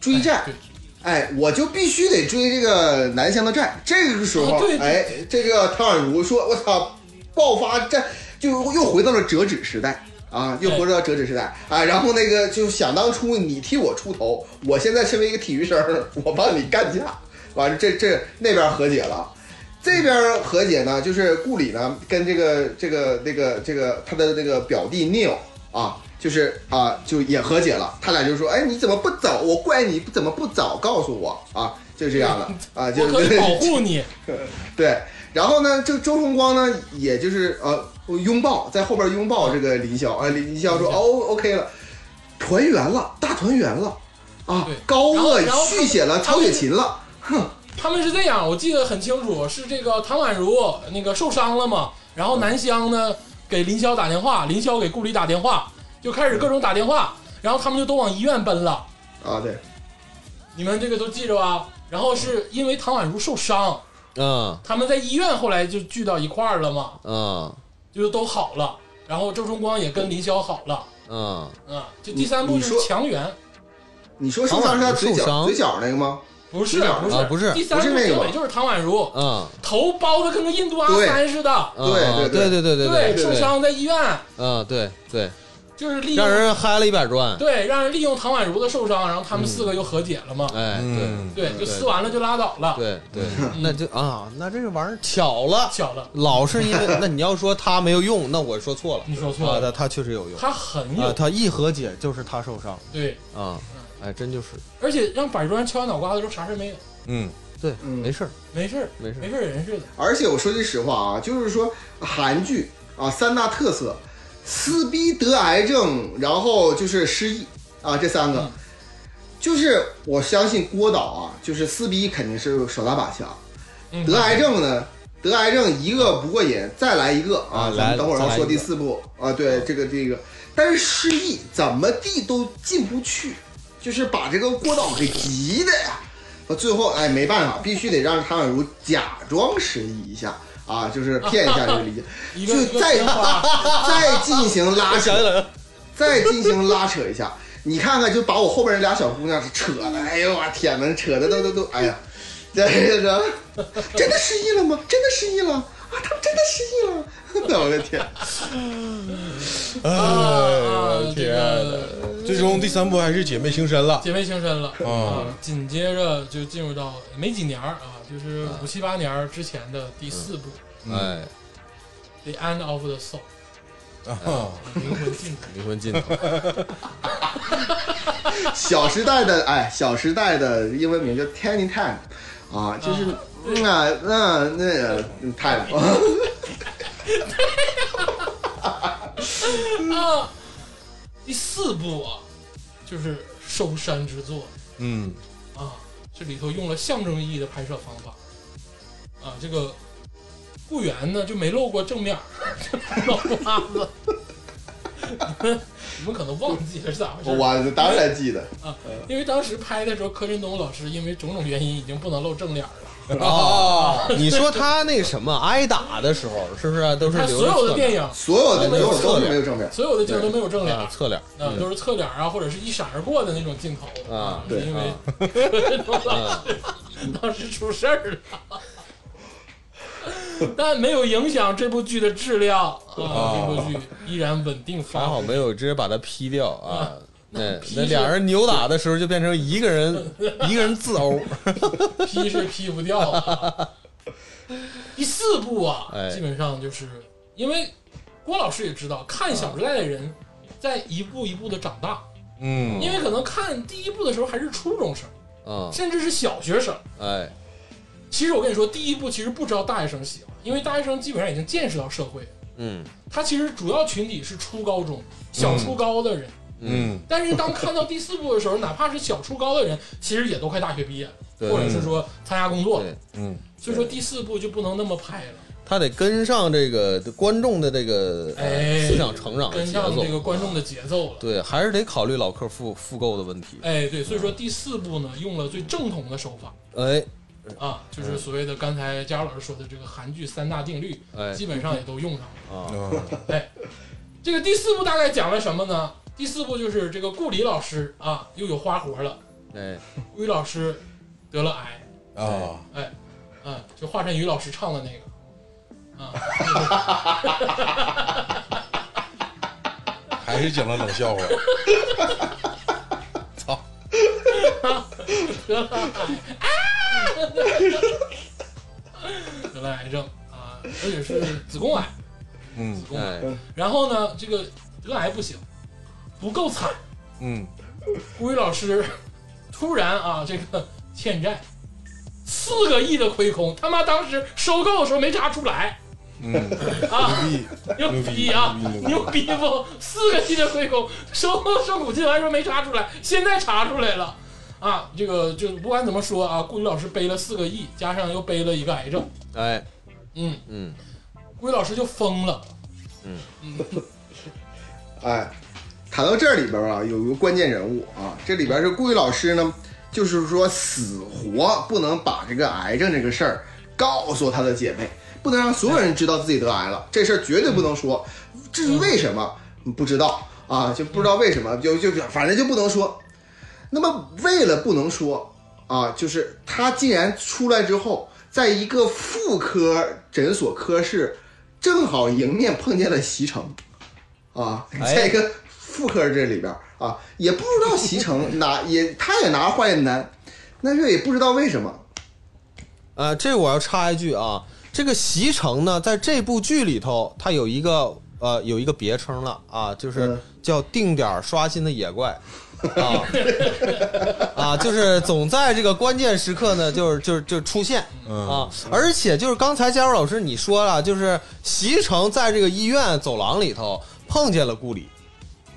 [SPEAKER 4] 追债
[SPEAKER 1] 对，
[SPEAKER 4] 哎，我就必须得追这个南湘的债。这个时候
[SPEAKER 1] 啊对，
[SPEAKER 4] 哎，这个唐宛如说：“我操，爆发战，就又回到了折纸时代。”啊，又
[SPEAKER 1] 对
[SPEAKER 4] 回到折纸时代啊！然后那个就想当初你替我出头，我现在身为一个体育生，我帮你干架。完了，这这那边和解了，这边和解呢，就是顾里呢跟这个这个那个这个他的那个表弟 Neil 啊，就是啊就也和解了，他俩就说，哎，你怎么不早？我怪你怎么不早告诉我啊？就这样的啊，就
[SPEAKER 1] 我可 以保护你。
[SPEAKER 4] 对。然后呢，这周崇光呢，也就是呃拥抱，在后边拥抱这个林霄啊，林林霄说哦 OK 了，团圆了，大团圆了啊
[SPEAKER 1] 对，
[SPEAKER 4] 高
[SPEAKER 1] 然后
[SPEAKER 4] 鹗
[SPEAKER 1] 然后
[SPEAKER 4] 续写了
[SPEAKER 1] 他
[SPEAKER 4] 超铁琴了，哼，
[SPEAKER 1] 他们是这样，我记得很清楚，是这个唐宛如那个受伤了嘛，然后南湘呢给林霄打电话，林霄给顾里打电话，就开始各种打电话，然后他们就都往医院奔了，
[SPEAKER 4] 啊对，
[SPEAKER 1] 你们这个都记着吧。然后是因为唐宛如受伤，
[SPEAKER 3] 嗯
[SPEAKER 1] 他们在医院后来就聚到一块儿了嘛，
[SPEAKER 3] 嗯
[SPEAKER 1] 就都好了。然后周崇光也跟林霄好了，
[SPEAKER 3] 嗯，
[SPEAKER 1] 啊，这第三部
[SPEAKER 4] 你
[SPEAKER 1] 就
[SPEAKER 4] 你
[SPEAKER 1] 是
[SPEAKER 4] 说
[SPEAKER 1] 强援，
[SPEAKER 4] 你说受伤是他嘴
[SPEAKER 3] 受伤
[SPEAKER 4] 角嘴角那个吗？
[SPEAKER 1] 不是
[SPEAKER 4] 是这样
[SPEAKER 1] 不是、
[SPEAKER 3] 啊不是
[SPEAKER 1] 第三部
[SPEAKER 4] 不是那
[SPEAKER 1] 结
[SPEAKER 4] 个吧
[SPEAKER 1] 尾就是唐宛如
[SPEAKER 3] 嗯
[SPEAKER 1] 头包的跟个印度阿
[SPEAKER 4] 对
[SPEAKER 1] 三似的，
[SPEAKER 3] 嗯，
[SPEAKER 4] 对
[SPEAKER 3] 对
[SPEAKER 4] 对
[SPEAKER 3] 对对对
[SPEAKER 1] 受伤在医院，
[SPEAKER 3] 嗯对对，
[SPEAKER 1] 就是利
[SPEAKER 3] 让
[SPEAKER 1] 用
[SPEAKER 3] 人嗨了一百转。
[SPEAKER 1] 对让人利用唐宛如的受伤，然后
[SPEAKER 3] 嗯
[SPEAKER 1] 他们四个又和解了嘛，
[SPEAKER 3] 哎，
[SPEAKER 2] 嗯，
[SPEAKER 1] 对，就撕完了就拉倒 了，
[SPEAKER 3] 对对对，
[SPEAKER 1] 嗯
[SPEAKER 3] 那就啊，那这个玩意儿巧了，
[SPEAKER 1] 巧了，
[SPEAKER 3] 老是因为那你要说他没有用，那我说错了，
[SPEAKER 1] 你说嗯错
[SPEAKER 3] 啊，
[SPEAKER 1] 了，
[SPEAKER 3] 他他确实有用
[SPEAKER 1] 他很
[SPEAKER 3] 啊，
[SPEAKER 1] 有
[SPEAKER 3] 他一和解就是他受伤
[SPEAKER 1] 对，
[SPEAKER 3] 啊，哎，真就是
[SPEAKER 1] 而且让板砖敲完脑瓜子之后啥事儿没有，
[SPEAKER 2] 嗯，
[SPEAKER 3] 对，
[SPEAKER 4] 嗯
[SPEAKER 3] 没事儿
[SPEAKER 1] 没事儿，
[SPEAKER 3] 没事
[SPEAKER 1] 没
[SPEAKER 3] 儿，
[SPEAKER 1] 事儿人似的，
[SPEAKER 4] 而且我说句实话啊，就是说韩剧啊三大特色，撕逼得癌症，然后就是失忆啊这三个
[SPEAKER 1] 嗯，
[SPEAKER 4] 就是我相信郭导啊，就是撕逼肯定是手拿把枪，
[SPEAKER 1] 嗯
[SPEAKER 4] 得癌症呢。得癌症一个不过瘾，再来一个
[SPEAKER 3] 啊
[SPEAKER 4] 啊！咱
[SPEAKER 3] 来
[SPEAKER 4] 们等会儿要
[SPEAKER 3] 再来
[SPEAKER 4] 说
[SPEAKER 3] 一
[SPEAKER 4] 第
[SPEAKER 3] 个嗯
[SPEAKER 4] 四部啊，对这个这个，但是失忆怎么地都进不去，就是把这个郭导给急的呀。最后哎没办法，必须得让唐宛如假装失忆一下啊，就是骗一下这个理解，
[SPEAKER 1] 一个一
[SPEAKER 4] 就
[SPEAKER 1] 个
[SPEAKER 4] 再
[SPEAKER 1] 鲜花，
[SPEAKER 4] 再进行拉
[SPEAKER 3] 我想起
[SPEAKER 4] 扯，
[SPEAKER 3] 来了，
[SPEAKER 4] 再进行拉扯一下。你看看，就把我后边那俩小姑娘扯的，哎呦我天哪，扯的都都都，哎呀， 这这真的失忆了吗？真的失忆了啊！他们真的失忆了， 我的天！
[SPEAKER 2] 哎
[SPEAKER 1] 啊啊，这个
[SPEAKER 2] 最终第三部还是姐妹情深了，
[SPEAKER 1] 姐妹情深了
[SPEAKER 2] 啊
[SPEAKER 3] 嗯
[SPEAKER 1] 啊！紧接着就进入到没几年儿啊，就是五七八年儿之前的第四部
[SPEAKER 2] 嗯
[SPEAKER 3] 哎，
[SPEAKER 1] 《The End of the Soul
[SPEAKER 2] 啊，》
[SPEAKER 1] 灵魂尽头。
[SPEAKER 3] 灵魂尽头，
[SPEAKER 4] 小时代的哎，小时代的英文名叫 Tiny Time，啊，就是嗯啊那那个 Time，
[SPEAKER 1] 啊，第四部啊，就是收山之作
[SPEAKER 2] 嗯，
[SPEAKER 1] 啊，这里头用了象征意义的拍摄方法啊，这个顾源呢就没露过正面儿， 露瓜子。你们可能忘记了是咋回事儿，
[SPEAKER 4] 我当然记得。
[SPEAKER 1] 因为当时拍的时候，柯震东老师因为种种原因已经不能露正脸儿了。
[SPEAKER 3] 哦，你说他那什么挨打的时候，是不是都是
[SPEAKER 1] 他
[SPEAKER 3] 留
[SPEAKER 1] 所有的
[SPEAKER 3] 着侧
[SPEAKER 1] 电
[SPEAKER 3] 脸
[SPEAKER 1] 影，
[SPEAKER 4] 所有的
[SPEAKER 1] 都没有
[SPEAKER 4] 都是都
[SPEAKER 3] 侧
[SPEAKER 4] 是
[SPEAKER 3] 脸
[SPEAKER 4] 没有正面，
[SPEAKER 1] 所有的镜头都没有正脸儿，
[SPEAKER 3] 啊，侧脸
[SPEAKER 1] 啊，都是侧脸儿啊，或者是一闪而过的那种镜头
[SPEAKER 3] 啊嗯
[SPEAKER 1] 是
[SPEAKER 4] 对
[SPEAKER 1] 因为
[SPEAKER 3] 啊
[SPEAKER 1] 老师当时出事儿了，但没有影响这部剧的质量啊，这部剧依然稳定
[SPEAKER 3] 还
[SPEAKER 1] 发
[SPEAKER 3] 好
[SPEAKER 1] 好。
[SPEAKER 3] 没有直接把他劈掉啊。那
[SPEAKER 1] 嗯劈
[SPEAKER 3] 那
[SPEAKER 1] 是
[SPEAKER 3] 俩人扭打的时候，就变成一个人 一个人自殴，
[SPEAKER 1] 劈是劈不掉啊。第四部啊，
[SPEAKER 3] 哎
[SPEAKER 1] 基本上就是因为郭老师也知道，看《小时代》的人在一步一步的长大，
[SPEAKER 2] 嗯，
[SPEAKER 1] 因为可能看第一部的时候还是初中生，
[SPEAKER 3] 嗯，
[SPEAKER 1] 甚至是小学生。
[SPEAKER 3] 哎，
[SPEAKER 1] 其实我跟你说，第一部其实不知道大学生喜欢，因为大学生基本上已经见识到社会，
[SPEAKER 3] 嗯
[SPEAKER 1] 他其实主要群体是初高中、小初高的 人。
[SPEAKER 2] 嗯，
[SPEAKER 1] 但是当看到第四部的时候，哪怕是小初高的人，其实也都快大学毕业了，
[SPEAKER 3] 对嗯
[SPEAKER 1] 或者是说参加工作了
[SPEAKER 3] 对。，
[SPEAKER 2] 嗯，
[SPEAKER 1] 所以说第四部就不能那么拍了，
[SPEAKER 3] 他得跟上这个观众的这个
[SPEAKER 1] 哎
[SPEAKER 3] 呃思想成长的
[SPEAKER 1] 跟
[SPEAKER 3] 节
[SPEAKER 1] 上
[SPEAKER 3] 奏，
[SPEAKER 1] 这个观众的节奏了。
[SPEAKER 3] 对，还是得考虑老客复复购的问题。
[SPEAKER 1] 哎，对，所以说第四部呢，用了最正统的手法
[SPEAKER 3] 哎
[SPEAKER 1] 啊，就是所谓的刚才佳老师说的这个韩剧三大定律，
[SPEAKER 3] 哎
[SPEAKER 1] 基本上也都用上了。
[SPEAKER 3] 啊，
[SPEAKER 2] 啊
[SPEAKER 1] 哎，这个第四部大概讲了什么呢？第四部就是这个顾里老师啊，又有花活了。
[SPEAKER 3] 哎
[SPEAKER 1] 顾宇老师得了癌，
[SPEAKER 2] 啊，
[SPEAKER 1] 哎，嗯，就华晨宇老师唱的那个，啊，
[SPEAKER 2] 还是讲了冷笑话，操，
[SPEAKER 1] 得了癌，啊，得了癌症啊，而且是子宫癌，
[SPEAKER 2] 嗯
[SPEAKER 1] 子宫癌。
[SPEAKER 3] 哎，
[SPEAKER 1] 然后呢，这个得癌不行，不够惨，
[SPEAKER 2] 嗯，
[SPEAKER 1] 顾宇老师突然啊，这个欠债四个亿的亏空，他妈当时收购的时候没查出来
[SPEAKER 2] 嗯，
[SPEAKER 1] 啊，
[SPEAKER 2] 牛逼，
[SPEAKER 1] 牛逼啊
[SPEAKER 2] 牛逼，
[SPEAKER 1] 牛逼不？四个亿的亏空，收购正股进完时候没查出来，现在查出来了。啊，这个就不管怎么说啊，顾宇老师背了四个亿，加上又背了一个癌症，
[SPEAKER 3] 哎，
[SPEAKER 1] 嗯，
[SPEAKER 3] 嗯，
[SPEAKER 1] 顾宇老师就疯了，
[SPEAKER 4] 哎，谈到这里边啊，有一个关键人物啊，这里边是顾宇老师呢，就是说死活不能把这个癌症这个事儿告诉他的姐妹，不能让所有人知道自己得癌了，这事儿绝对不能说。至于为什么不知道啊，就不知道为什么，就就反正就不能说。那么为了不能说啊，就是他既然出来之后，在一个妇科诊所科室，正好迎面碰见了席城。啊，
[SPEAKER 3] 哎
[SPEAKER 4] 在一个复刻这里边儿啊，也不知道 席城拿也他也拿化验单，但是也不知道为什么。
[SPEAKER 3] 呃，这我要插一句啊，这个席城呢，在这部剧里头，它有一个呃有一个别称了啊，就是
[SPEAKER 4] 嗯
[SPEAKER 3] 叫定点儿刷新的野怪。啊 啊，就是总在这个关键时刻呢，就是就是就出现啊，而且就是刚才佳茹老师你说了，就是席城在这个医院走廊里头碰见了顾里，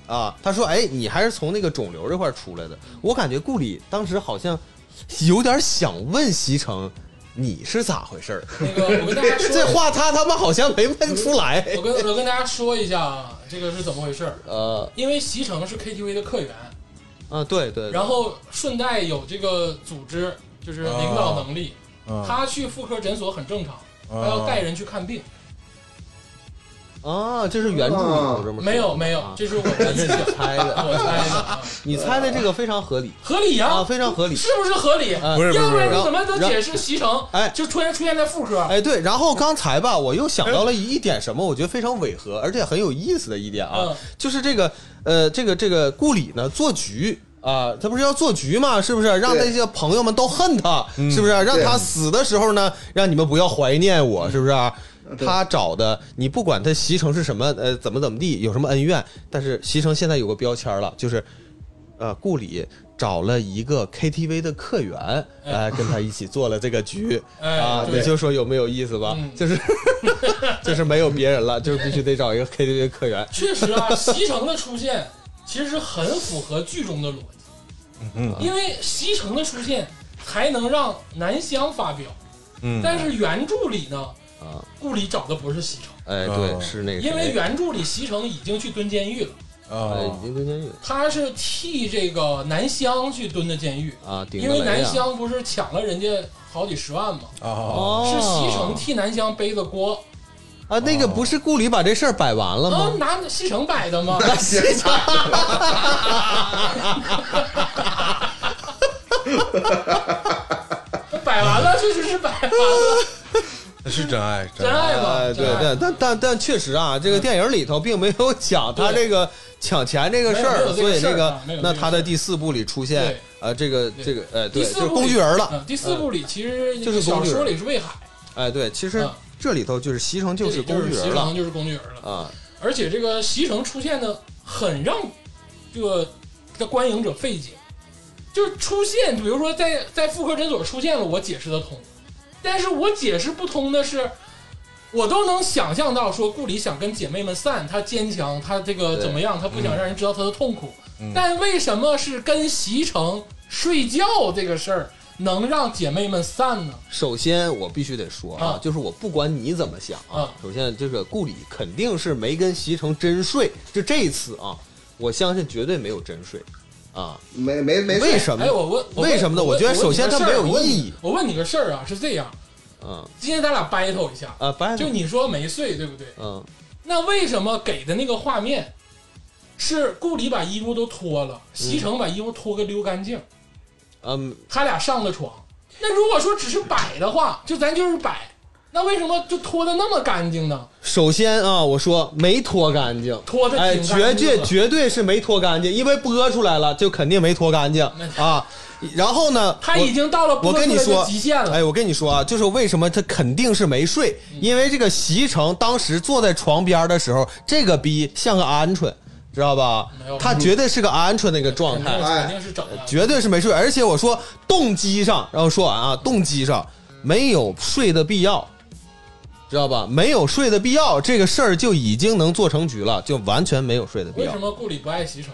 [SPEAKER 3] 啊，他说：“哎，你还是从那个肿瘤这块儿出来的。”我感觉顾里当时好像有点想问席城，你是咋回事儿？
[SPEAKER 1] 那个我跟大家说，
[SPEAKER 3] 这话他他妈好像没问出来。
[SPEAKER 1] 我跟我跟大家说一下啊，这个是怎么回事儿？
[SPEAKER 3] 呃
[SPEAKER 1] 因为席城是 KTV 的客源，
[SPEAKER 3] 啊，对对，
[SPEAKER 1] 然后顺带有这个组织，就是领导能力，
[SPEAKER 2] 嗯
[SPEAKER 1] 他去妇科诊所很正常，他
[SPEAKER 2] 啊
[SPEAKER 1] 要带人去看病。
[SPEAKER 3] 啊，这是原著里头这么说的
[SPEAKER 1] 没有没有
[SPEAKER 3] 啊，
[SPEAKER 1] 这是我的
[SPEAKER 3] 这
[SPEAKER 1] 臆
[SPEAKER 3] 是
[SPEAKER 1] 想
[SPEAKER 3] 你，猜的，
[SPEAKER 1] 我猜的啊，
[SPEAKER 3] 你猜的这个非常合理
[SPEAKER 1] 合理呀、
[SPEAKER 3] 啊，非常合理。
[SPEAKER 1] 是不是合理？
[SPEAKER 3] 啊
[SPEAKER 2] 不是不
[SPEAKER 1] 要
[SPEAKER 2] 是
[SPEAKER 1] 不
[SPEAKER 2] 不
[SPEAKER 1] 然
[SPEAKER 2] 是，
[SPEAKER 1] 你怎么能解释席城？
[SPEAKER 3] 哎
[SPEAKER 1] 就突然出现在妇科。
[SPEAKER 3] 哎，对，然后刚才吧，我又想到了一点什么，我觉得非常违和，而且很有意思的一点啊，
[SPEAKER 1] 嗯
[SPEAKER 3] 就是这个呃，这个这个顾里呢做局。啊，他不是要做局嘛，是不是？让
[SPEAKER 4] 对
[SPEAKER 3] 那些朋友们都恨他，
[SPEAKER 1] 嗯
[SPEAKER 3] 是不是？让他死的时候呢，让你们不要怀念
[SPEAKER 1] 嗯
[SPEAKER 3] 我，是不是啊？
[SPEAKER 4] 对
[SPEAKER 3] 他找的，你不管他席城是什么，呃，怎么怎么地，有什么恩怨，但是席城现在有个标签了，就是，呃，顾里找了一个 KTV 的客源，
[SPEAKER 1] 哎
[SPEAKER 3] 哎、跟他一起做了这个局，
[SPEAKER 1] 哎
[SPEAKER 3] 啊，
[SPEAKER 1] 对
[SPEAKER 3] 你就说有没有意思吧？
[SPEAKER 1] 嗯
[SPEAKER 3] 就是 就是没有别人了，就是必须得找一个 KTV 客源。
[SPEAKER 1] 确实啊， 席城的出现其实很符合剧中的逻辑，因为席城的出现才能让南湘发飙。
[SPEAKER 2] 嗯
[SPEAKER 1] 但是原著里呢，
[SPEAKER 3] 啊，
[SPEAKER 1] 顾里找的不是席城，
[SPEAKER 3] 哎，对，
[SPEAKER 2] 哦
[SPEAKER 3] 是那个谁，
[SPEAKER 1] 因为原著里席城已经去蹲监狱了，
[SPEAKER 3] 哎
[SPEAKER 2] 啊
[SPEAKER 3] 已经蹲监狱
[SPEAKER 1] 他是替这个南湘去蹲的监狱，
[SPEAKER 3] 啊，顶
[SPEAKER 1] 因
[SPEAKER 3] 个
[SPEAKER 1] 为
[SPEAKER 3] 雷
[SPEAKER 1] 南
[SPEAKER 3] 啊。
[SPEAKER 1] 湘不是抢了人家好几十万嘛，
[SPEAKER 2] 啊
[SPEAKER 3] 哦，
[SPEAKER 1] 是席城替南湘背的锅，
[SPEAKER 3] 啊，那个不是顾里把这事儿摆完了
[SPEAKER 1] 啊
[SPEAKER 3] 吗，？
[SPEAKER 1] 拿席城摆的吗？ 摆完了，确实是摆完了，
[SPEAKER 2] 那是真爱，
[SPEAKER 1] 真爱嘛，
[SPEAKER 3] 哎，对
[SPEAKER 1] 真爱
[SPEAKER 3] 对，但但但确实啊，这个电影里头并没有讲他
[SPEAKER 1] 对
[SPEAKER 3] 这个抢钱这个事
[SPEAKER 1] 没有
[SPEAKER 3] 儿，
[SPEAKER 1] 没有
[SPEAKER 3] 所以
[SPEAKER 1] 这个事儿
[SPEAKER 3] 那个
[SPEAKER 1] 啊没有
[SPEAKER 3] 那
[SPEAKER 1] 这个
[SPEAKER 3] 他
[SPEAKER 1] 事
[SPEAKER 3] 在
[SPEAKER 1] 儿
[SPEAKER 3] 第四部里出现
[SPEAKER 1] 对
[SPEAKER 3] 啊，这个
[SPEAKER 1] 对
[SPEAKER 3] 这个哎，对，
[SPEAKER 1] 第
[SPEAKER 3] 就
[SPEAKER 1] 四
[SPEAKER 3] 是
[SPEAKER 1] 部
[SPEAKER 3] 工具人
[SPEAKER 1] 里
[SPEAKER 3] 了
[SPEAKER 1] 嗯，第四部里其实
[SPEAKER 3] 就是工
[SPEAKER 1] 小
[SPEAKER 3] 具人
[SPEAKER 1] 说里是魏海，
[SPEAKER 3] 哎，对，其实
[SPEAKER 1] 嗯
[SPEAKER 3] 这里头就是席城
[SPEAKER 1] 这
[SPEAKER 3] 就
[SPEAKER 1] 里
[SPEAKER 3] 是
[SPEAKER 1] 就
[SPEAKER 3] 工具
[SPEAKER 1] 席
[SPEAKER 3] 人了
[SPEAKER 1] 城就是工具人了。
[SPEAKER 3] 啊，
[SPEAKER 1] 而且这个席城出现的很让这个的观影者费解，就是出现，比如说在在妇科诊所出现了，我解释得通，但是我解释不通的是，我都能想象到说顾里想跟姐妹们散，她坚强，她这个
[SPEAKER 3] 对
[SPEAKER 1] 怎么样，她不想让人知道她的痛苦，
[SPEAKER 2] 嗯
[SPEAKER 1] 但为什么是跟席城睡觉这个事儿能让姐妹们散呢？
[SPEAKER 3] 首先，我必须得说啊，
[SPEAKER 1] 啊
[SPEAKER 3] 就是我不管你怎么想
[SPEAKER 1] 啊
[SPEAKER 3] 首先这个顾里肯定是没跟席城真睡，就这一次啊，我相信绝对没有真睡啊。
[SPEAKER 4] 没没没
[SPEAKER 3] 为
[SPEAKER 4] 事，
[SPEAKER 3] 什么？
[SPEAKER 1] 哎，我问我问
[SPEAKER 3] 为什么呢
[SPEAKER 1] 我问
[SPEAKER 3] 我觉得
[SPEAKER 1] 问
[SPEAKER 3] 首先
[SPEAKER 1] 你个事
[SPEAKER 3] 它
[SPEAKER 1] 儿
[SPEAKER 3] 没有
[SPEAKER 1] 我问你
[SPEAKER 3] 意义
[SPEAKER 1] 我问你个事儿啊，是这样，
[SPEAKER 3] 嗯
[SPEAKER 1] 今天咱俩 battle 一下，
[SPEAKER 3] 啊，白
[SPEAKER 1] 就你说没睡，对不对？
[SPEAKER 3] 嗯
[SPEAKER 1] 那为什么给的那个画面是顾里把衣服都脱了，席城把衣服脱个溜干净，
[SPEAKER 3] 嗯，
[SPEAKER 1] 他俩上的床？那如果说只是摆的话，就咱就是摆，那为什么就脱的那么干净呢？
[SPEAKER 3] 首先啊，我说没脱干净，
[SPEAKER 1] 脱得挺
[SPEAKER 3] 哎，
[SPEAKER 1] 干净
[SPEAKER 3] 绝对
[SPEAKER 1] 的
[SPEAKER 3] 绝对是没脱干净，因为播出来了就肯定没脱干净啊。然后呢，
[SPEAKER 1] 他
[SPEAKER 3] 我
[SPEAKER 1] 已经到了播
[SPEAKER 3] 我跟
[SPEAKER 1] 出
[SPEAKER 3] 你
[SPEAKER 1] 来的
[SPEAKER 3] 说
[SPEAKER 1] 极限了。嗯
[SPEAKER 3] 哎，我跟你说啊，就是为什么他肯定是没睡，因为这个席城当时坐在床边的时候，这个逼像个鹌鹑，知道吧
[SPEAKER 1] 没有？
[SPEAKER 3] 他绝对是个鹌鹑那个状
[SPEAKER 1] 肯
[SPEAKER 3] 态
[SPEAKER 1] 定，
[SPEAKER 4] 哎
[SPEAKER 1] 肯定是整的，
[SPEAKER 3] 绝对是没睡。而且我说动机上，然后说完啊，动机上没有睡的必要，知道吧？没有睡的必要，这个事儿就已经能做成局了，就完全没有睡的必
[SPEAKER 1] 为
[SPEAKER 3] 要
[SPEAKER 1] 什。么顾里不爱席城？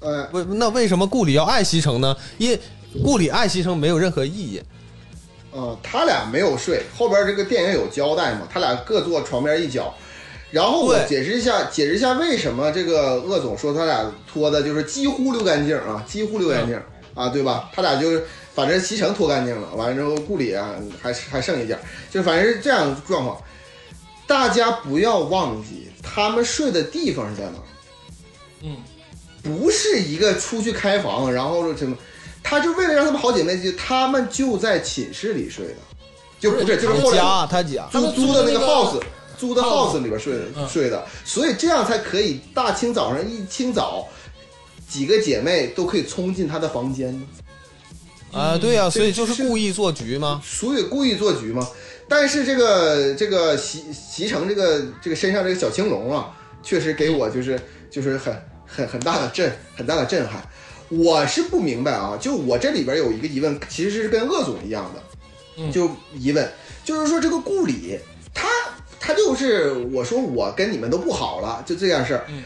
[SPEAKER 4] 哎，
[SPEAKER 3] 为那为什么顾里要爱西城呢？因顾里爱西城没有任何意义。
[SPEAKER 4] 嗯，他俩没有睡，后边这个电影有交代嘛，他俩各坐床边一角。然后我
[SPEAKER 3] 对
[SPEAKER 4] 解释一下，解释一下为什么这个鄂总说他俩脱的就是几乎溜干净啊，几乎溜干净啊，对吧？他俩就是反正脐橙脱干净了，完了之后顾里啊还还剩一件，就反正是这样的状况。大家不要忘记他们睡的地方是在哪儿。
[SPEAKER 1] 嗯，
[SPEAKER 4] 不是一个出去开房，然后什么，他就为了让他们好姐妹就他们就在寝室里睡的，就不
[SPEAKER 1] 不是
[SPEAKER 4] 是就是
[SPEAKER 1] 他
[SPEAKER 4] 后
[SPEAKER 1] 们
[SPEAKER 4] 来
[SPEAKER 3] 家他家
[SPEAKER 1] 他
[SPEAKER 4] 租
[SPEAKER 1] 们租
[SPEAKER 4] 租的
[SPEAKER 1] 的
[SPEAKER 4] 那
[SPEAKER 1] 那个
[SPEAKER 4] 个 house，租的 house 里边睡
[SPEAKER 1] 嗯
[SPEAKER 4] 睡的，所以这样才可以大清早上一清早，几个姐妹都可以冲进她的房间呢。
[SPEAKER 3] 啊，对呀、所以就是
[SPEAKER 4] 是
[SPEAKER 3] 故意做局吗？
[SPEAKER 4] 所以故意做局嘛。但是这个这个席席城这个这个身上这个小青龙啊，确实给我就是就是很很很大的震很大的震撼。我是不明白啊，就我这里边有一个疑问，其实是跟鄂总一样的，
[SPEAKER 1] 嗯
[SPEAKER 4] 就疑问，就是说这个顾里他他就是我说我跟你们都不好了，就这样事儿
[SPEAKER 1] 嗯。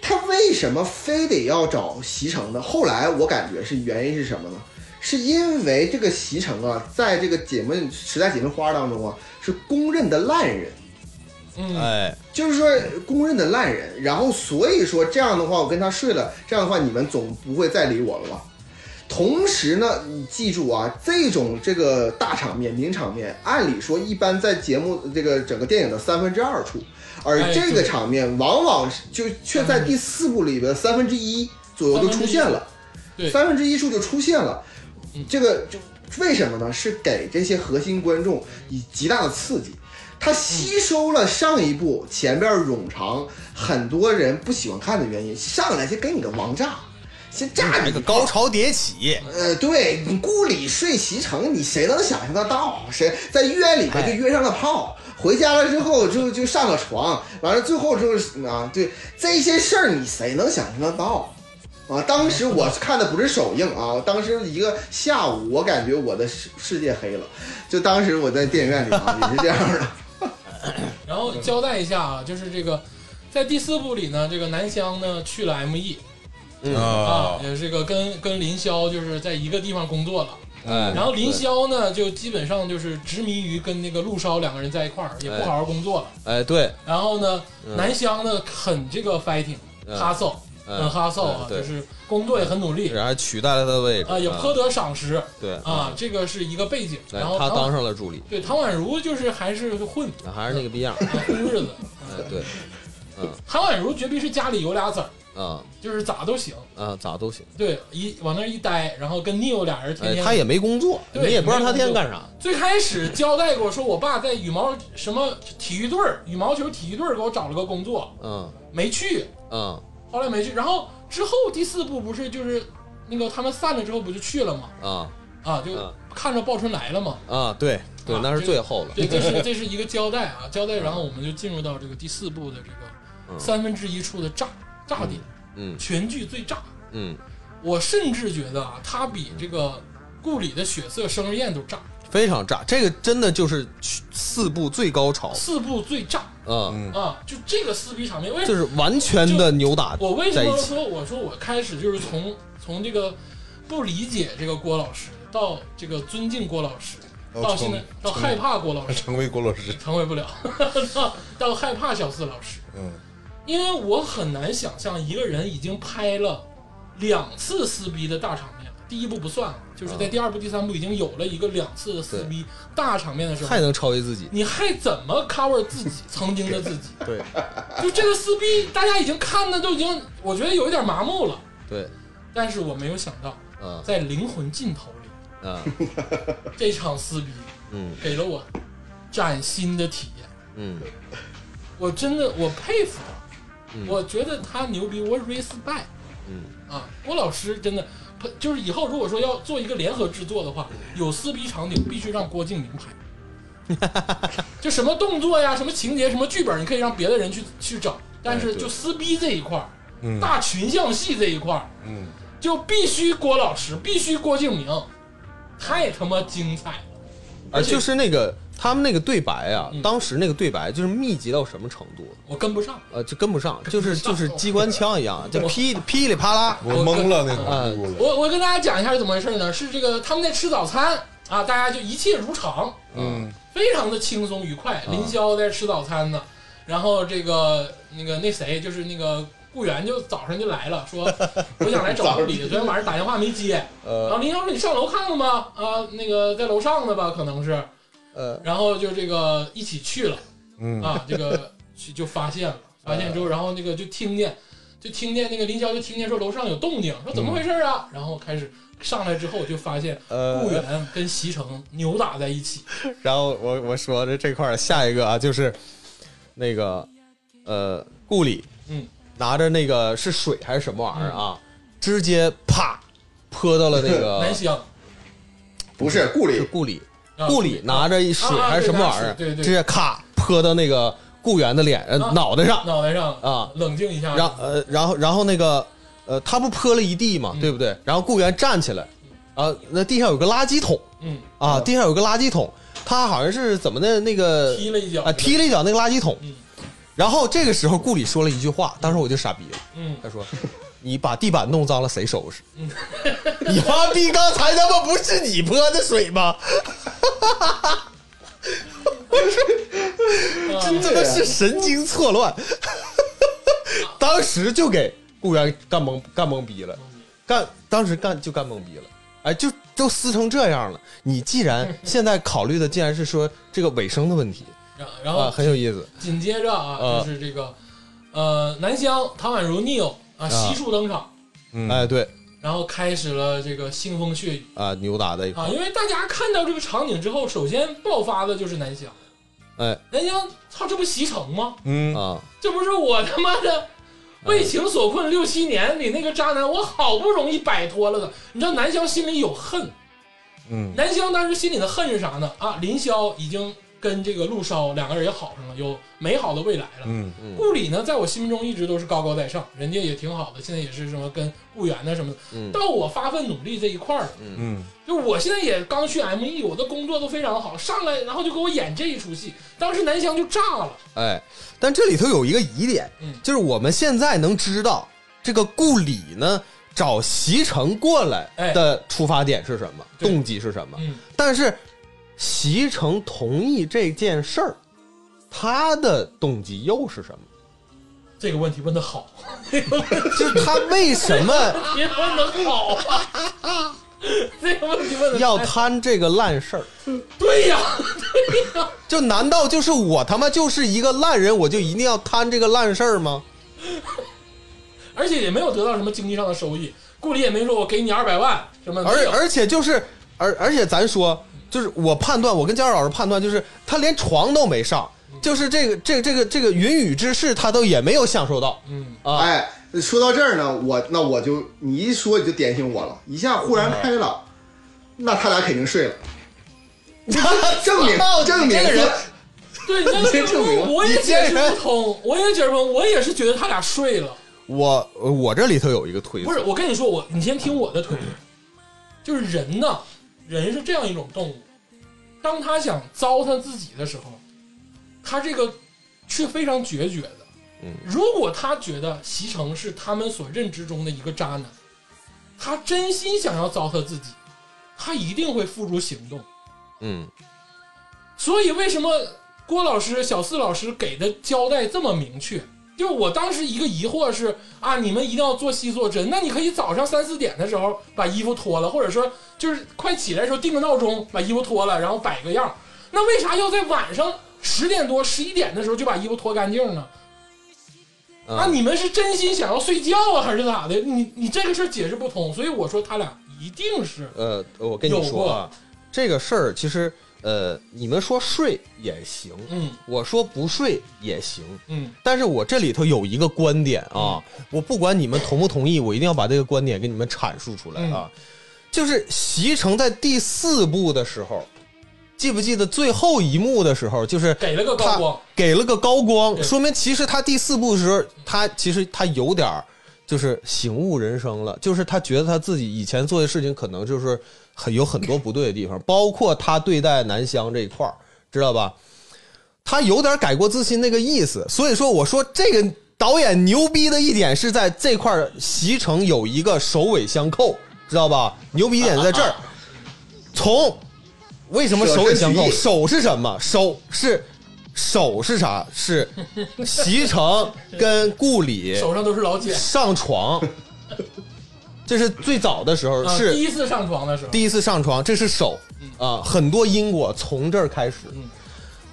[SPEAKER 4] 他为什么非得要找席城呢？后来我感觉是原因是什么呢？是因为这个席城啊，在这个姐妹时代姐妹花当中啊，是公认的烂人，
[SPEAKER 1] 嗯，
[SPEAKER 3] 哎，
[SPEAKER 4] 就是说公认的烂人。然后所以说这样的话，我跟他睡了，这样的话你们总不会再理我了吧？同时呢，你记住啊，这种这个大场面、名场面，按理说一般在节目这个整个电影的三分之二处，而
[SPEAKER 1] 哎
[SPEAKER 4] 这个
[SPEAKER 1] 对
[SPEAKER 4] 场面往往是就却在第四部里边三分之一左右就出现了。
[SPEAKER 1] 对，
[SPEAKER 4] 三分之一处就出现了
[SPEAKER 1] 嗯。
[SPEAKER 4] 这个就为什么呢？是给这些核心观众以极大的刺激，它吸收了上一部前边冗长，很多人不喜欢看的原因。上来先给你个王炸，先炸
[SPEAKER 3] 这
[SPEAKER 4] 你
[SPEAKER 3] 嗯个高。潮迭起，
[SPEAKER 4] 呃，对你故里睡席城，你谁能想象得到？谁在医院里边就约上了炮，回家了之后就就上了床，完了最后就是啊，对这些事儿你谁能想象得到？啊，当时我看的不是首映啊，我当时一个下午，我感觉我的世世界黑了，就当时我在电影院里啊，也是这样的。
[SPEAKER 1] 然后交代一下啊，就是这个，在第四部里呢，这个南湘呢去了 ME 啊
[SPEAKER 3] 嗯
[SPEAKER 2] 啊，，
[SPEAKER 1] 也是这个跟跟林霄就是在一个地方工作了。
[SPEAKER 3] 哎
[SPEAKER 1] 嗯然后林霄呢，就基本上就是执迷于跟那个陆烧两个人在一块儿，也不好好工作了。
[SPEAKER 3] 哎，对，
[SPEAKER 1] 然后呢，
[SPEAKER 3] 嗯
[SPEAKER 1] 南湘呢很这个 fighting
[SPEAKER 3] 嗯
[SPEAKER 1] 哈搜，很
[SPEAKER 3] 嗯
[SPEAKER 1] 哈搜啊
[SPEAKER 3] 嗯，对
[SPEAKER 1] 就是工作也很努力
[SPEAKER 3] 然后取代了他的位置嗯
[SPEAKER 1] 啊，也颇得赏识
[SPEAKER 3] 对，
[SPEAKER 1] 啊，这个是一个背景。
[SPEAKER 3] 哎
[SPEAKER 1] 然后
[SPEAKER 3] 嗯他
[SPEAKER 1] 唐
[SPEAKER 3] 当上了助理，
[SPEAKER 1] 对唐宛如就是还是混
[SPEAKER 3] 啊还是那个逼样儿，
[SPEAKER 1] 啊混日子，
[SPEAKER 3] 哎，对，
[SPEAKER 1] 唐宛如绝逼是家里有俩子儿，
[SPEAKER 3] 啊
[SPEAKER 1] 就是咋都行。
[SPEAKER 3] 啊，咋都行，
[SPEAKER 1] 对，一往那儿一待，然后跟 Neil 俩人天
[SPEAKER 3] 哎，
[SPEAKER 1] 天。
[SPEAKER 3] 他也没工作，你
[SPEAKER 1] 对
[SPEAKER 3] 也不知道他天天干啥，
[SPEAKER 1] 最开始交代过，说我爸在羽毛什么体育队儿、羽毛球体育队儿给我找了个工作，
[SPEAKER 3] 嗯
[SPEAKER 1] 没去，
[SPEAKER 3] 嗯
[SPEAKER 1] 后来没去。然后之后第四部不是就是那个他们散了之后不就去了吗？
[SPEAKER 3] 啊
[SPEAKER 1] 啊，就
[SPEAKER 3] 嗯
[SPEAKER 1] 看着鲍春来了嘛。
[SPEAKER 3] 啊，对对，
[SPEAKER 1] 啊
[SPEAKER 3] 那是最后了，
[SPEAKER 1] 对，这是这是一个交代啊，交代。然后我们就进入到这个第四部的这
[SPEAKER 3] 嗯
[SPEAKER 1] 个三分之一处的炸炸点，
[SPEAKER 3] 嗯
[SPEAKER 1] 全剧最炸。
[SPEAKER 3] 嗯，
[SPEAKER 1] 我甚至觉得啊，他比这个顾里的血色生日宴都炸，
[SPEAKER 3] 非常炸，这个真的就是四部最高潮，
[SPEAKER 1] 四部最炸
[SPEAKER 3] 嗯，
[SPEAKER 1] 啊！就这个撕逼场面，为什
[SPEAKER 3] 就
[SPEAKER 1] 么？
[SPEAKER 3] 是完全的扭打
[SPEAKER 1] 我为
[SPEAKER 3] 在
[SPEAKER 1] 什
[SPEAKER 3] 一
[SPEAKER 1] 么
[SPEAKER 3] 起，
[SPEAKER 1] 说我说我开始就是从从这个不理解这个郭老师到这个尊敬郭老师，
[SPEAKER 2] 哦
[SPEAKER 1] 到现在到
[SPEAKER 2] 从从
[SPEAKER 1] 害怕郭老师，
[SPEAKER 2] 成为郭老师，
[SPEAKER 1] 成为不了，到到害怕小四老师，
[SPEAKER 2] 嗯，
[SPEAKER 1] 因为我很难想象一个人已经拍了两次撕逼的大场面了，第一部不算啊，就是在第二部、第三部已经有了一个两次的撕逼大场面的时候
[SPEAKER 3] 太，能超越自己，
[SPEAKER 1] 你还怎么 cover 自己曾经的自己？
[SPEAKER 3] 对
[SPEAKER 1] 就这个撕逼，大家已经看的都已经，我觉得有一点麻木了。
[SPEAKER 3] 对，
[SPEAKER 1] 但是我没有想到，
[SPEAKER 3] 嗯
[SPEAKER 1] 在灵魂尽头里，
[SPEAKER 3] 嗯
[SPEAKER 1] 这场撕逼
[SPEAKER 3] 嗯
[SPEAKER 1] 给了我崭新的体验。
[SPEAKER 3] 嗯
[SPEAKER 1] 我真的我佩服他，
[SPEAKER 3] 嗯
[SPEAKER 1] 我觉得他牛逼，我 respect
[SPEAKER 3] 嗯
[SPEAKER 1] 啊！郭老师真的，他就是以后如果说要做一个联合制作的话，有撕逼场景必须让郭敬明拍。 就什么动作呀、什么情节、什么剧本，你可以让别的人去去整，但
[SPEAKER 3] 哎
[SPEAKER 1] 是
[SPEAKER 3] 对
[SPEAKER 1] 就撕逼这一块儿，
[SPEAKER 2] 嗯
[SPEAKER 1] 大群像戏这一块儿，
[SPEAKER 2] 嗯，
[SPEAKER 1] 就必须郭老师，必须郭敬明，太他妈精彩了！
[SPEAKER 3] 啊，就是那个他们那个对白啊，
[SPEAKER 1] 嗯
[SPEAKER 3] 当时那个对白就是密集到什么程度？
[SPEAKER 1] 我跟不上，
[SPEAKER 3] 呃，就跟不上，就是
[SPEAKER 1] 上
[SPEAKER 3] 就是机关枪 一样，就噼噼里啪啦。
[SPEAKER 2] 我懵了那
[SPEAKER 3] 啊
[SPEAKER 2] 个屋了，
[SPEAKER 1] 我我跟大家讲一下是怎么回事呢？是这个他们在吃早餐啊，大家就一切如常，
[SPEAKER 2] 嗯，
[SPEAKER 1] 非常的轻松愉快。林霄在吃早餐呢，然后这个那个那谁就是那个雇员就早上就来了， 说我想来找助理，昨天晚上打电话没接。然
[SPEAKER 2] 嗯
[SPEAKER 3] 呃
[SPEAKER 1] 后林霄说你上楼看看吧，啊，那个在楼上呢吧，可能是。
[SPEAKER 3] 呃，
[SPEAKER 1] 然后就这个一起去了，
[SPEAKER 2] 嗯
[SPEAKER 1] 啊，这个去就发现了，发现之后，然后那个就听见，就听见那个林霄就听见说楼上有动静，说怎么回事啊？然后开始上来之后就发现
[SPEAKER 3] 呃
[SPEAKER 1] 顾源跟席城扭打在一起，
[SPEAKER 3] 然后我我说的这块儿下一个啊，就是那个呃顾里，
[SPEAKER 1] 嗯，
[SPEAKER 3] 拿着那个是水还是什么玩意儿啊，直接啪泼到了那
[SPEAKER 1] 南
[SPEAKER 3] 个
[SPEAKER 1] 湘
[SPEAKER 4] 不是顾
[SPEAKER 3] 是
[SPEAKER 4] 里，
[SPEAKER 3] 顾里，
[SPEAKER 1] 啊
[SPEAKER 3] 顾里拿着一水
[SPEAKER 1] 啊啊
[SPEAKER 3] 还是什么
[SPEAKER 1] 对拿
[SPEAKER 3] 玩意儿，
[SPEAKER 1] 水对对
[SPEAKER 3] 直接咔泼到那个顾源的脸呃
[SPEAKER 1] 啊
[SPEAKER 3] 脑袋上，
[SPEAKER 1] 脑袋上
[SPEAKER 3] 啊，
[SPEAKER 1] 冷静一下，
[SPEAKER 3] 然呃，然后然后那个呃，他不泼了一地嘛，
[SPEAKER 1] 嗯
[SPEAKER 3] 对不对？然后雇员站起来，啊，那地上有个垃圾桶
[SPEAKER 1] 嗯，
[SPEAKER 3] 啊，
[SPEAKER 4] 嗯
[SPEAKER 3] 地上有个垃圾桶，他好像是怎么的那个
[SPEAKER 1] 踢了一脚
[SPEAKER 3] 啊，踢了一脚那个垃圾桶
[SPEAKER 1] 嗯。
[SPEAKER 3] 然后这个时候顾里说了一句话，当时我就傻逼了，
[SPEAKER 1] 嗯，
[SPEAKER 3] 他说：“你把地板弄脏了，谁收拾？你妈逼刚才他妈不是你泼的水吗？
[SPEAKER 1] 啊
[SPEAKER 3] 真他妈是神经错乱， 当时就给雇员干懵干懵逼了，干当时干就干懵逼了，哎，就都撕成这样了。你既然 现在考虑的竟然是说这个卫生的问题
[SPEAKER 1] 然然
[SPEAKER 3] 啊，
[SPEAKER 1] 后
[SPEAKER 3] 很有意思。
[SPEAKER 1] 紧接着
[SPEAKER 3] 啊
[SPEAKER 1] 啊，就是这个呃南湘唐宛如 Neo 啊悉数登场，
[SPEAKER 2] 嗯，
[SPEAKER 3] 哎，对
[SPEAKER 1] 然后开始了这个腥风血雨
[SPEAKER 3] 啊，扭打的一块
[SPEAKER 1] 啊，因为大家看到这个场景之后，首先爆发的就是南湘，
[SPEAKER 3] 哎
[SPEAKER 1] 南湘操这不席城吗？
[SPEAKER 2] 嗯，
[SPEAKER 3] 啊，
[SPEAKER 1] 这不是我他妈的为情所困六七年里那个渣男，我好不容易摆脱了的。你知道南湘心里有恨，
[SPEAKER 2] 嗯，
[SPEAKER 1] 南湘当时心里的恨是啥呢？啊，林霄已经跟这个陆烧两个人也好上了，有美好的未来了。
[SPEAKER 2] 嗯，
[SPEAKER 1] 顾里呢，在我心中一直都是高高在上，人家也挺好的，现在也是什么跟顾源的什么的
[SPEAKER 3] 嗯
[SPEAKER 1] 到我发奋努力这一块儿了，
[SPEAKER 2] 嗯，
[SPEAKER 1] 就我现在也刚去 ME，我的工作都非常好，上来然后就给我演这一出戏，当时南湘就炸了。
[SPEAKER 3] 哎，但这里头有一个疑点
[SPEAKER 1] 嗯，
[SPEAKER 3] 就是我们现在能知道这个顾里呢找席城过来
[SPEAKER 1] 哎
[SPEAKER 3] 的出发点是什么，
[SPEAKER 1] 对
[SPEAKER 3] 动机是什么。
[SPEAKER 1] 嗯，
[SPEAKER 3] 但是席城同意这件事儿，他的动机又是什么？
[SPEAKER 1] 这个问题问的 好，
[SPEAKER 3] 就是他为什么
[SPEAKER 1] 别问的好啊！这个问题问的
[SPEAKER 3] 要摊这个烂事儿？
[SPEAKER 1] 对呀、
[SPEAKER 3] 就难道就是我他妈就是一个烂人，我就一定要摊这个烂事儿吗？
[SPEAKER 1] 而且也没有得到什么经济上的收益，顾里也没说我给你二百万什么，呃没
[SPEAKER 3] 而
[SPEAKER 1] 有
[SPEAKER 3] 而且就是而而且咱说，就是我判断，我跟教授老师判断，就是他连床都没上，就是这个这个这个这个云雨之事，他都也没有享受到
[SPEAKER 1] 嗯，
[SPEAKER 3] 啊。
[SPEAKER 4] 哎，说到这儿呢，我那我就你一说你就点醒我了，一下忽然开朗，那他俩肯定睡了，证明
[SPEAKER 3] 操
[SPEAKER 4] 证
[SPEAKER 3] 你
[SPEAKER 4] 明
[SPEAKER 3] 这个人
[SPEAKER 1] 对，你看这个我我也解释不通，我也解释不通，我也是觉得他俩睡了。
[SPEAKER 3] 我我这里头有一个推测，
[SPEAKER 1] 不是，我跟你说，我你先听我的推论，就是人呢，人是这样一种动物，当他想糟蹋自己的时候，他这个却非常决绝的。
[SPEAKER 3] 嗯
[SPEAKER 1] 如果他觉得席城是他们所认知中的一个渣男，他真心想要糟蹋自己，他一定会付诸行动。
[SPEAKER 3] 嗯。
[SPEAKER 1] 所以为什么郭老师、小四老师给的交代这么明确？就是我当时一个疑惑是啊，你们一定要做西做真，那你可以早上三四点的时候把衣服脱了，或者说就是快起来的时候定个闹钟，把衣服脱了，然后摆个样儿。那为啥要在晚上十点多、十一点的时候就把衣服脱干净呢？
[SPEAKER 3] 嗯
[SPEAKER 1] 啊，你们是真心想要睡觉啊，还是咋的？你你这个事儿解释不通，所以我说他俩一定是
[SPEAKER 3] 呃，我跟你
[SPEAKER 1] 有
[SPEAKER 3] 说
[SPEAKER 1] 过
[SPEAKER 3] 啊，这个事儿其实呃，你们说睡也行，
[SPEAKER 1] 嗯
[SPEAKER 3] 我说不睡也行，
[SPEAKER 1] 嗯
[SPEAKER 3] 但是我这里头有一个观点啊，我不管你们同不同意，我一定要把这个观点给你们阐述出来啊。就是席城在第四部的时候，记不记得最后一幕的时候，就是
[SPEAKER 1] 给了个高
[SPEAKER 3] 他
[SPEAKER 1] 光，
[SPEAKER 3] 给了个高光，
[SPEAKER 1] 对
[SPEAKER 3] 说明其实他第四部的时候，他其实他有点儿就是醒悟人生了，就是他觉得他自己以前做的事情可能就是很有很多不对的地方，包括他对待南湘这一块儿，知道吧？他有点改过自新那个意思，所以说我说这个导演牛逼的一点是在这块儿，席城有一个首尾相扣，知道吧？牛逼一点在 这儿，从为什么首尾相扣？
[SPEAKER 4] 舍身取义
[SPEAKER 3] 手是什么？手是手是啥？是席城跟顾里
[SPEAKER 1] 手上都是老茧。
[SPEAKER 3] 上床，这是最早的时候，
[SPEAKER 1] 啊第
[SPEAKER 3] 是
[SPEAKER 1] 一次上床的时候，
[SPEAKER 3] 第一次上床，这是手啊，很多因果从这儿开始
[SPEAKER 1] 嗯，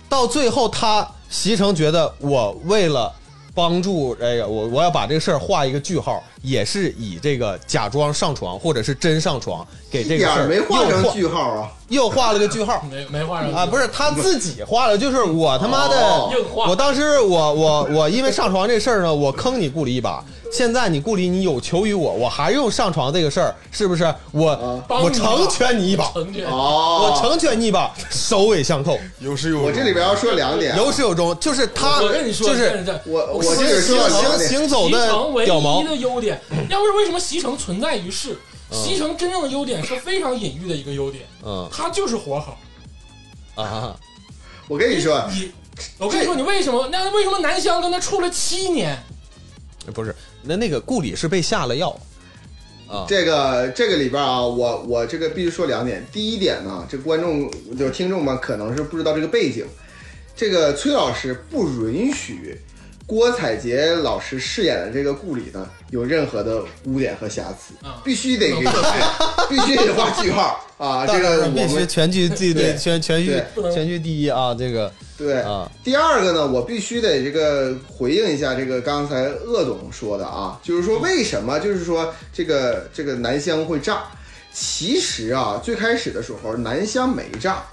[SPEAKER 3] 到最后他席城觉得我为了。帮助哎呀，我我要把这个事儿画一个句号，也是以这个假装上床或者是真上床给
[SPEAKER 4] 一
[SPEAKER 3] 这个
[SPEAKER 4] 点
[SPEAKER 3] 事
[SPEAKER 4] 儿
[SPEAKER 3] 儿
[SPEAKER 4] 没画
[SPEAKER 3] 又
[SPEAKER 4] 成句号啊，
[SPEAKER 3] 又画了个句号
[SPEAKER 1] 没没画上
[SPEAKER 3] 啊，不是他自己画的，就是我他妈的
[SPEAKER 4] 哦
[SPEAKER 1] 硬画，
[SPEAKER 3] 我当时我我我因为上床这事儿呢，我坑你顾里一把。现在你顾里你有求于我，我还用上床这个事儿，是不是？我
[SPEAKER 1] 帮你
[SPEAKER 3] 我
[SPEAKER 1] 一把啊
[SPEAKER 3] 成全你一把，啊
[SPEAKER 1] 成全。
[SPEAKER 4] 哦，
[SPEAKER 3] 我成全你一把，首尾相扣，
[SPEAKER 2] 有始有终。
[SPEAKER 4] 我这里边要说两点啊，
[SPEAKER 3] 有始有终。就是他，
[SPEAKER 1] 哎我跟你说，
[SPEAKER 3] 就
[SPEAKER 1] 真
[SPEAKER 3] 是
[SPEAKER 1] 这
[SPEAKER 4] 我我
[SPEAKER 1] 跟
[SPEAKER 4] 这
[SPEAKER 1] 你
[SPEAKER 4] 个
[SPEAKER 1] 说
[SPEAKER 4] 说到
[SPEAKER 1] 啊
[SPEAKER 4] 两
[SPEAKER 3] 行
[SPEAKER 4] 点
[SPEAKER 3] 行走
[SPEAKER 1] 席城
[SPEAKER 3] 的
[SPEAKER 1] 唯
[SPEAKER 3] 屌毛
[SPEAKER 1] 一，的优点，要不是为什么席城存在于世？席城真正的优点是非常隐喻的一个优点，
[SPEAKER 3] 嗯
[SPEAKER 1] 他就是活好。
[SPEAKER 3] 啊，
[SPEAKER 4] 我跟你说，
[SPEAKER 1] 你，我跟你说，你为什么？那为什么南湘跟他处了七年？
[SPEAKER 3] 不是，那那个顾里是被下了药啊，
[SPEAKER 4] 这个这个里边啊，我我这个必须说两点。第一点呢，这观众就是听众们可能是不知道这个背景，这个崔老师不允许郭采洁老师饰演的这个顾里呢有任何的污点和瑕疵
[SPEAKER 3] 嗯
[SPEAKER 1] 啊，
[SPEAKER 4] 必须得给你画，必须得画句号啊！这个我
[SPEAKER 3] 必须
[SPEAKER 4] 们
[SPEAKER 3] 全剧第
[SPEAKER 4] 对
[SPEAKER 3] 全全剧
[SPEAKER 4] 对
[SPEAKER 1] 不能
[SPEAKER 3] 全剧第一啊，这个
[SPEAKER 4] 对
[SPEAKER 3] 啊
[SPEAKER 4] 第二个呢，我必须得这个回应一下这个刚才鄂总说的啊，就是说为什么就是说这个这个南湘会炸？其实啊，最开始的时候南湘没炸，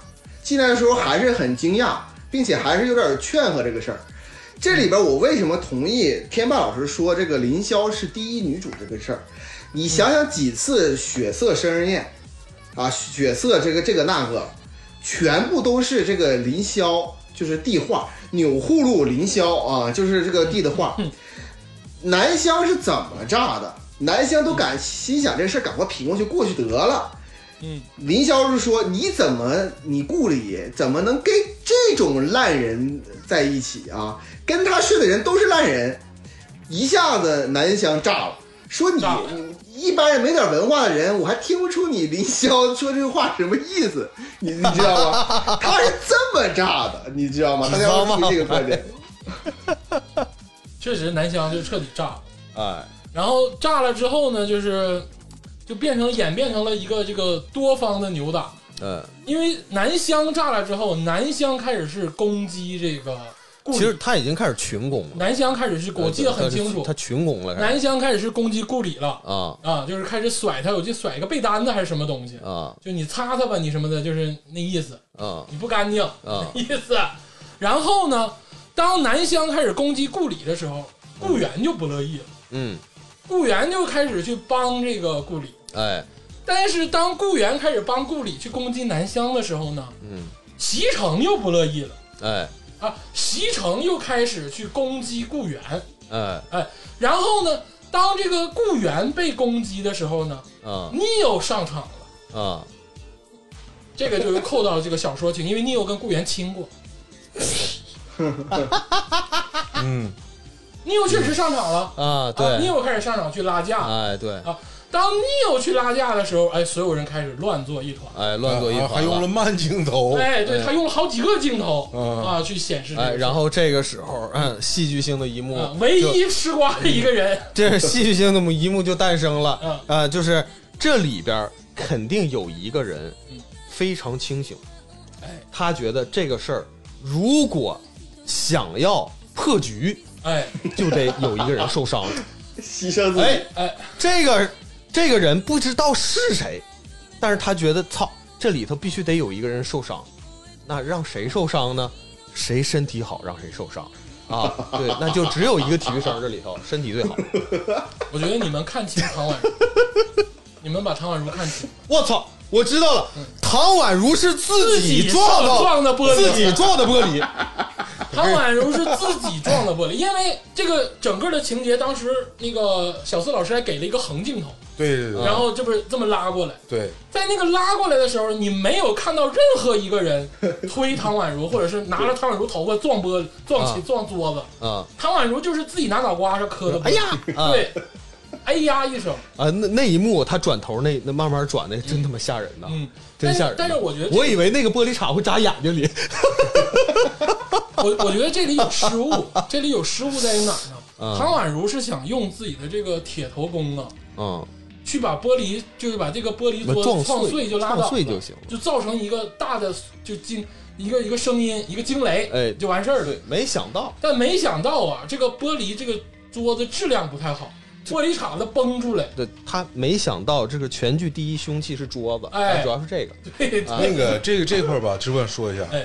[SPEAKER 4] 进来的时候还是很惊讶，并且还是有点劝和这个事儿。这里边我为什么同意天霸老师说这个林霄是第一女主这个事儿？你想想几次血色生日宴，啊，血色这个这个那个，全部都是这个林霄，就是地画钮祜禄林霄啊，就是这个地的画。
[SPEAKER 1] 嗯
[SPEAKER 4] 南湘是怎么炸的？南湘都敢心想这事儿赶快平过去过去得了。
[SPEAKER 1] 嗯，
[SPEAKER 4] 林霄是说你怎么你顾里怎么能跟这种烂人在一起啊？跟他睡的人都是烂人，一下子南湘炸了，说你
[SPEAKER 1] 炸了
[SPEAKER 4] 你一般人没点文化的人，我还听不出你林霄说这话什么意思，你你知道 吗？他是这么炸的，你知道吗？大家要注意这个观点。
[SPEAKER 1] 确实，南湘就彻底炸了。
[SPEAKER 3] 哎
[SPEAKER 1] 然后炸了之后呢，就是就变成演变成了一个这个多方的扭打，
[SPEAKER 3] 嗯。
[SPEAKER 1] 因为南湘炸了之后，南湘开始是攻击这个顾
[SPEAKER 3] 其
[SPEAKER 1] 里，
[SPEAKER 3] 实他已经开始群攻了，
[SPEAKER 1] 南湘开始是我记得很清楚
[SPEAKER 3] 他，群攻了开始
[SPEAKER 1] 南湘开始是攻击顾里了
[SPEAKER 3] 啊
[SPEAKER 1] 啊，就是开始甩他，我记得甩一个被单子还是什么东西，
[SPEAKER 3] 啊
[SPEAKER 1] 就你擦擦吧，你什么的，就是那意思，
[SPEAKER 3] 啊
[SPEAKER 1] 你不干净
[SPEAKER 3] 啊
[SPEAKER 1] 意思。然后呢，当南湘开始攻击顾里的时候，顾源就不乐意了，
[SPEAKER 3] 嗯，
[SPEAKER 1] 顾源就开始去帮这个顾里。
[SPEAKER 3] 哎
[SPEAKER 1] 但是当顾源开始帮顾里去攻击南湘的时候呢，
[SPEAKER 3] 嗯
[SPEAKER 1] 席城又不乐意了
[SPEAKER 3] 哎
[SPEAKER 1] 啊，席城又开始去攻击顾源。
[SPEAKER 3] 哎
[SPEAKER 1] 然后呢，当这个顾源被攻击的时候呢，
[SPEAKER 3] 啊
[SPEAKER 1] 你又上场了。
[SPEAKER 3] 啊
[SPEAKER 1] 这个就是扣到这个小说情，因为你有跟顾源亲过，
[SPEAKER 2] 嗯，
[SPEAKER 1] 你又确实上场了，
[SPEAKER 3] 啊
[SPEAKER 1] 啊，你啊
[SPEAKER 3] 对，
[SPEAKER 1] 又开始上场去拉架。
[SPEAKER 3] 哎对，
[SPEAKER 1] 当你又去拉架的时候，哎，所有人开始乱作一团。
[SPEAKER 3] 哎乱作一
[SPEAKER 2] 啊还
[SPEAKER 3] 团
[SPEAKER 2] 用了
[SPEAKER 3] 了，
[SPEAKER 2] 慢镜头，
[SPEAKER 1] 哎，对
[SPEAKER 3] 哎
[SPEAKER 1] 他用了好几个镜头
[SPEAKER 2] 嗯
[SPEAKER 1] 啊去显示这个事
[SPEAKER 3] 哎
[SPEAKER 1] 儿。
[SPEAKER 3] 然后这个时候，嗯，戏剧性的一幕
[SPEAKER 1] 啊，唯一吃瓜的一个 人，
[SPEAKER 3] 这是戏剧性的一幕就诞生了，
[SPEAKER 1] 嗯
[SPEAKER 3] 啊，就是这里边肯定有一个人
[SPEAKER 1] 嗯
[SPEAKER 3] 非常清醒，
[SPEAKER 1] 哎
[SPEAKER 3] 他觉得这个事儿如果想要破局，
[SPEAKER 1] 哎
[SPEAKER 3] 就得有一个人受伤。
[SPEAKER 4] 牺牲自己，
[SPEAKER 3] 哎，
[SPEAKER 1] 哎，
[SPEAKER 3] 这个这个人不知道是谁，但是他觉得操，这里头必须得有一个人受伤，那让谁受伤呢？谁身体好让谁受伤啊？对，那就只有一个体育生这里头身体最好。
[SPEAKER 1] 我觉得你们看清唐宛如， 你们把唐宛如看清，
[SPEAKER 3] 我操！我知道了，唐宛如是自己撞
[SPEAKER 1] 自己
[SPEAKER 3] 到
[SPEAKER 1] 撞的玻璃
[SPEAKER 3] 自己撞的玻璃。
[SPEAKER 1] 唐宛如是自己撞的玻璃，因为这个整个的情节，当时那个小四老师还给了一个横镜头，
[SPEAKER 2] 对对
[SPEAKER 3] 嗯
[SPEAKER 2] 对
[SPEAKER 1] 然后这不是这么拉过来，
[SPEAKER 2] 对，
[SPEAKER 1] 在那个拉过来的时候，你没有看到任何一个人推唐宛如，或者是拿着唐宛如头发撞玻璃、撞起、
[SPEAKER 3] 啊
[SPEAKER 1] 撞桌子，
[SPEAKER 3] 啊
[SPEAKER 1] 唐宛如就是自己拿脑瓜子磕的，
[SPEAKER 3] 哎，呀，啊
[SPEAKER 1] 对，哎呀一声，
[SPEAKER 3] 啊，那那一幕他转头那那慢慢转的真他妈吓人呐，
[SPEAKER 1] 嗯，
[SPEAKER 3] 真吓人呐。
[SPEAKER 1] 但是但是我觉得这个
[SPEAKER 3] 我以为那个玻璃碴会扎眼睛里。
[SPEAKER 1] 我我觉得这里有失误，这里有失误在于哪儿呢？
[SPEAKER 3] 嗯
[SPEAKER 1] 唐宛如是想用自己的这个铁头功啊，
[SPEAKER 3] 嗯，
[SPEAKER 1] 去把玻璃，就是把这个玻璃桌
[SPEAKER 3] 撞
[SPEAKER 1] 子撞碎就拉
[SPEAKER 3] 撞
[SPEAKER 1] 倒，
[SPEAKER 3] 碎就行了。
[SPEAKER 1] 就造成一个大的就惊一个一个声音，一个惊雷，
[SPEAKER 3] 哎
[SPEAKER 1] 就完事儿了。
[SPEAKER 3] 对，没想到
[SPEAKER 1] 但没想到啊，这个玻璃这个桌子质量不太好，玻璃碴子崩出来，
[SPEAKER 3] 对他没想到这个全剧第一凶器是桌子，
[SPEAKER 1] 哎
[SPEAKER 3] 主要是这个。
[SPEAKER 1] 对，
[SPEAKER 3] 啊
[SPEAKER 2] 那个这个这块儿吧，只管说一下，
[SPEAKER 1] 哎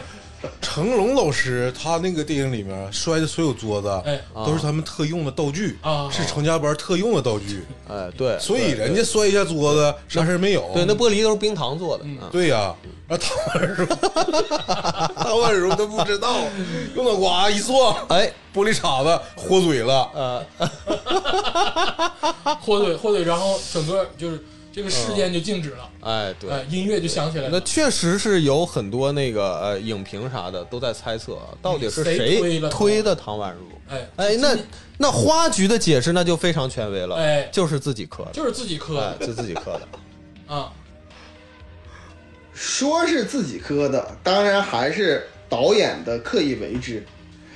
[SPEAKER 2] 成龙老师他那个电影里面摔的所有桌子，
[SPEAKER 1] 哎
[SPEAKER 2] 都是他们特用的道具
[SPEAKER 1] 啊
[SPEAKER 2] 是成家班特用的道具，
[SPEAKER 3] 哎，对，
[SPEAKER 2] 所以
[SPEAKER 3] 对
[SPEAKER 2] 人家摔一下桌子啥事儿没有。
[SPEAKER 3] 对那玻璃都是冰糖做的
[SPEAKER 1] 嗯
[SPEAKER 3] 啊。
[SPEAKER 2] 对呀、然后唐宛如，唐宛如都不知道，用脑瓜一坐，
[SPEAKER 3] 哎，
[SPEAKER 2] 玻璃碴子豁嘴了。
[SPEAKER 3] 呃，
[SPEAKER 1] 火腿火腿，然后整个就是这个事件就静止了，
[SPEAKER 3] 哎，对，
[SPEAKER 1] 哎，音乐就响起来
[SPEAKER 3] 那
[SPEAKER 1] 了，
[SPEAKER 3] 确实是有很多那个呃影评啥的都在猜测啊，到底是
[SPEAKER 1] 谁推了
[SPEAKER 3] 推的唐宛如？
[SPEAKER 1] 哎
[SPEAKER 3] 哎，那那花菊的解释那就非常权威了，
[SPEAKER 1] 哎
[SPEAKER 3] 就是自己磕的，
[SPEAKER 1] 就是自己磕
[SPEAKER 3] 哎
[SPEAKER 1] 的，
[SPEAKER 3] 就自己磕 的。
[SPEAKER 1] 啊，
[SPEAKER 4] 说是自己磕的，当然还是导演的刻意为之。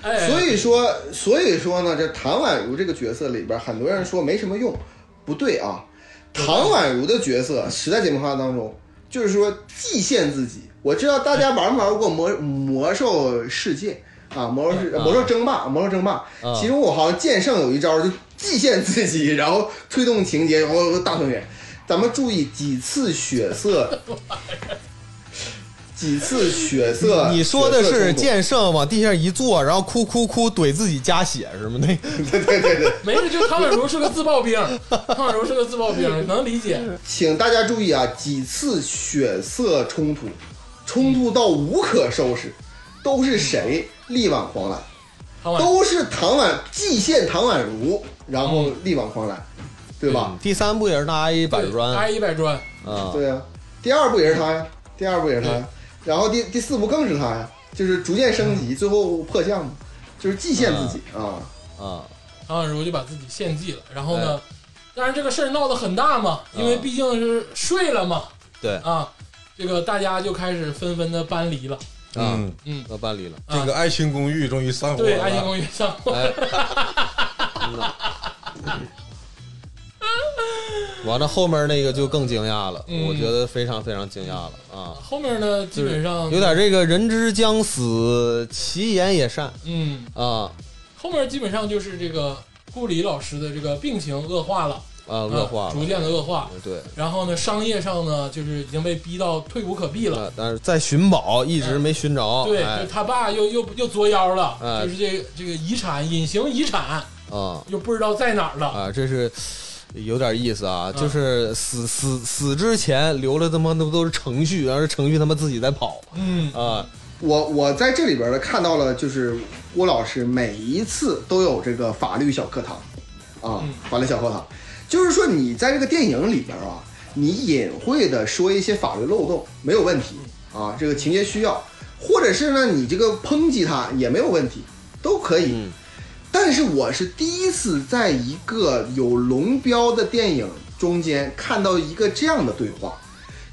[SPEAKER 1] 哎，
[SPEAKER 4] 所以说，所以说呢，这唐宛如这个角色里边，很多人说没什么用，不对啊。唐宛如的角色，时代节目化当中，就是说极限自己。我知道大家玩没玩过魔魔兽世界啊，魔兽世
[SPEAKER 3] 啊
[SPEAKER 4] 魔兽争霸，魔兽争霸，其中我好像剑圣有一招就极限自己， 然后推动情节，然后大团圆。咱们注意几次血色， 几次血色。
[SPEAKER 3] 你说的
[SPEAKER 4] 血色
[SPEAKER 3] 是
[SPEAKER 4] 冲突
[SPEAKER 3] 剑圣往地上一坐，然后哭哭哭怼自己加血是吗？那
[SPEAKER 4] 对对对。
[SPEAKER 1] 没事，就汤宛如是个自爆兵，汤宛如是个自爆兵，能理解，
[SPEAKER 4] 请大家注意啊，几次血色冲突，冲突到无可收拾，都是谁力挽狂澜？
[SPEAKER 1] 唐宛如
[SPEAKER 4] 都是唐宛蓟县唐宛如，然后力挽狂澜，对吧？
[SPEAKER 3] 第三部也是他挨一板砖
[SPEAKER 1] 挨一百砖，
[SPEAKER 3] 啊，
[SPEAKER 4] 嗯对呀、第二部也是他呀，第二部也是他呀，然后第第四部更是他呀，就是逐渐升级，最后破相嘛，就是蓟县自己啊。
[SPEAKER 3] 啊，
[SPEAKER 1] 唐宛如就把自己献祭了，然后呢，
[SPEAKER 3] 哎
[SPEAKER 1] 当然这个事儿闹得很大嘛，因为毕竟是睡了嘛，
[SPEAKER 3] 嗯对
[SPEAKER 1] 啊，这个大家就开始纷纷的搬离了，
[SPEAKER 3] 啊，
[SPEAKER 2] 嗯，
[SPEAKER 1] 嗯，
[SPEAKER 3] 要搬离了。
[SPEAKER 1] 啊
[SPEAKER 2] 这个《爱情公寓》终于散伙了。
[SPEAKER 1] 对，爱情公寓上 火，
[SPEAKER 3] 哎， 完了后面那个就更惊讶了，
[SPEAKER 1] 嗯
[SPEAKER 3] 我觉得非常非常惊讶了啊，
[SPEAKER 1] 后面呢基本上
[SPEAKER 3] 有点这个人之将死，其言也善
[SPEAKER 1] 嗯，
[SPEAKER 3] 啊
[SPEAKER 1] 后面基本上就是这个顾里老师的这个病情恶化了，
[SPEAKER 3] 啊，恶化
[SPEAKER 1] 啊逐
[SPEAKER 3] 了，
[SPEAKER 1] 渐的恶化。
[SPEAKER 3] 对。
[SPEAKER 1] 然后呢，商业上呢，就是已经被逼到退无可避了。
[SPEAKER 3] 啊，但是在寻宝一直没寻着，
[SPEAKER 1] 对，
[SPEAKER 3] 哎
[SPEAKER 1] 就他爸又又又作妖了，
[SPEAKER 3] 哎
[SPEAKER 1] 就是这个这个遗产隐形遗产
[SPEAKER 3] 啊
[SPEAKER 1] 又不知道在哪儿了。
[SPEAKER 3] 啊，这是有点意思啊，就是死死死之前留了他妈那不都是程序，然后程序他妈自己在跑
[SPEAKER 1] 嗯，
[SPEAKER 3] 啊，
[SPEAKER 4] 我我在这里边呢看到了，就是郭老师每一次都有这个法律小课堂，啊，法律小课堂，就是说你在这个电影里边啊，你隐晦的说一些法律漏洞没有问题啊，这个情节需要，或者是呢你这个抨击他也没有问题，都可以。
[SPEAKER 3] 嗯
[SPEAKER 4] 但是我是第一次在一个有龙标的电影中间看到一个这样的对话，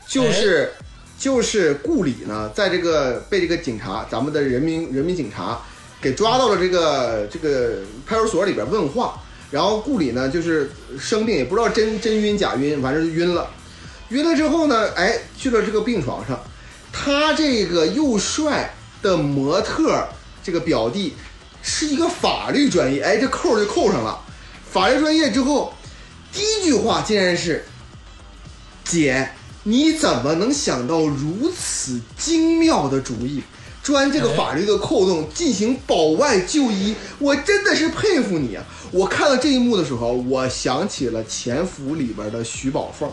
[SPEAKER 4] 就是、就是顾里呢，在这个被这个警察，咱们的人民人民警察给抓到了这个这个派出所里边问话，然后顾里呢就是生病，也不知道真真晕假晕，反正就晕了，晕了之后呢，哎，去了这个病床上，他这个又帅的模特儿这个表弟是一个法律专业，哎，这扣儿就扣上了。法律专业之后，第一句话竟然是：“姐，你怎么能想到如此精妙的主意？”钻这个法律的扣洞进行保外就医，我真的是佩服你啊！我看到这一幕的时候，我想起了《潜伏》里边的徐宝凤，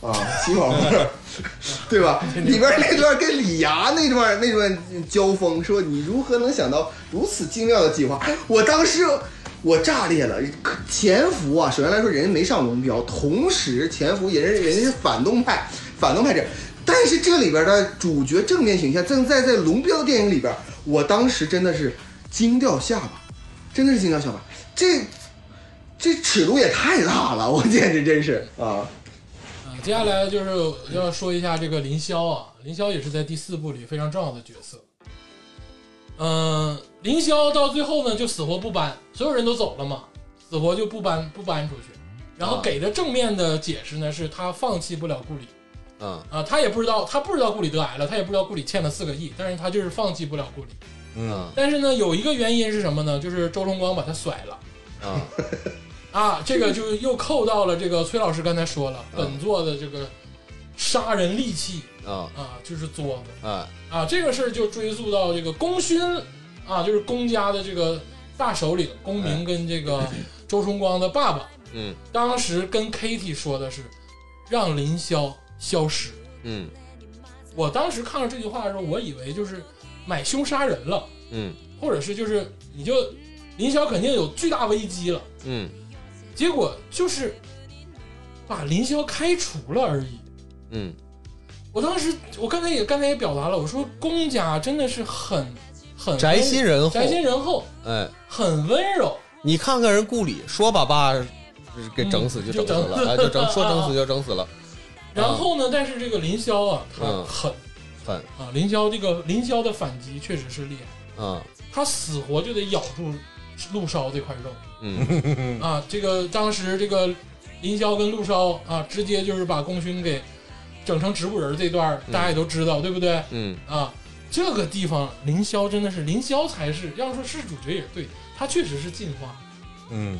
[SPEAKER 4] 啊，徐宝凤， 对吧？里边那段跟李涯那段那段交锋，说你如何能想到如此精妙的计划？哎我当时我炸裂了。可潜伏啊，首先来说人家没上龙标，同时潜伏人家人家是反动派，反动派者。但是这里边的主角正面形象正在在龙标电影里边，我当时真的是惊掉下巴，真的是惊掉下巴。这这尺度也太大了，我简直真是啊！
[SPEAKER 1] 啊，接下来就是要说一下这个林霄啊，林霄也是在第四部里非常重要的角色。嗯、林霄到最后呢，就死活不搬，所有人都走了嘛，死活就不搬不搬出去。然后
[SPEAKER 3] 啊
[SPEAKER 1] 给的正面的解释呢，是他放弃不了顾里
[SPEAKER 3] 啊
[SPEAKER 1] 啊，他也不知道他不知道顾里得癌了，他也不知道顾里欠了四个亿，但是他就是放弃不了顾里。
[SPEAKER 2] 嗯，
[SPEAKER 3] 啊
[SPEAKER 1] 但是呢，有一个原因是什么呢？就是周崇光把他甩了。
[SPEAKER 3] 啊
[SPEAKER 1] 啊，这个就又扣到了这个崔老师刚才说了，本作的这个杀人利器
[SPEAKER 3] 啊
[SPEAKER 1] 啊，就是作子
[SPEAKER 3] 啊
[SPEAKER 1] 啊，这个事儿就追溯到这个功勋啊，就是公家的这个大首领公明跟这 个周崇光的爸爸，
[SPEAKER 3] 嗯
[SPEAKER 1] 当时跟 Kitty 说的是让林萧消失。
[SPEAKER 3] 嗯
[SPEAKER 1] 我当时看到这句话的时候，我以为就是买凶杀人了，
[SPEAKER 3] 嗯
[SPEAKER 1] 或者是就是你就林萧肯定有巨大危机了，
[SPEAKER 3] 嗯
[SPEAKER 1] 结果就是把林萧开除了而已。
[SPEAKER 3] 嗯
[SPEAKER 1] 我当时，我刚才也刚才也表达了，我说公家真的是很很
[SPEAKER 3] 宅心仁厚
[SPEAKER 1] 宅心仁厚，
[SPEAKER 3] 哎，
[SPEAKER 1] 很温柔。
[SPEAKER 3] 你看看人顾里说把爸给整死就整死
[SPEAKER 1] 嗯就整
[SPEAKER 3] 了，啊，就整说 整死就整死了，
[SPEAKER 1] 然后呢，但是这个林萧啊，他
[SPEAKER 3] 嗯
[SPEAKER 1] 狠、
[SPEAKER 3] 狠
[SPEAKER 1] 啊，林萧这个林萧的反击确实是厉害。
[SPEAKER 3] 啊
[SPEAKER 1] 他死活就得咬住陆烧这块肉
[SPEAKER 3] 嗯
[SPEAKER 1] 啊！这个当时这个林霄跟陆烧啊，直接就是把功勋给整成植物人这段儿，
[SPEAKER 3] 嗯
[SPEAKER 1] 大家也都知道，对不对
[SPEAKER 3] 嗯
[SPEAKER 1] 啊？这个地方林霄真的是林霄才是，要说是主角也对，他确实是进化。
[SPEAKER 2] 嗯，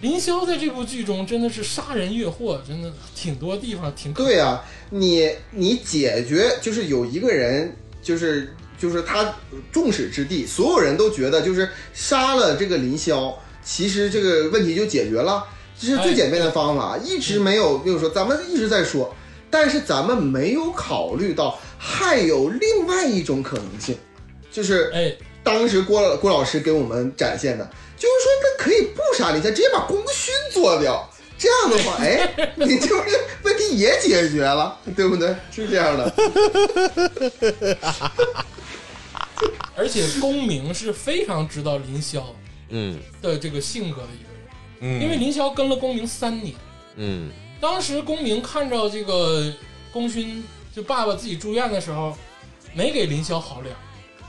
[SPEAKER 1] 林霄在这部剧中真的是杀人越货，真的挺多地方挺可
[SPEAKER 4] 对呀、你你解决就是有一个人，就是就是他众矢之的，所有人都觉得就是杀了这个林萧，其实这个问题就解决了，这是最简便的方法。一直没有，就是说咱们一直在说，但是咱们没有考虑到还有另外一种可能性，就是
[SPEAKER 1] 哎，
[SPEAKER 4] 当时郭老郭老师给我们展现的，就是说那可以不杀林萧，直接把功勋做掉。这样的话， 哎，你就是问题也解决了，对不对？是这样的，
[SPEAKER 1] 而且公明是非常知道林霄
[SPEAKER 3] 嗯
[SPEAKER 1] 的这个性格的一个人，
[SPEAKER 2] 嗯
[SPEAKER 1] 因为林霄跟了公明三年。
[SPEAKER 3] 嗯
[SPEAKER 1] 当时公明看着这个功勋就爸爸自己住院的时候，没给林萧好脸儿，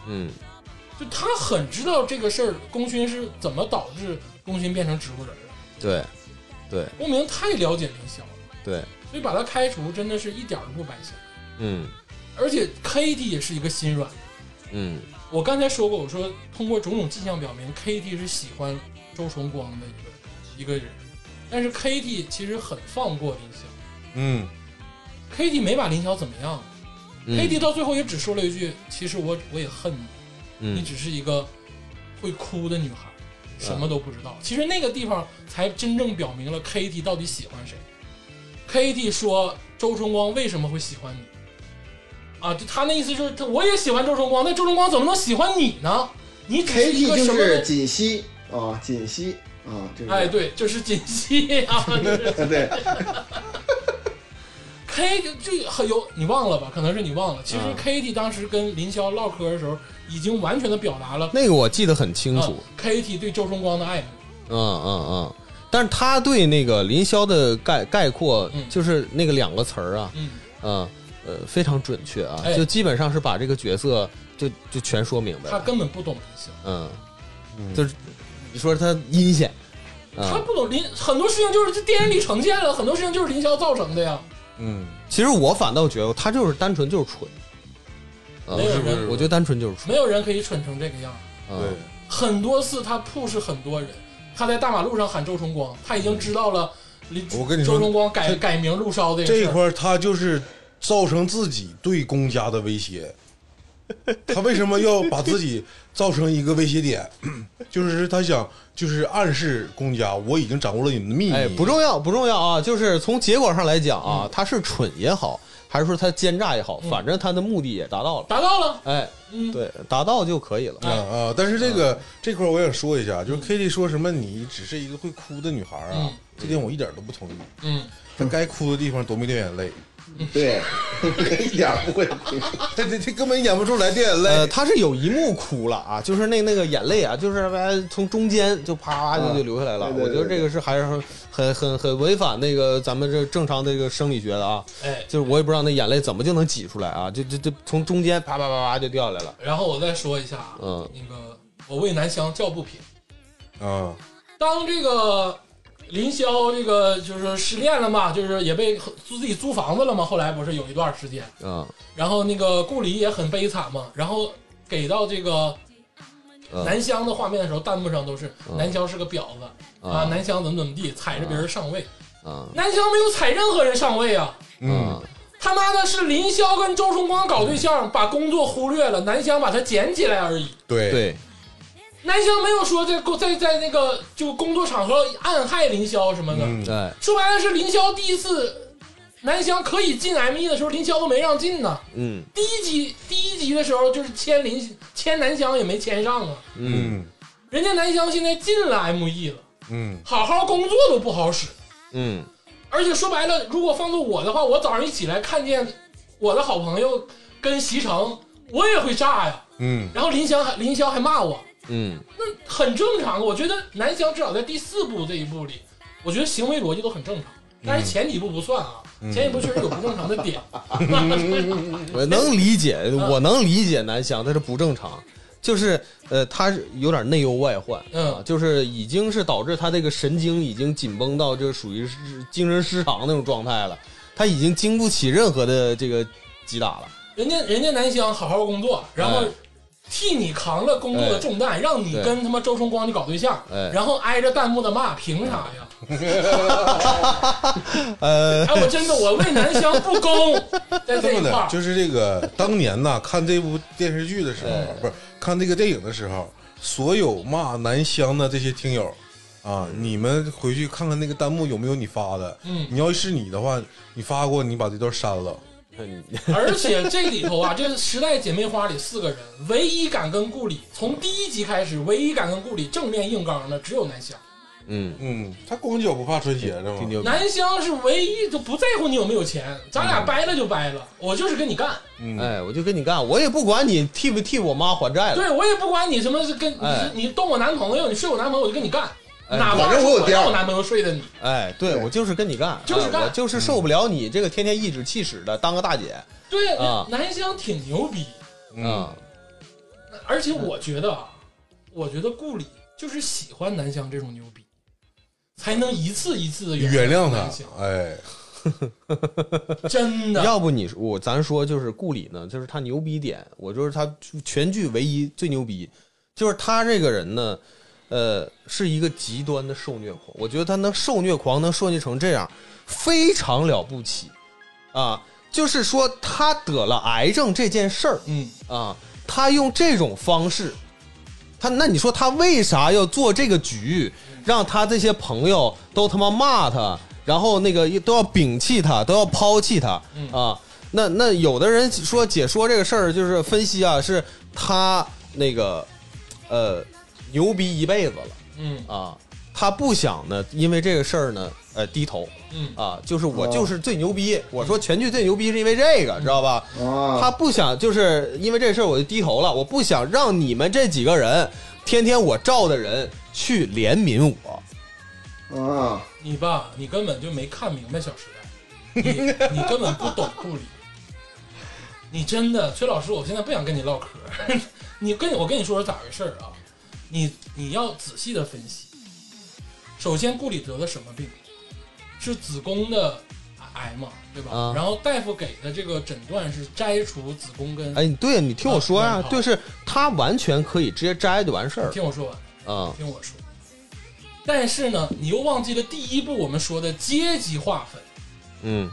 [SPEAKER 3] 嗯
[SPEAKER 1] 就他很知道这个事儿，功勋是怎么导致功勋变成植物人的。
[SPEAKER 3] 对对
[SPEAKER 1] 公明太了解林萧了，
[SPEAKER 3] 对
[SPEAKER 1] 所以把他开除真的是一点儿都不白瞎。
[SPEAKER 3] 嗯
[SPEAKER 1] 而且 k t 也是一个心软，
[SPEAKER 3] 嗯
[SPEAKER 1] 我刚才说过，我说通过种种迹象表明 k t 是喜欢周崇光的一个一个人，但是 k t 其实很放过林萧
[SPEAKER 2] 嗯
[SPEAKER 1] k t 没把林萧怎么样。
[SPEAKER 3] 嗯
[SPEAKER 1] k d 到最后也只说了一句：“其实我我也恨你，你
[SPEAKER 3] 嗯
[SPEAKER 1] 只是一个会哭的女孩，什么都不知道。”其实那个地方才真正表明了 k d 到底喜欢谁。k d 说周崇光为什么会喜欢你？啊，就他那意思就是他我也喜欢周崇光，那周崇光怎么能喜欢你呢？你只是
[SPEAKER 4] k
[SPEAKER 1] 一
[SPEAKER 4] t
[SPEAKER 1] 个
[SPEAKER 4] 就
[SPEAKER 1] 什么都？
[SPEAKER 4] 是锦溪啊，锦溪啊，这个
[SPEAKER 1] 哎，对，就是锦溪啊，就是
[SPEAKER 4] 对
[SPEAKER 1] K 这很有你忘了吧？可能是你忘了。其实
[SPEAKER 3] 嗯
[SPEAKER 1] k d 当时跟林霄唠嗑的时候，已经完全的表达了
[SPEAKER 3] 那个我记得很清楚，
[SPEAKER 1] KT 呃对周崇光的爱慕，
[SPEAKER 3] 嗯嗯嗯，但是他对那个林霄的概概括
[SPEAKER 1] 嗯
[SPEAKER 3] 就是那个两个词儿啊，
[SPEAKER 1] 嗯，
[SPEAKER 3] 嗯呃非常准确啊
[SPEAKER 1] 哎，
[SPEAKER 3] 就基本上是把这个角色就就全说明白
[SPEAKER 1] 他
[SPEAKER 3] 了，
[SPEAKER 1] 根本不懂林萧，
[SPEAKER 2] 啊
[SPEAKER 3] 嗯，就是你说他阴险，
[SPEAKER 1] 他
[SPEAKER 3] 啊，
[SPEAKER 1] 不懂林，很多事情就是这电影里呈现了，很多事情就是林萧造成的呀。
[SPEAKER 2] 嗯，
[SPEAKER 3] 其实我反倒觉得他就是单纯就是蠢，啊
[SPEAKER 1] 没有人
[SPEAKER 3] 我觉得单纯就是蠢，
[SPEAKER 1] 没有人可以蠢成这个样。
[SPEAKER 3] 啊
[SPEAKER 1] 嗯
[SPEAKER 2] 对，
[SPEAKER 1] 很多次他 push 很多人，他在大马路上喊周崇光，他已经知道了林，
[SPEAKER 2] 我跟你说
[SPEAKER 1] 周崇光改
[SPEAKER 2] 这
[SPEAKER 1] 改名陆烧这个
[SPEAKER 2] 这一
[SPEAKER 1] 事儿，
[SPEAKER 2] 块儿他就是造成自己对公家的威胁。他为什么要把自己造成一个威胁点？ 就是他想，就是暗示公家，我已经掌握了你们的秘密。
[SPEAKER 3] 哎，不重要，不重要啊！就是从结果上来讲啊，他是蠢也好，还是说他奸诈也好，
[SPEAKER 1] 嗯
[SPEAKER 3] 反正他的目的也达到了。
[SPEAKER 1] 达到了，
[SPEAKER 3] 哎，
[SPEAKER 1] 嗯，
[SPEAKER 3] 对，达到就可以了。
[SPEAKER 2] 啊啊！但是这个这块儿我想说一下，就是 Kitty 说什么你只是一个会哭的女孩儿啊
[SPEAKER 1] 嗯，
[SPEAKER 2] 这点我一点都不同意。
[SPEAKER 1] 嗯，
[SPEAKER 2] 她该哭的地方都没掉眼泪，
[SPEAKER 4] 对， 一点儿不会哭
[SPEAKER 2] 她她她哎根本演不出来掉眼
[SPEAKER 3] 呃，
[SPEAKER 2] 泪。
[SPEAKER 3] 他是有一幕哭了啊，就是那那个眼泪啊，就是哎从中间就啪啪就
[SPEAKER 4] 啊
[SPEAKER 3] 就流下来了。
[SPEAKER 4] 对对
[SPEAKER 3] 我觉得
[SPEAKER 4] 对
[SPEAKER 3] 这个是还是很很很违反那个咱们这正常的这个生理学的啊，
[SPEAKER 1] 哎，
[SPEAKER 3] 就是我也不知道那眼泪怎么就能挤出来啊，就就就从中间啪啪啪啪就掉下来了。
[SPEAKER 1] 然后我再说一下啊，
[SPEAKER 3] 嗯
[SPEAKER 1] 那个我为南湘叫不平，
[SPEAKER 2] 啊，
[SPEAKER 1] 当这个林萧这个就是失恋了嘛，就是也被自己租房子了嘛。后来不是有一段时间，
[SPEAKER 3] 嗯
[SPEAKER 1] 然后那个顾里也很悲惨嘛，然后给到这个南湘的画面的时候，弹幕上都是
[SPEAKER 3] 嗯
[SPEAKER 1] 南湘是个婊子啊，
[SPEAKER 3] 啊
[SPEAKER 1] 南湘怎么怎么地，踩着别人上位。
[SPEAKER 3] 啊
[SPEAKER 1] 南湘没有踩任何人上位啊，
[SPEAKER 2] 嗯，
[SPEAKER 1] 他妈的是林霄跟周崇光搞对象，把工作忽略了，南湘把他捡起来而已。
[SPEAKER 2] 对
[SPEAKER 3] 对，
[SPEAKER 1] 南湘没有说在工在在那个就工作场合暗害林霄什么的，
[SPEAKER 2] 嗯，
[SPEAKER 3] 哎，
[SPEAKER 1] 说白了是林霄第一次南湘可以进 M 一的时候，林霄都没让进呢。
[SPEAKER 3] 嗯
[SPEAKER 1] 第一集第一集的时候就是签林签南湘也没签上啊，
[SPEAKER 3] 嗯
[SPEAKER 2] 嗯
[SPEAKER 1] 人家南湘现在进了 M E 了，
[SPEAKER 2] 嗯
[SPEAKER 1] 好好工作都不好使。
[SPEAKER 3] 嗯
[SPEAKER 1] 而且说白了，如果放做我的话，我早上一起来看见我的好朋友跟席城，我也会炸呀。
[SPEAKER 2] 嗯
[SPEAKER 1] 然后林湘还林霄还骂我，
[SPEAKER 3] 嗯
[SPEAKER 1] 很正常。我觉得南湘至少在第四部这一部里，我觉得行为逻辑都很正常，但是前几部不算啊，前几部确实有不正常的点。
[SPEAKER 3] 我能理解，我能理解南湘，但是不正常。就是呃，他是有点内忧外患，
[SPEAKER 1] 嗯
[SPEAKER 3] 啊，就是已经是导致他这个神经已经紧绷到这个属于是精神失常那种状态了，他已经经不起任何的这个击打了。
[SPEAKER 1] 人家人家南湘好好工作，然后
[SPEAKER 3] 哎
[SPEAKER 1] 替你扛了工作的重担，让你
[SPEAKER 3] 对
[SPEAKER 1] 跟他妈周崇光去搞对象，
[SPEAKER 3] 哎
[SPEAKER 1] 然后挨着弹幕的骂，凭啥呀？
[SPEAKER 3] 呃，
[SPEAKER 1] 哎，我真的我为南湘不 公，在这
[SPEAKER 2] 这
[SPEAKER 1] 一
[SPEAKER 2] 么
[SPEAKER 1] 块
[SPEAKER 2] 的
[SPEAKER 1] 儿，，
[SPEAKER 2] 就是这个当年呐，看这部电视 剧的时候，不是看这个电影的时候，所有骂南湘的这些听友啊，你们回去看看那个弹幕有没有你发的。
[SPEAKER 1] 嗯
[SPEAKER 2] 你要是你的话，你发过，你把这段删了。
[SPEAKER 1] 而且这里头啊，这《时代姐妹花》里四个人，唯一敢跟顾里从第一集开始，唯一敢跟顾里正面硬刚的只有南湘。
[SPEAKER 3] 嗯，
[SPEAKER 2] 嗯，他光脚不怕穿鞋的
[SPEAKER 3] 挺
[SPEAKER 2] 嘛。
[SPEAKER 3] 牛逼，
[SPEAKER 1] 南湘是唯一就不在乎你有没有钱，咱
[SPEAKER 3] 嗯
[SPEAKER 1] 俩掰了就掰了，我就是跟你干，
[SPEAKER 2] 嗯，
[SPEAKER 3] 哎，我就跟你干，我也不管你替不替我妈还债了，
[SPEAKER 1] 对我也不管你什么是跟你
[SPEAKER 3] 哎
[SPEAKER 1] 是你动我男朋友，你睡我男朋友，我就跟你干，
[SPEAKER 3] 哎
[SPEAKER 1] 哪怕
[SPEAKER 4] 反正
[SPEAKER 1] 是
[SPEAKER 4] 我有
[SPEAKER 1] 我
[SPEAKER 4] 第
[SPEAKER 1] 让
[SPEAKER 4] 二
[SPEAKER 1] 我男朋友睡的你，
[SPEAKER 3] 哎，对
[SPEAKER 4] 对
[SPEAKER 3] 我就是跟你干，
[SPEAKER 1] 就是
[SPEAKER 3] 哎
[SPEAKER 1] 干嗯
[SPEAKER 3] 我就是受不了你这个天天颐指气使的当个大姐
[SPEAKER 1] 对
[SPEAKER 3] 啊，
[SPEAKER 1] 南湘挺牛逼，
[SPEAKER 2] 嗯，
[SPEAKER 3] 啊，
[SPEAKER 1] 而且我觉得啊，我觉得顾里就是喜欢南湘这种牛逼，才能一次一次的
[SPEAKER 2] 原谅
[SPEAKER 1] 南湘
[SPEAKER 2] 他，哎，
[SPEAKER 1] 真的。
[SPEAKER 3] 要不你说我咱说就是顾里呢，就是他牛逼点，我就是他全剧唯一最牛逼，就是他这个人呢，呃，是一个极端的受虐狂。我觉得他能受虐狂能受虐成这样，非常了不起啊！就是说他得了癌症这件事儿
[SPEAKER 1] 嗯，
[SPEAKER 3] 啊，他用这种方式，他那你说他为啥要做这个局，让他这些朋友都他妈骂他，然后那个都要摒弃他，都要抛弃他
[SPEAKER 1] 嗯
[SPEAKER 3] 啊？那那有的人说解说这个事儿就是分析啊，是他那个呃牛逼一辈子了
[SPEAKER 1] 嗯
[SPEAKER 3] 啊，他不想呢，因为这个事儿呢，呃低头
[SPEAKER 1] 嗯
[SPEAKER 3] 啊，就是我就是最牛逼，我说全剧最牛逼是因为这个，知道吧？
[SPEAKER 4] 啊
[SPEAKER 3] 他，不想，就是因为这事儿我就低头了，我不想让你们这几个人天天我罩的人去怜悯我。
[SPEAKER 4] 啊，
[SPEAKER 1] 你吧，你根本就没看明白《小时代》你，你根本不懂顾里。你真的，崔老师，我现在不想跟你唠嗑儿。 你跟我跟你说是咋回事儿啊？你你要仔细的分析。首先，顾里得的什么病？是子宫的癌嘛，对吧？
[SPEAKER 3] 啊
[SPEAKER 1] 然后大夫给的这个诊断是摘除子宫根。
[SPEAKER 3] 哎，对，你听我说呀、
[SPEAKER 1] 啊嗯好
[SPEAKER 3] 就是他完全可以直接摘就完事
[SPEAKER 1] 你
[SPEAKER 3] 儿
[SPEAKER 1] 听我说完，
[SPEAKER 3] 啊、
[SPEAKER 1] 听我说。但是呢，你又忘记了第一步我们说的阶级划分。
[SPEAKER 3] 嗯，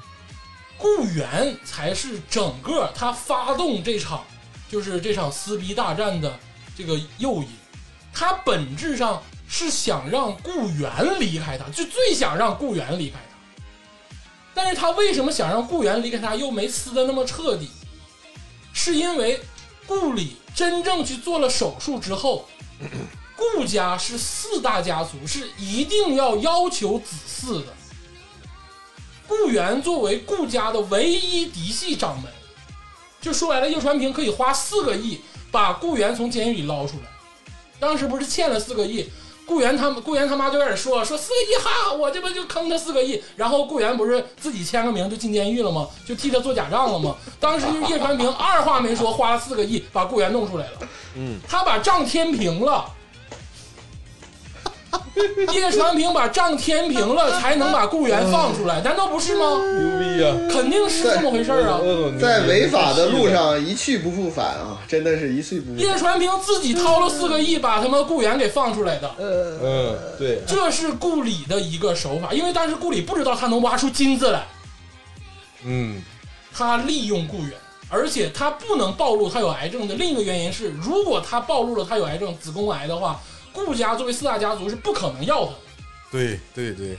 [SPEAKER 1] 顾源才是整个他发动这场就是这场撕逼大战的这个诱因，他本质上是想让顾源离开他，就最想让顾源离开他。但是他为什么想让顾源离开他，又没撕的那么彻底？是因为顾里真正去做了手术之后，顾家是四大家族，是一定要要求子嗣的。顾源作为顾家的唯一嫡系掌门，就说白了，叶传平可以花四个亿把顾源从监狱里捞出来。当时不是欠了四个亿，顾源他们顾源他妈就开始说说四个亿哈，我这不就坑他四个亿，然后顾源不是自己签个名就进监狱了吗？就替他做假账了吗？当时就是叶传平二话没说，花了四个亿把顾源弄出来了。
[SPEAKER 3] 嗯，
[SPEAKER 1] 他把账填平了。叶长平把账填平了，才能把雇员放出来，难道不是吗？
[SPEAKER 2] 牛逼啊呀！
[SPEAKER 1] 肯定是这么回事儿啊！
[SPEAKER 2] 恶总牛逼
[SPEAKER 4] 在违法的路，
[SPEAKER 1] 嗯
[SPEAKER 4] 上一去不复返啊，真的是一去不复
[SPEAKER 1] 叶
[SPEAKER 4] 返。
[SPEAKER 1] 传平自己掏了四个亿，把他们雇员给放出来的，
[SPEAKER 2] 嗯，对，
[SPEAKER 1] 这是顾里的一个手法，因为当时顾里不知道他能挖出金子来，
[SPEAKER 2] 嗯，
[SPEAKER 1] 他利用雇员，而且他不能暴露他有癌症的另一个原因是，如果他暴露了他有癌症子宫癌的话，顾家作为四大家族是不可能要他的，
[SPEAKER 2] 对对对，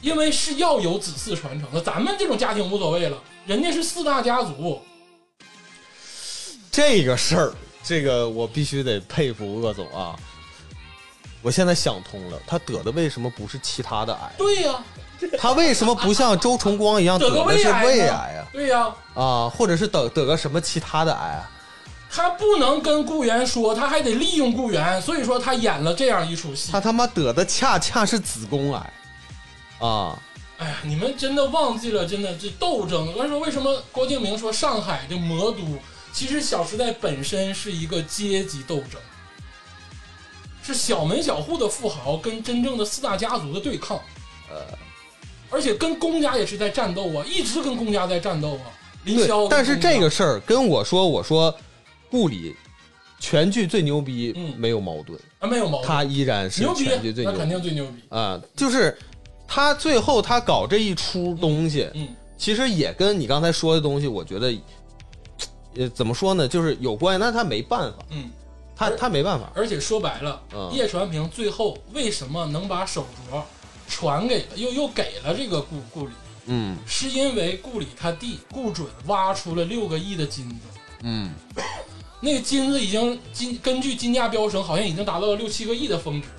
[SPEAKER 1] 因为是要有子嗣传承的。咱们这种家庭无所谓了，人家是四大家族，
[SPEAKER 3] 这个事儿，这个我必须得佩服鄂总啊！我现在想通了，他得的为什么不是其他的癌？
[SPEAKER 1] 对呀、
[SPEAKER 3] 他为什么不像周崇光一样
[SPEAKER 1] 得
[SPEAKER 3] 啊得
[SPEAKER 1] 个
[SPEAKER 3] 的是
[SPEAKER 1] 胃
[SPEAKER 3] 胃
[SPEAKER 1] 癌
[SPEAKER 3] 癌呀、
[SPEAKER 1] 对呀、
[SPEAKER 3] 啊？或者是得得个什么其他的癌、啊？
[SPEAKER 1] 他不能跟雇员说，他还得利用雇员，所以说他演了这样一出戏
[SPEAKER 3] 他。他妈得的恰恰是子宫癌啊！
[SPEAKER 1] 哎呀，你们真的忘记了，真的这斗争。我说为什么郭敬明说上海这魔都，其实《小时代》本身是一个阶级斗争，是小门小户的富豪跟真正的四大家族的对抗。呃，而且跟公家也是在战斗啊，一直跟公家在战斗啊。林
[SPEAKER 3] 对
[SPEAKER 1] 霄，，啊
[SPEAKER 3] 但是这个，事儿跟我说，我说顾里全剧最牛逼，
[SPEAKER 1] 嗯
[SPEAKER 3] 没有矛盾，
[SPEAKER 1] 啊，没有毛病，
[SPEAKER 3] 他依然是
[SPEAKER 1] 牛逼
[SPEAKER 3] 全剧，最
[SPEAKER 1] 那
[SPEAKER 3] 牛逼
[SPEAKER 1] 肯定最牛逼。
[SPEAKER 3] 啊、就是他最后他搞这一出东西，
[SPEAKER 1] 嗯
[SPEAKER 3] 其实也跟你刚才说的东西，我觉得，呃，怎么说呢，就是有关系，但他没办法，
[SPEAKER 1] 嗯，
[SPEAKER 3] 他
[SPEAKER 1] 而
[SPEAKER 3] 他没办法，
[SPEAKER 1] 而且说白了，
[SPEAKER 3] 嗯
[SPEAKER 1] 叶传平最后为什么能把手镯传给了又又给了这个顾顾里？
[SPEAKER 3] 嗯
[SPEAKER 1] 是因为顾里他弟顾准挖出了六个亿的金子，
[SPEAKER 3] 嗯，
[SPEAKER 1] 那个金子已经金根据金价飙升，好像已经达到了六七个亿的峰值了。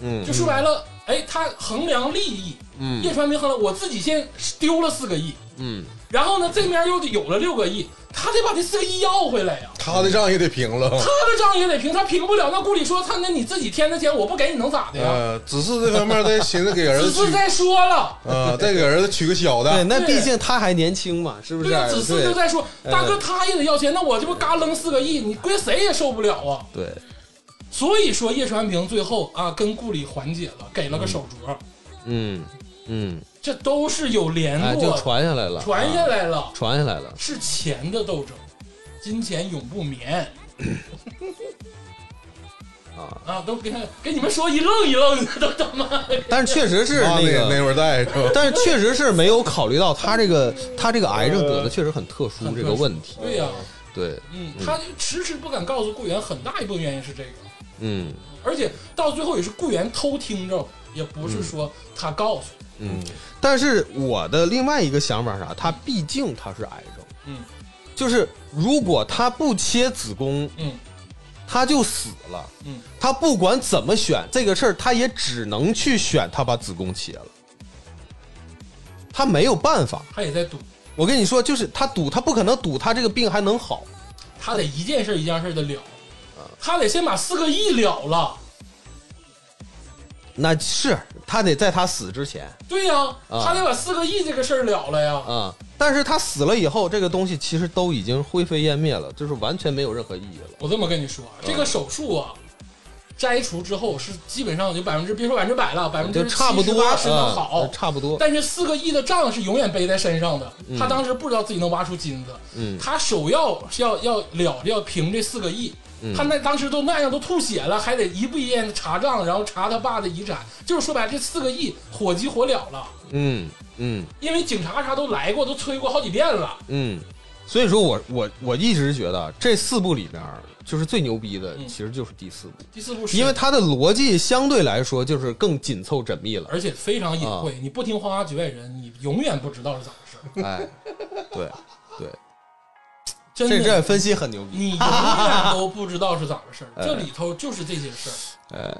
[SPEAKER 3] 嗯
[SPEAKER 1] 就说白了，哎，他衡量利益，
[SPEAKER 3] 嗯
[SPEAKER 1] 叶传平衡量我自己先丢了四个亿，
[SPEAKER 3] 嗯，
[SPEAKER 1] 然后呢这面又有了六个亿，他得把这四个亿要回来呀、
[SPEAKER 2] 他的账也得平
[SPEAKER 3] 哦
[SPEAKER 2] 了。
[SPEAKER 1] 他的账也得平，他平不了。那顾里说他那你自己添的钱我不给你能咋的呀？
[SPEAKER 2] 呃，只是这方面在寻思给儿
[SPEAKER 1] 子
[SPEAKER 2] 子
[SPEAKER 1] 嗣
[SPEAKER 2] 娶
[SPEAKER 1] 再说了，
[SPEAKER 2] 啊，再给儿子娶个小
[SPEAKER 3] 对，
[SPEAKER 2] 的，
[SPEAKER 3] 那
[SPEAKER 1] 对
[SPEAKER 3] 毕竟他还年轻嘛，是不是
[SPEAKER 1] 对呀，？
[SPEAKER 3] 啊
[SPEAKER 1] 子嗣就
[SPEAKER 3] 对呃
[SPEAKER 1] 再说，大哥他也得要钱，那我这不嘎楞四个亿，你归谁也受不了啊。
[SPEAKER 3] 对，
[SPEAKER 1] 所以说叶传平最后啊跟顾里缓解了，给了个手镯，
[SPEAKER 3] 嗯嗯，
[SPEAKER 1] 这都是有连
[SPEAKER 3] 哎，就
[SPEAKER 1] 络的，
[SPEAKER 3] 传下来了，
[SPEAKER 1] 传下
[SPEAKER 3] 啊
[SPEAKER 1] 来了，
[SPEAKER 3] 传下来了，
[SPEAKER 1] 是钱的斗争，金钱永不眠。
[SPEAKER 3] 啊
[SPEAKER 1] 啊，都给给你们说一愣一愣的，嗯都他妈的
[SPEAKER 3] 但是确实是那
[SPEAKER 2] 妈那
[SPEAKER 3] 个。
[SPEAKER 2] 那会儿带是吧？
[SPEAKER 3] 但是确实是没有考虑到他这个他这个癌症得的确实很特殊
[SPEAKER 1] 呃很特
[SPEAKER 3] 这
[SPEAKER 1] 殊
[SPEAKER 3] 个问题，
[SPEAKER 1] 对呀、
[SPEAKER 3] 对，
[SPEAKER 1] 嗯，他就迟迟不敢告诉顾源，很大一部分原因是这个，
[SPEAKER 3] 嗯
[SPEAKER 1] 而且到最后也是顾源偷听着，也不是说他告诉，
[SPEAKER 3] 嗯。但是我的另外一个想法是啥？他毕竟他是癌症，
[SPEAKER 1] 嗯
[SPEAKER 3] 就是如果他不切子宫，
[SPEAKER 1] 嗯
[SPEAKER 3] 他就死了。
[SPEAKER 1] 嗯，
[SPEAKER 3] 他不管怎么选这个事儿，他也只能去选他把子宫切了，他没有办法。
[SPEAKER 1] 他也在赌，
[SPEAKER 3] 我跟你说，就是他赌，他不可能赌他这个病还能好。
[SPEAKER 1] 他得一件事一件事的了，
[SPEAKER 3] 啊
[SPEAKER 1] 他得先把四个亿了了。
[SPEAKER 3] 那是他得在他死之前
[SPEAKER 1] 对呀、
[SPEAKER 3] 啊
[SPEAKER 1] 他得把四个亿这个事儿了了呀。
[SPEAKER 3] 啊、但是他死了以后，这个东西其实都已经灰飞烟灭了，就是完全没有任何意义了。
[SPEAKER 1] 我这么跟你说啊，这个手术啊，摘除之后是基本上就百分之别说百分之百了，百分
[SPEAKER 3] 啊就
[SPEAKER 1] 之
[SPEAKER 3] 差不多
[SPEAKER 1] 八十能好、
[SPEAKER 3] 嗯差不多。
[SPEAKER 1] 但是四个亿的账是永远背在身上的。他当时不知道自己能挖出金子，
[SPEAKER 3] 嗯
[SPEAKER 1] 他首要是要要了要平这四个亿。
[SPEAKER 3] 嗯
[SPEAKER 1] 他那当时都那样都吐血了，还得一步一遍的查账，然后查他爸的遗产。就是说白了，这四个亿火急火燎了，
[SPEAKER 3] 嗯嗯
[SPEAKER 1] 因为警察啥都来过，都催过好几遍了。
[SPEAKER 3] 嗯，所以说我我我一直觉得啊这四部里面就是最牛逼的，
[SPEAKER 1] 嗯
[SPEAKER 3] 其实就是第四部，
[SPEAKER 1] 第四部是
[SPEAKER 3] 因为它的逻辑相对来说就是更紧凑缜密 了。
[SPEAKER 1] 而且非常隐
[SPEAKER 3] 啊
[SPEAKER 1] 晦，你不听《花花局外人》，你永远不知道是咋回事儿。
[SPEAKER 3] 哎，对对，
[SPEAKER 1] 真
[SPEAKER 3] 这
[SPEAKER 1] 的，
[SPEAKER 3] 这分析很牛逼。
[SPEAKER 1] 你永远都不知道是咋回事儿。
[SPEAKER 3] 哎
[SPEAKER 1] 这里头就是这些事儿，
[SPEAKER 3] 哎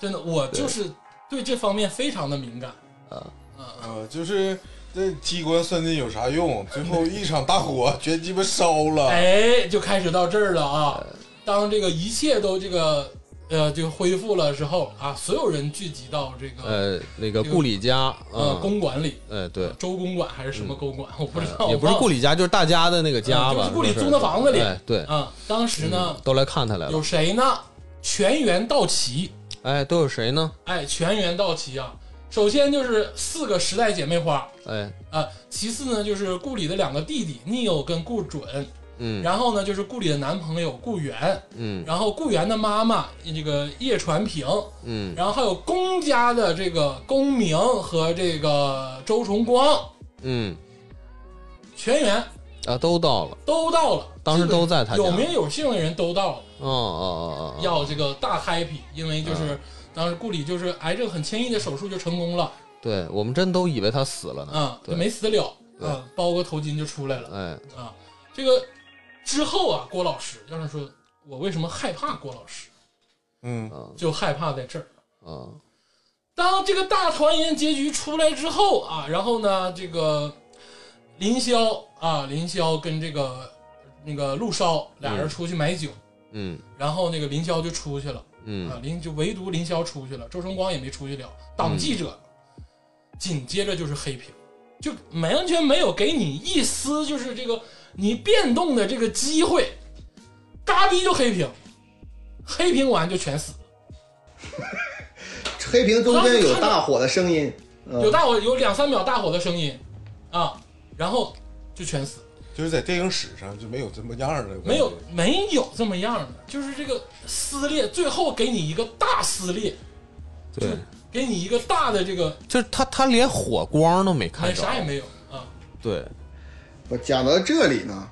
[SPEAKER 1] 真的，我就是对这方面非常的敏感。
[SPEAKER 3] 啊，
[SPEAKER 2] 啊，就是这机关算尽有啥用？最后一场大火全鸡巴烧了。
[SPEAKER 1] 哎，就开始到这儿了啊！
[SPEAKER 3] 哎
[SPEAKER 1] 当这个一切都这个呃就恢复了之后啊，所有人聚集到这个
[SPEAKER 3] 呃，那个顾里家
[SPEAKER 1] 呃
[SPEAKER 3] 啊，
[SPEAKER 1] 公馆里，
[SPEAKER 3] 呃对。嗯哎
[SPEAKER 1] 周公馆还是什么公馆，我不知道，
[SPEAKER 3] 也不是顾
[SPEAKER 1] 里
[SPEAKER 3] 里家，就是大家的那个家
[SPEAKER 1] 嗯就
[SPEAKER 3] 吧，
[SPEAKER 1] 是顾里
[SPEAKER 3] 说
[SPEAKER 1] 租的房子里嗯
[SPEAKER 3] 哎对，嗯
[SPEAKER 1] 啊。当时呢，
[SPEAKER 3] 都来看他来了
[SPEAKER 1] 有谁呢？全员到齐，
[SPEAKER 3] 哎，都有谁呢？
[SPEAKER 1] 哎，全员到齐啊！首先就是四个时代姐妹花啊、
[SPEAKER 3] 哎，
[SPEAKER 1] 其次呢就是顾里的两个弟弟 Neo 跟顾准，
[SPEAKER 3] 嗯
[SPEAKER 1] 然后呢就是顾里的男朋友顾源，
[SPEAKER 3] 嗯
[SPEAKER 1] 然后顾源的妈妈这个叶传平，
[SPEAKER 3] 嗯，
[SPEAKER 1] 然后还有龚家的这个龚明和这个周崇光，
[SPEAKER 3] 嗯
[SPEAKER 1] 全员
[SPEAKER 3] 啊，都到了。
[SPEAKER 1] 都到了，
[SPEAKER 3] 当时都在
[SPEAKER 1] 基
[SPEAKER 3] 他
[SPEAKER 1] 本
[SPEAKER 3] 家
[SPEAKER 1] 有名有姓的人都到了，
[SPEAKER 3] 哦哦哦哦，
[SPEAKER 1] 要这个大 happy，因为就是
[SPEAKER 3] 啊
[SPEAKER 1] 当时顾里就是癌症很轻易的手术就成功了，
[SPEAKER 3] 对我们真都以为他死了呢。
[SPEAKER 1] 啊，
[SPEAKER 3] 对
[SPEAKER 1] 没死了，
[SPEAKER 3] 对
[SPEAKER 1] 啊，包个头巾就出来了
[SPEAKER 3] 哎，
[SPEAKER 1] 啊。这个之后啊，郭老师要是说我为什么害怕郭老师，
[SPEAKER 2] 嗯，
[SPEAKER 3] 啊
[SPEAKER 1] 就害怕在这儿。
[SPEAKER 3] 啊
[SPEAKER 1] 当这个大团圆结局出来之后啊，然后呢，这个林霄啊，林霄跟这个那个陆烧俩人出去买酒，
[SPEAKER 3] 嗯
[SPEAKER 1] 然后那个林霄就出去了。
[SPEAKER 3] 嗯
[SPEAKER 1] 啊，林就唯独林霄出去了，周崇光也没出去了，挡记者。紧接着就是黑屏，就没完全没有给你一丝就是这个你变动的这个机会，嘎逼就黑屏，黑屏完就全死，
[SPEAKER 4] 黑屏中间有大火的声音，嗯
[SPEAKER 1] 有大火有两三秒大火的声音，啊，然后就全死，
[SPEAKER 2] 就是在电影史上就没有这么样儿的，
[SPEAKER 1] 没有没有这么样的，就是这个撕裂，最后给你一个大撕裂，
[SPEAKER 3] 对，
[SPEAKER 1] 给你一个大的这个，
[SPEAKER 3] 就是他他连火光都没看
[SPEAKER 1] 哎，
[SPEAKER 3] 着，
[SPEAKER 1] 啥也没有啊，
[SPEAKER 3] 对，
[SPEAKER 4] 我讲到这里呢，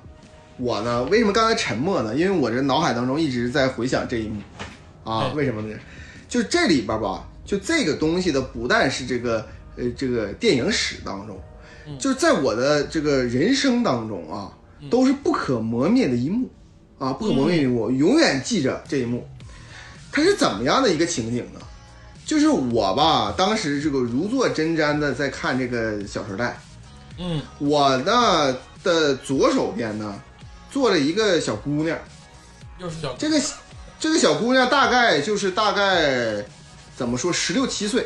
[SPEAKER 4] 我呢为什么刚才沉默呢？因为我这脑海当中一直在回想这一幕，啊
[SPEAKER 1] 哎，
[SPEAKER 4] 为什么呢？就这里边吧，就这个东西的不但是这个呃这个电影史当中，就是在我的这个人生当中啊，都是不可磨灭的一幕，啊，不可磨灭的一幕，我永远记着这一幕。它是怎么样的一个情景呢？就是我吧，当时这个如坐针毡的在看这个《小时代》，
[SPEAKER 1] 嗯
[SPEAKER 4] 我呢的左手边呢坐着一个小姑娘，
[SPEAKER 1] 又是小
[SPEAKER 4] 这个这个小姑娘大概就是大概怎么说十六七岁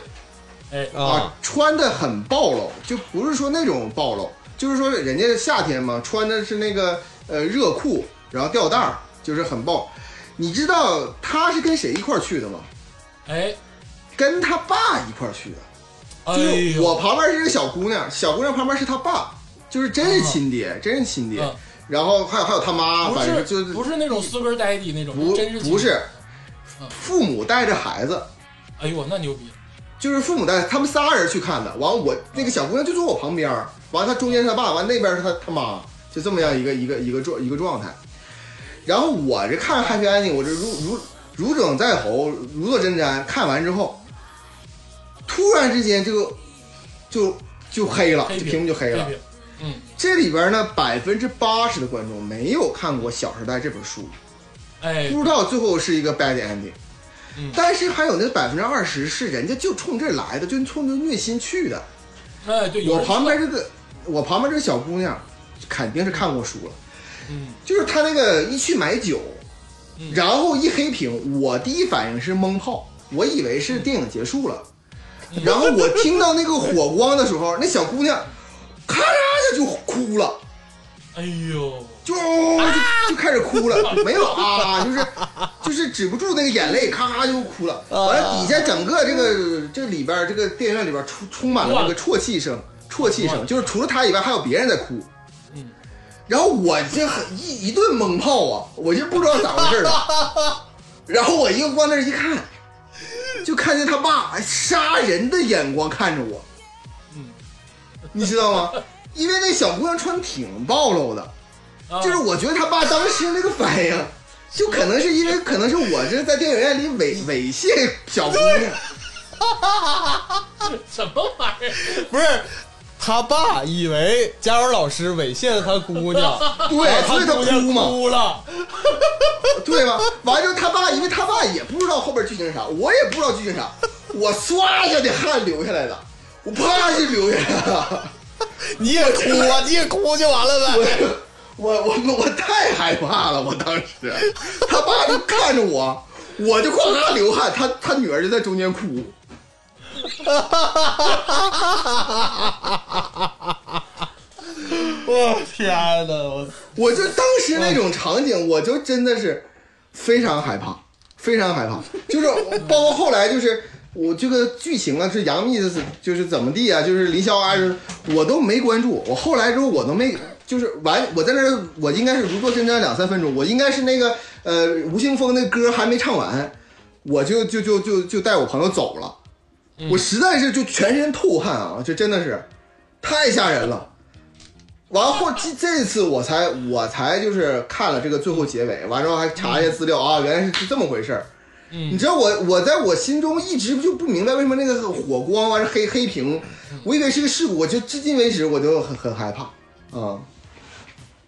[SPEAKER 1] 哎
[SPEAKER 4] 啊，穿的很暴露，就不是说那种暴露，就是说人家夏天嘛，穿的是那个呃热裤，然后吊带儿，就是很暴。你知道她是跟谁一块儿去的吗？
[SPEAKER 1] 哎。
[SPEAKER 4] 跟她爸一块儿去的。
[SPEAKER 1] 哎
[SPEAKER 4] 就是
[SPEAKER 1] 呦
[SPEAKER 4] 我旁边是一个小姑娘，小姑娘旁边是她爸，就是真是亲爹，真是亲爹。
[SPEAKER 1] 嗯
[SPEAKER 4] 然后还有还有他妈，
[SPEAKER 1] 不
[SPEAKER 4] 反正
[SPEAKER 1] 是
[SPEAKER 4] 就是
[SPEAKER 1] 不是那种 sugar daddy 那种，
[SPEAKER 4] 不
[SPEAKER 1] 真是
[SPEAKER 4] 不
[SPEAKER 1] 亲
[SPEAKER 4] 是
[SPEAKER 1] 嗯，
[SPEAKER 4] 父母带着孩子，
[SPEAKER 1] 哎呦，那牛逼！
[SPEAKER 4] 啊就是父母带他们仨人去看的。完我那个小姑娘就坐我旁边儿，完她中间是她爸，完那边是她她妈，就这么样一个一个一个状一个状态。然后我这看 Happy Ending，我这如如如鲠在喉，如坐针毡。看完之后，突然之间这个就就黑了，
[SPEAKER 1] 黑
[SPEAKER 4] 这
[SPEAKER 1] 屏
[SPEAKER 4] 屏幕就黑了
[SPEAKER 1] 这。个嗯，
[SPEAKER 4] 这里边呢，百分之八十的观众没有看过《小时代》这本书，
[SPEAKER 1] 哎，
[SPEAKER 4] 不知道最后是一个 bad ending
[SPEAKER 1] 嗯。
[SPEAKER 4] 但是还有那百分之二十是人家就冲这来的，就冲着虐心去的。
[SPEAKER 1] 哎，对，有
[SPEAKER 4] 我
[SPEAKER 1] 人
[SPEAKER 4] 旁边这个，我旁边这个小姑娘，肯定是看过书了。
[SPEAKER 1] 嗯，
[SPEAKER 4] 就是她那个一去买酒
[SPEAKER 1] 嗯，
[SPEAKER 4] 然后一黑屏，我第一反应是懵炮，我以为是电影结束了。
[SPEAKER 1] 嗯
[SPEAKER 4] 然后我听到那个火光的时候，那小姑娘咔嚓一下就哭了。
[SPEAKER 1] 哎呦，
[SPEAKER 4] 就就就开始哭了，没有啊，就是就是止不住那个眼泪，咔咔就哭了。完了，底下整个这个这里边儿这个电影院里边儿充充满了那个啜泣声，啜泣声，就是除了他以外还有别人在哭。
[SPEAKER 1] 嗯，
[SPEAKER 4] 然后我这很一一顿猛炮啊，我就不知道咋回事了。然后我又往那儿一看，就看见他爸杀人的眼光看着我，
[SPEAKER 1] 嗯，
[SPEAKER 4] 你知道吗？因为那小姑娘穿挺暴露的。
[SPEAKER 1] 啊
[SPEAKER 4] 就是我觉得他爸当时那个反应，就可能是因为可能是我这在电影院里猥猥亵小姑娘，
[SPEAKER 1] 什么玩意儿？
[SPEAKER 3] 不是。他爸以为佳柔老师猥亵了他 姑娘，
[SPEAKER 4] 对
[SPEAKER 3] 然后
[SPEAKER 4] 所以他
[SPEAKER 3] 姑娘
[SPEAKER 4] 哭嘛
[SPEAKER 3] 哭了，
[SPEAKER 4] 对吧？完之后他爸，因为他爸也不知道后边剧情是啥，我也不知道剧情啥，我唰一下的汗流下来了，我啪就流下来了，
[SPEAKER 3] 你也哭啊，你也哭就完了呗。
[SPEAKER 4] 我我我我太害怕了，我当时他爸就看着我，我就哗哗流汗，他他女儿就在中 间哭。
[SPEAKER 3] 我天哪，我
[SPEAKER 4] 我就当时那种场景，我就真的是非常害怕，非常害怕。就是包括后来就是。我这个剧情啊，是杨幂是就是怎么地啊，就是林霄啊，就是我都没关注。我后来之后我都没，就是完我在那儿，我应该是如坐针毡两三分钟，我应该是那个呃吴青峰那歌还没唱完，我就就就就就带我朋友走了。我实在是就全身透汗啊，这真的是太吓人了。完后这这次我才我才就是看了这个最后结尾，完之后还查一下资料啊，原来是这么回事儿。你知道我我在我心中一直就不明白为什么那个火光完是黑黑屏，我以为是个事故，我就至今为止我就很很害怕啊。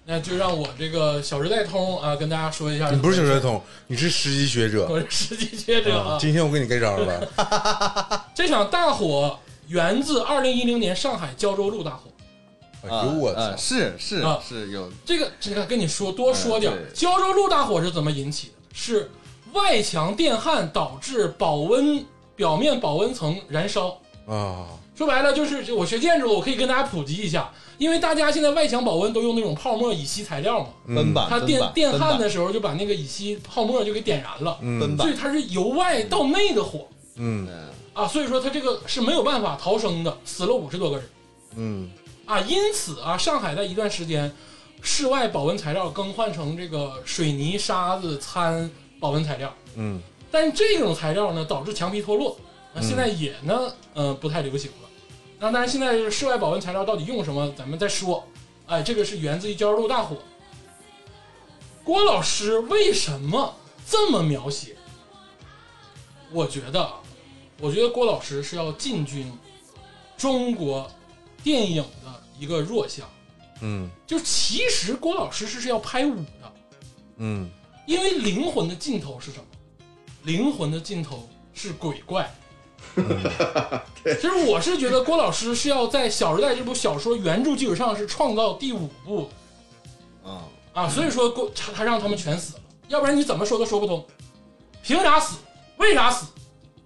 [SPEAKER 1] 那就让我这个小时代通啊跟大家说一下，
[SPEAKER 2] 你不是小学，童，你是十级学者。
[SPEAKER 1] 我是实际学者啊。
[SPEAKER 2] 今天我给你盖章了，
[SPEAKER 1] 这场大火源自二零一零年上海胶州路大火。
[SPEAKER 2] 哎呦我
[SPEAKER 3] 啊
[SPEAKER 2] 操！
[SPEAKER 3] 是是
[SPEAKER 1] 啊
[SPEAKER 3] 是有
[SPEAKER 1] 这个这个跟你说多说点儿
[SPEAKER 3] 嗯，对
[SPEAKER 1] 胶州路大火是怎么引起的？是外墙电焊导致保温表面保温层燃烧。
[SPEAKER 2] 啊，
[SPEAKER 1] 说白了就是，就我学建筑的，我可以跟大家普及一下，因为大家现在外墙保温都用那种泡沫乙烯材料嘛，
[SPEAKER 2] 嗯
[SPEAKER 3] 分版，
[SPEAKER 1] 它电
[SPEAKER 3] 分版
[SPEAKER 1] 电焊，
[SPEAKER 3] 分
[SPEAKER 1] 的时候就把那个乙烯泡沫就给点燃了，
[SPEAKER 2] 嗯
[SPEAKER 3] 分
[SPEAKER 1] 所
[SPEAKER 3] 版
[SPEAKER 1] 以它是由外到内的火
[SPEAKER 2] 嗯
[SPEAKER 3] 嗯
[SPEAKER 1] 啊，所以说它这个是没有办法逃生的，死了五十多个人
[SPEAKER 2] 嗯
[SPEAKER 1] 啊，因此啊，上海在一段时间，室外保温材料更换成这个水泥、沙子、掺保温材料，
[SPEAKER 2] 嗯
[SPEAKER 1] 但这种材料呢，导致墙皮脱落，那现
[SPEAKER 2] 嗯
[SPEAKER 1] 在也呢，呃，不太流行了。那当然，现在室外保温材料到底用什么，咱们再说。哎，这个是源自于胶州大火。郭老师为什么这么描写？我觉得，啊，我觉得郭老师是要进军中国电影的一个弱项。
[SPEAKER 2] 嗯
[SPEAKER 1] 就其实郭老师是是要拍武的，
[SPEAKER 2] 嗯
[SPEAKER 1] 因为灵魂的尽头是什么？灵魂的尽头是鬼怪。其实我是觉得郭老师是要在《小时代》这部小说原著基础上是创造第五部
[SPEAKER 3] 啊，
[SPEAKER 1] 啊，所以说郭他他让他们全死了，要不然你怎么说都说不通。凭啥死？为啥死？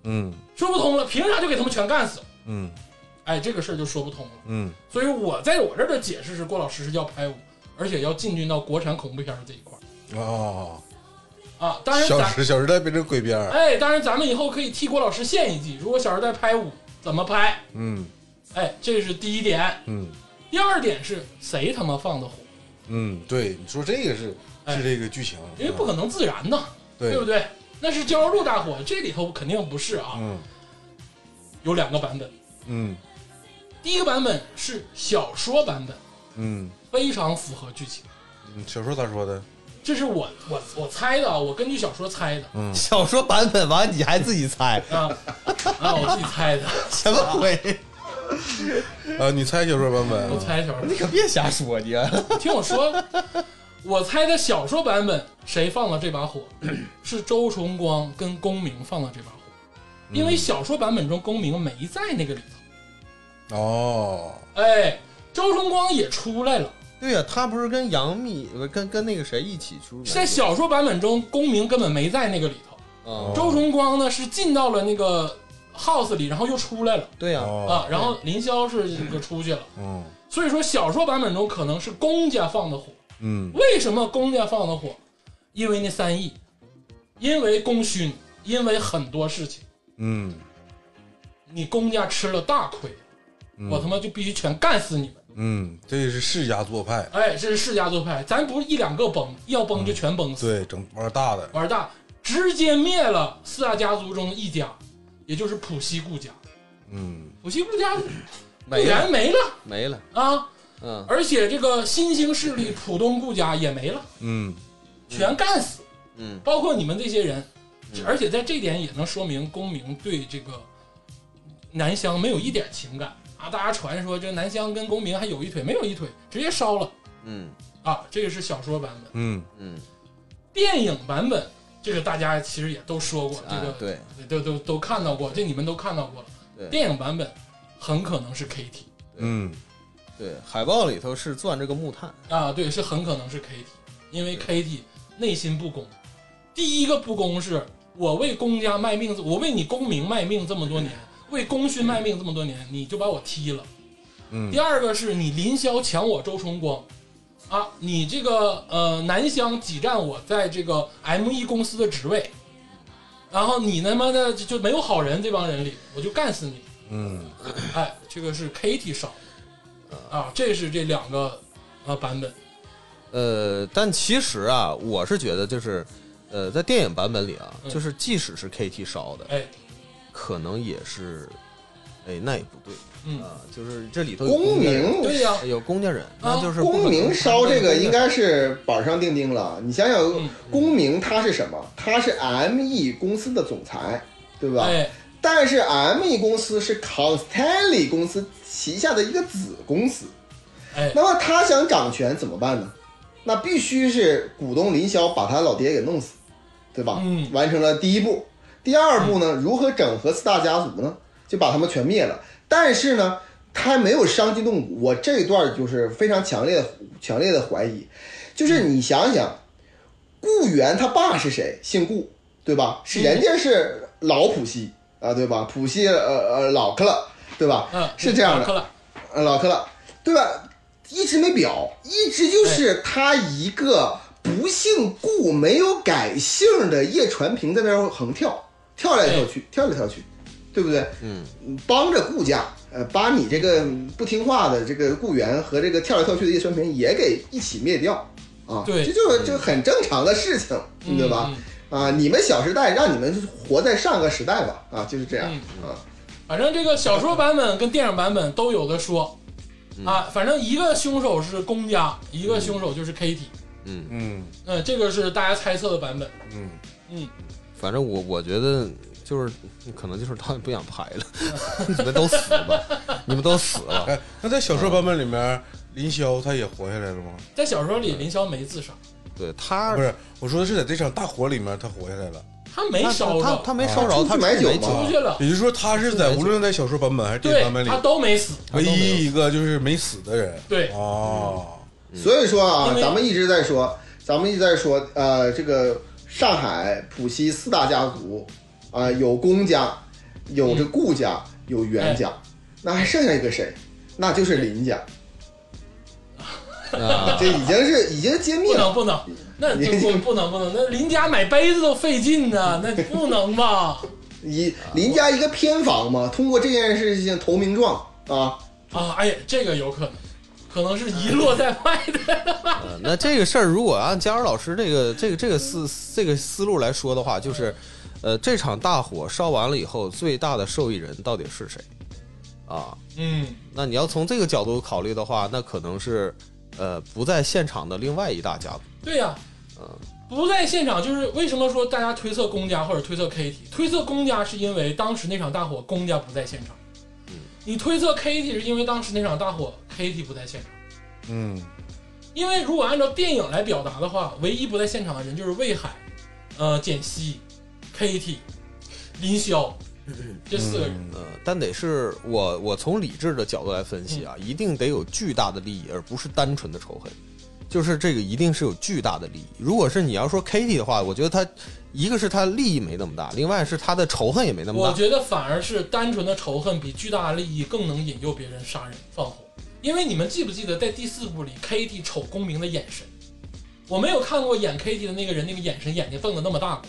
[SPEAKER 2] 嗯
[SPEAKER 1] 说不通了，凭啥就给他们全干死了？
[SPEAKER 2] 嗯
[SPEAKER 1] 哎，这个事儿就说不通了。
[SPEAKER 2] 嗯
[SPEAKER 1] 所以我在我这儿的解释是，郭老师是要拍武，而且要进军到国产恐怖片儿这一块儿
[SPEAKER 2] 啊！
[SPEAKER 1] 啊。当然，咱
[SPEAKER 2] 小时小时代变成鬼片儿，
[SPEAKER 1] 哎，当然咱们以后可以替郭老师献一计，如果《小时代》拍五怎么拍？
[SPEAKER 2] 嗯
[SPEAKER 1] 哎，这是第一点。
[SPEAKER 2] 嗯
[SPEAKER 1] 第二点是谁他妈放的火？
[SPEAKER 2] 嗯，对，你说这个是是这个剧情，
[SPEAKER 1] 因哎为不可能自燃呐，
[SPEAKER 2] 对
[SPEAKER 1] 不对？那是胶州大火，这里头肯定不是啊。
[SPEAKER 2] 嗯
[SPEAKER 1] 有两个版本，
[SPEAKER 2] 嗯
[SPEAKER 1] 第一个版本是小说版本，
[SPEAKER 2] 嗯，
[SPEAKER 1] 非常符合剧情。
[SPEAKER 2] 小说咋说的？
[SPEAKER 1] 这是我我我猜的啊，我根据小说猜的
[SPEAKER 2] 嗯
[SPEAKER 3] 小说版本完你还自己 猜
[SPEAKER 1] 啊啊，我自己猜的，
[SPEAKER 3] 什么鬼？
[SPEAKER 2] 啊，你猜小说版
[SPEAKER 1] 我
[SPEAKER 2] 本？
[SPEAKER 1] 猜小说。
[SPEAKER 3] 你可别瞎说你啊，
[SPEAKER 1] 听我说，我猜的小说版本谁放了这把火？是周崇光跟龚明放了这把火，因为小说版本中龚明没在那个里头。
[SPEAKER 2] 哦，
[SPEAKER 1] 哎，周崇光也出来了，
[SPEAKER 3] 对呀，他不是跟杨幂不是跟跟那个谁一起出
[SPEAKER 1] 在小说版本中龚明根本没在那个里头，
[SPEAKER 3] 啊，
[SPEAKER 1] 周崇光呢是进到了那个 house 里，然后又出来了
[SPEAKER 3] 对呀，
[SPEAKER 2] 哦，
[SPEAKER 1] 啊，然后林霄是这个出去了，
[SPEAKER 2] 嗯
[SPEAKER 1] 所以说小说版本中可能是公家放的火。
[SPEAKER 2] 嗯
[SPEAKER 1] 为什么公家放的火？因为那三亿，因为功勋，因为很多事情，
[SPEAKER 2] 嗯
[SPEAKER 1] 你公家吃了大亏，
[SPEAKER 2] 嗯
[SPEAKER 1] 我他妈就必须全干死你们！
[SPEAKER 2] 嗯，这是世家做派，
[SPEAKER 1] 哎，这是世家做派，咱不是一两个崩，要崩就全崩死，
[SPEAKER 2] 对，整玩大的，
[SPEAKER 1] 玩大，直接灭了四大家族中一家，也就是普希顾家。
[SPEAKER 2] 嗯
[SPEAKER 1] 普希顾家固
[SPEAKER 3] 没了
[SPEAKER 1] 然没了
[SPEAKER 3] 没了，
[SPEAKER 1] 啊，
[SPEAKER 3] 嗯，
[SPEAKER 1] 而且这个新兴势力浦东顾家也没了，
[SPEAKER 2] 嗯
[SPEAKER 1] 全干死。
[SPEAKER 3] 嗯，
[SPEAKER 1] 包括你们这些人，
[SPEAKER 3] 嗯
[SPEAKER 1] 而且在这点也能说明公明对这个南湘没有一点情感啊！大家传说这南湘跟公明还有一腿，没有一腿，直接烧了
[SPEAKER 3] 嗯
[SPEAKER 1] 啊！这个是小说版本，
[SPEAKER 2] 嗯
[SPEAKER 3] 嗯，
[SPEAKER 1] 电影版本这个大家其实也都说过，这
[SPEAKER 3] 啊
[SPEAKER 1] 个、
[SPEAKER 3] 对，
[SPEAKER 1] 都都都看到过，这你们都看到过了。
[SPEAKER 3] 对
[SPEAKER 1] 电影版本很可能是 KT
[SPEAKER 2] 嗯
[SPEAKER 3] 对，海报里头是钻这个木炭，
[SPEAKER 1] 啊，对，是很可能是 KT，因为 KT 内心不公。第一个不公是我为公家卖命，我为你公民卖命这么多年，为功勋卖命这么多年，你就把我踢了。
[SPEAKER 2] 嗯
[SPEAKER 1] 第二个是你林霄抢我周崇光，啊，你这个呃南湘挤占我在这个 M E 公司的职位，然后你他妈的就就没有好人这帮人里，我就干死你。
[SPEAKER 2] 嗯，
[SPEAKER 1] 哎，这个是 Kitty 少啊，这是这两个呃版本。
[SPEAKER 3] 呃，但其实啊，我是觉得就是，呃，在电影版本里啊，
[SPEAKER 1] 嗯
[SPEAKER 3] 就是即使是 KT 烧的，
[SPEAKER 1] 哎，
[SPEAKER 3] 可能也是，哎，那也不对
[SPEAKER 1] 嗯，
[SPEAKER 3] 啊、就是这里头有
[SPEAKER 4] 公
[SPEAKER 3] 家人哎
[SPEAKER 4] 明
[SPEAKER 1] 对 呀、
[SPEAKER 3] 有公家人，那就是不可能
[SPEAKER 4] 公明烧这个应
[SPEAKER 3] 公家人
[SPEAKER 4] 该是板上钉钉了。你想想
[SPEAKER 1] 嗯，
[SPEAKER 4] 公明他是什么？他是 ME 公司的总裁，对吧？
[SPEAKER 1] 哎，
[SPEAKER 4] 但是 ME 公司是 Constelli 公司旗下的一个子公司，
[SPEAKER 1] 哎，
[SPEAKER 4] 那么他想掌权怎么办呢？那必须是股东林霄把他老爹给弄死，对吧？
[SPEAKER 1] 嗯
[SPEAKER 4] 完成了第一步。第二步呢，如何整合四大家族呢？就把他们全灭了。但是呢，他还没有伤筋动骨。我这一段就是非常强烈的、强烈的怀疑，就是你想想，顾源他爸是谁？姓顾，对吧？是人家是老普希啊，对吧？普希呃呃老克了，对吧？
[SPEAKER 1] 嗯，
[SPEAKER 4] 是这样的
[SPEAKER 1] 好。克了，
[SPEAKER 4] 呃，老克了，对吧？一直没表，一直
[SPEAKER 1] 哎
[SPEAKER 4] 就是他一个不姓顾、没有改姓的叶传平在那儿横跳，跳来跳
[SPEAKER 1] 哎
[SPEAKER 4] 去，跳来跳去，对不对？嗯，帮着顾家，呃，把你这个不听话的这个顾源和这个跳来跳去的叶传平也给一起灭掉啊。
[SPEAKER 1] 对
[SPEAKER 4] 这就就很正常的事情，
[SPEAKER 1] 嗯
[SPEAKER 4] 对吧？
[SPEAKER 1] 嗯
[SPEAKER 4] 啊，你们小时代让你们活在上个时代吧，啊，就是这
[SPEAKER 1] 嗯
[SPEAKER 4] 样、啊。
[SPEAKER 1] 反正这个小说版本跟电影版本都有的说
[SPEAKER 2] 嗯
[SPEAKER 1] 啊，反正一个凶手是公家，一个凶手就是 Kitty。
[SPEAKER 3] 嗯，
[SPEAKER 2] 嗯
[SPEAKER 1] 嗯，这个是大家猜测的版本。
[SPEAKER 2] 嗯，
[SPEAKER 1] 嗯，
[SPEAKER 3] 反正我我觉得就是可能就是导演不想拍了，你们都死吧，你们都死了，
[SPEAKER 2] 哎，那在小说版本里面，林霄他也活下来了吗？
[SPEAKER 1] 在小说里，林霄没自杀，
[SPEAKER 3] 对他
[SPEAKER 2] 不。是，我说的是在这场大火里面他活下来了，
[SPEAKER 1] 他没
[SPEAKER 3] 他
[SPEAKER 1] 烧
[SPEAKER 3] 他
[SPEAKER 1] 着，
[SPEAKER 3] 他没烧
[SPEAKER 4] 啊
[SPEAKER 3] 着，他
[SPEAKER 4] 出去买
[SPEAKER 3] 是没
[SPEAKER 4] 酒
[SPEAKER 3] 救
[SPEAKER 4] 吗
[SPEAKER 1] 出去了，
[SPEAKER 2] 也就是说他是在无论在小说版本还是电影版本
[SPEAKER 1] 对
[SPEAKER 2] 里
[SPEAKER 1] 他，都没死。
[SPEAKER 2] 唯一一个就是没死的人。
[SPEAKER 1] 对
[SPEAKER 2] 哦，
[SPEAKER 4] 所以说啊
[SPEAKER 1] 嗯因，为
[SPEAKER 4] 咱们一直在说，咱们一直在说，呃，这个上海浦西四大家族啊、有公家，有这顾家，
[SPEAKER 1] 嗯
[SPEAKER 4] 有袁家，
[SPEAKER 1] 哎
[SPEAKER 4] 那还剩下一个谁？那就是林家，
[SPEAKER 3] 啊！
[SPEAKER 4] 这已经是已经揭秘
[SPEAKER 1] 不
[SPEAKER 4] 了。
[SPEAKER 1] 能不能， 那就不不能不能，那林家买杯子都费劲呢，那不能吧？
[SPEAKER 4] 以林家一个偏房嘛，通过这件事情投名状啊，
[SPEAKER 1] 啊，哎，这个有可能，可能是遗落在外的。
[SPEAKER 3] 呃那这个事儿，如果按佳儿老师这个这个这个思这个思路来说的话，就是，呃，这场大火烧完了以后，最大的受益人到底是谁？啊，
[SPEAKER 1] 嗯，
[SPEAKER 3] 那你要从这个角度考虑的话，那可能是，呃，不在现场的另外一大家族。
[SPEAKER 1] 对呀、不在现场就是为什么说大家推测公家或者推测 Kitty？推测公家是因为当时那场大火公家不在现场，你推测 Kitty 是因为当时那场大火 Kitty 不在现场。
[SPEAKER 2] 嗯
[SPEAKER 1] 因为如果按照电影来表达的话，唯一不在现场的人就是魏海、呃简溪、Kitty、林霄这四个人。
[SPEAKER 3] 呃，但得是我我从理智的角度来分析啊，
[SPEAKER 2] 嗯
[SPEAKER 3] 一定得有巨大的利益，而不是单纯的仇恨。就是这个一定是有巨大的利益。如果是你要说 Kitty 的话，我觉得他一个是他利益没那么大，另外是他的仇恨也没那么
[SPEAKER 1] 我
[SPEAKER 3] 大。
[SPEAKER 1] 觉得反而是单纯的仇恨比巨大的利益更能引诱别人杀人放火。因为你们记不记得在第四部里，Kitty 瞅公明的眼神？我没有看过演 Kitty 的那个人那个眼神，眼睛瞪得那么大过。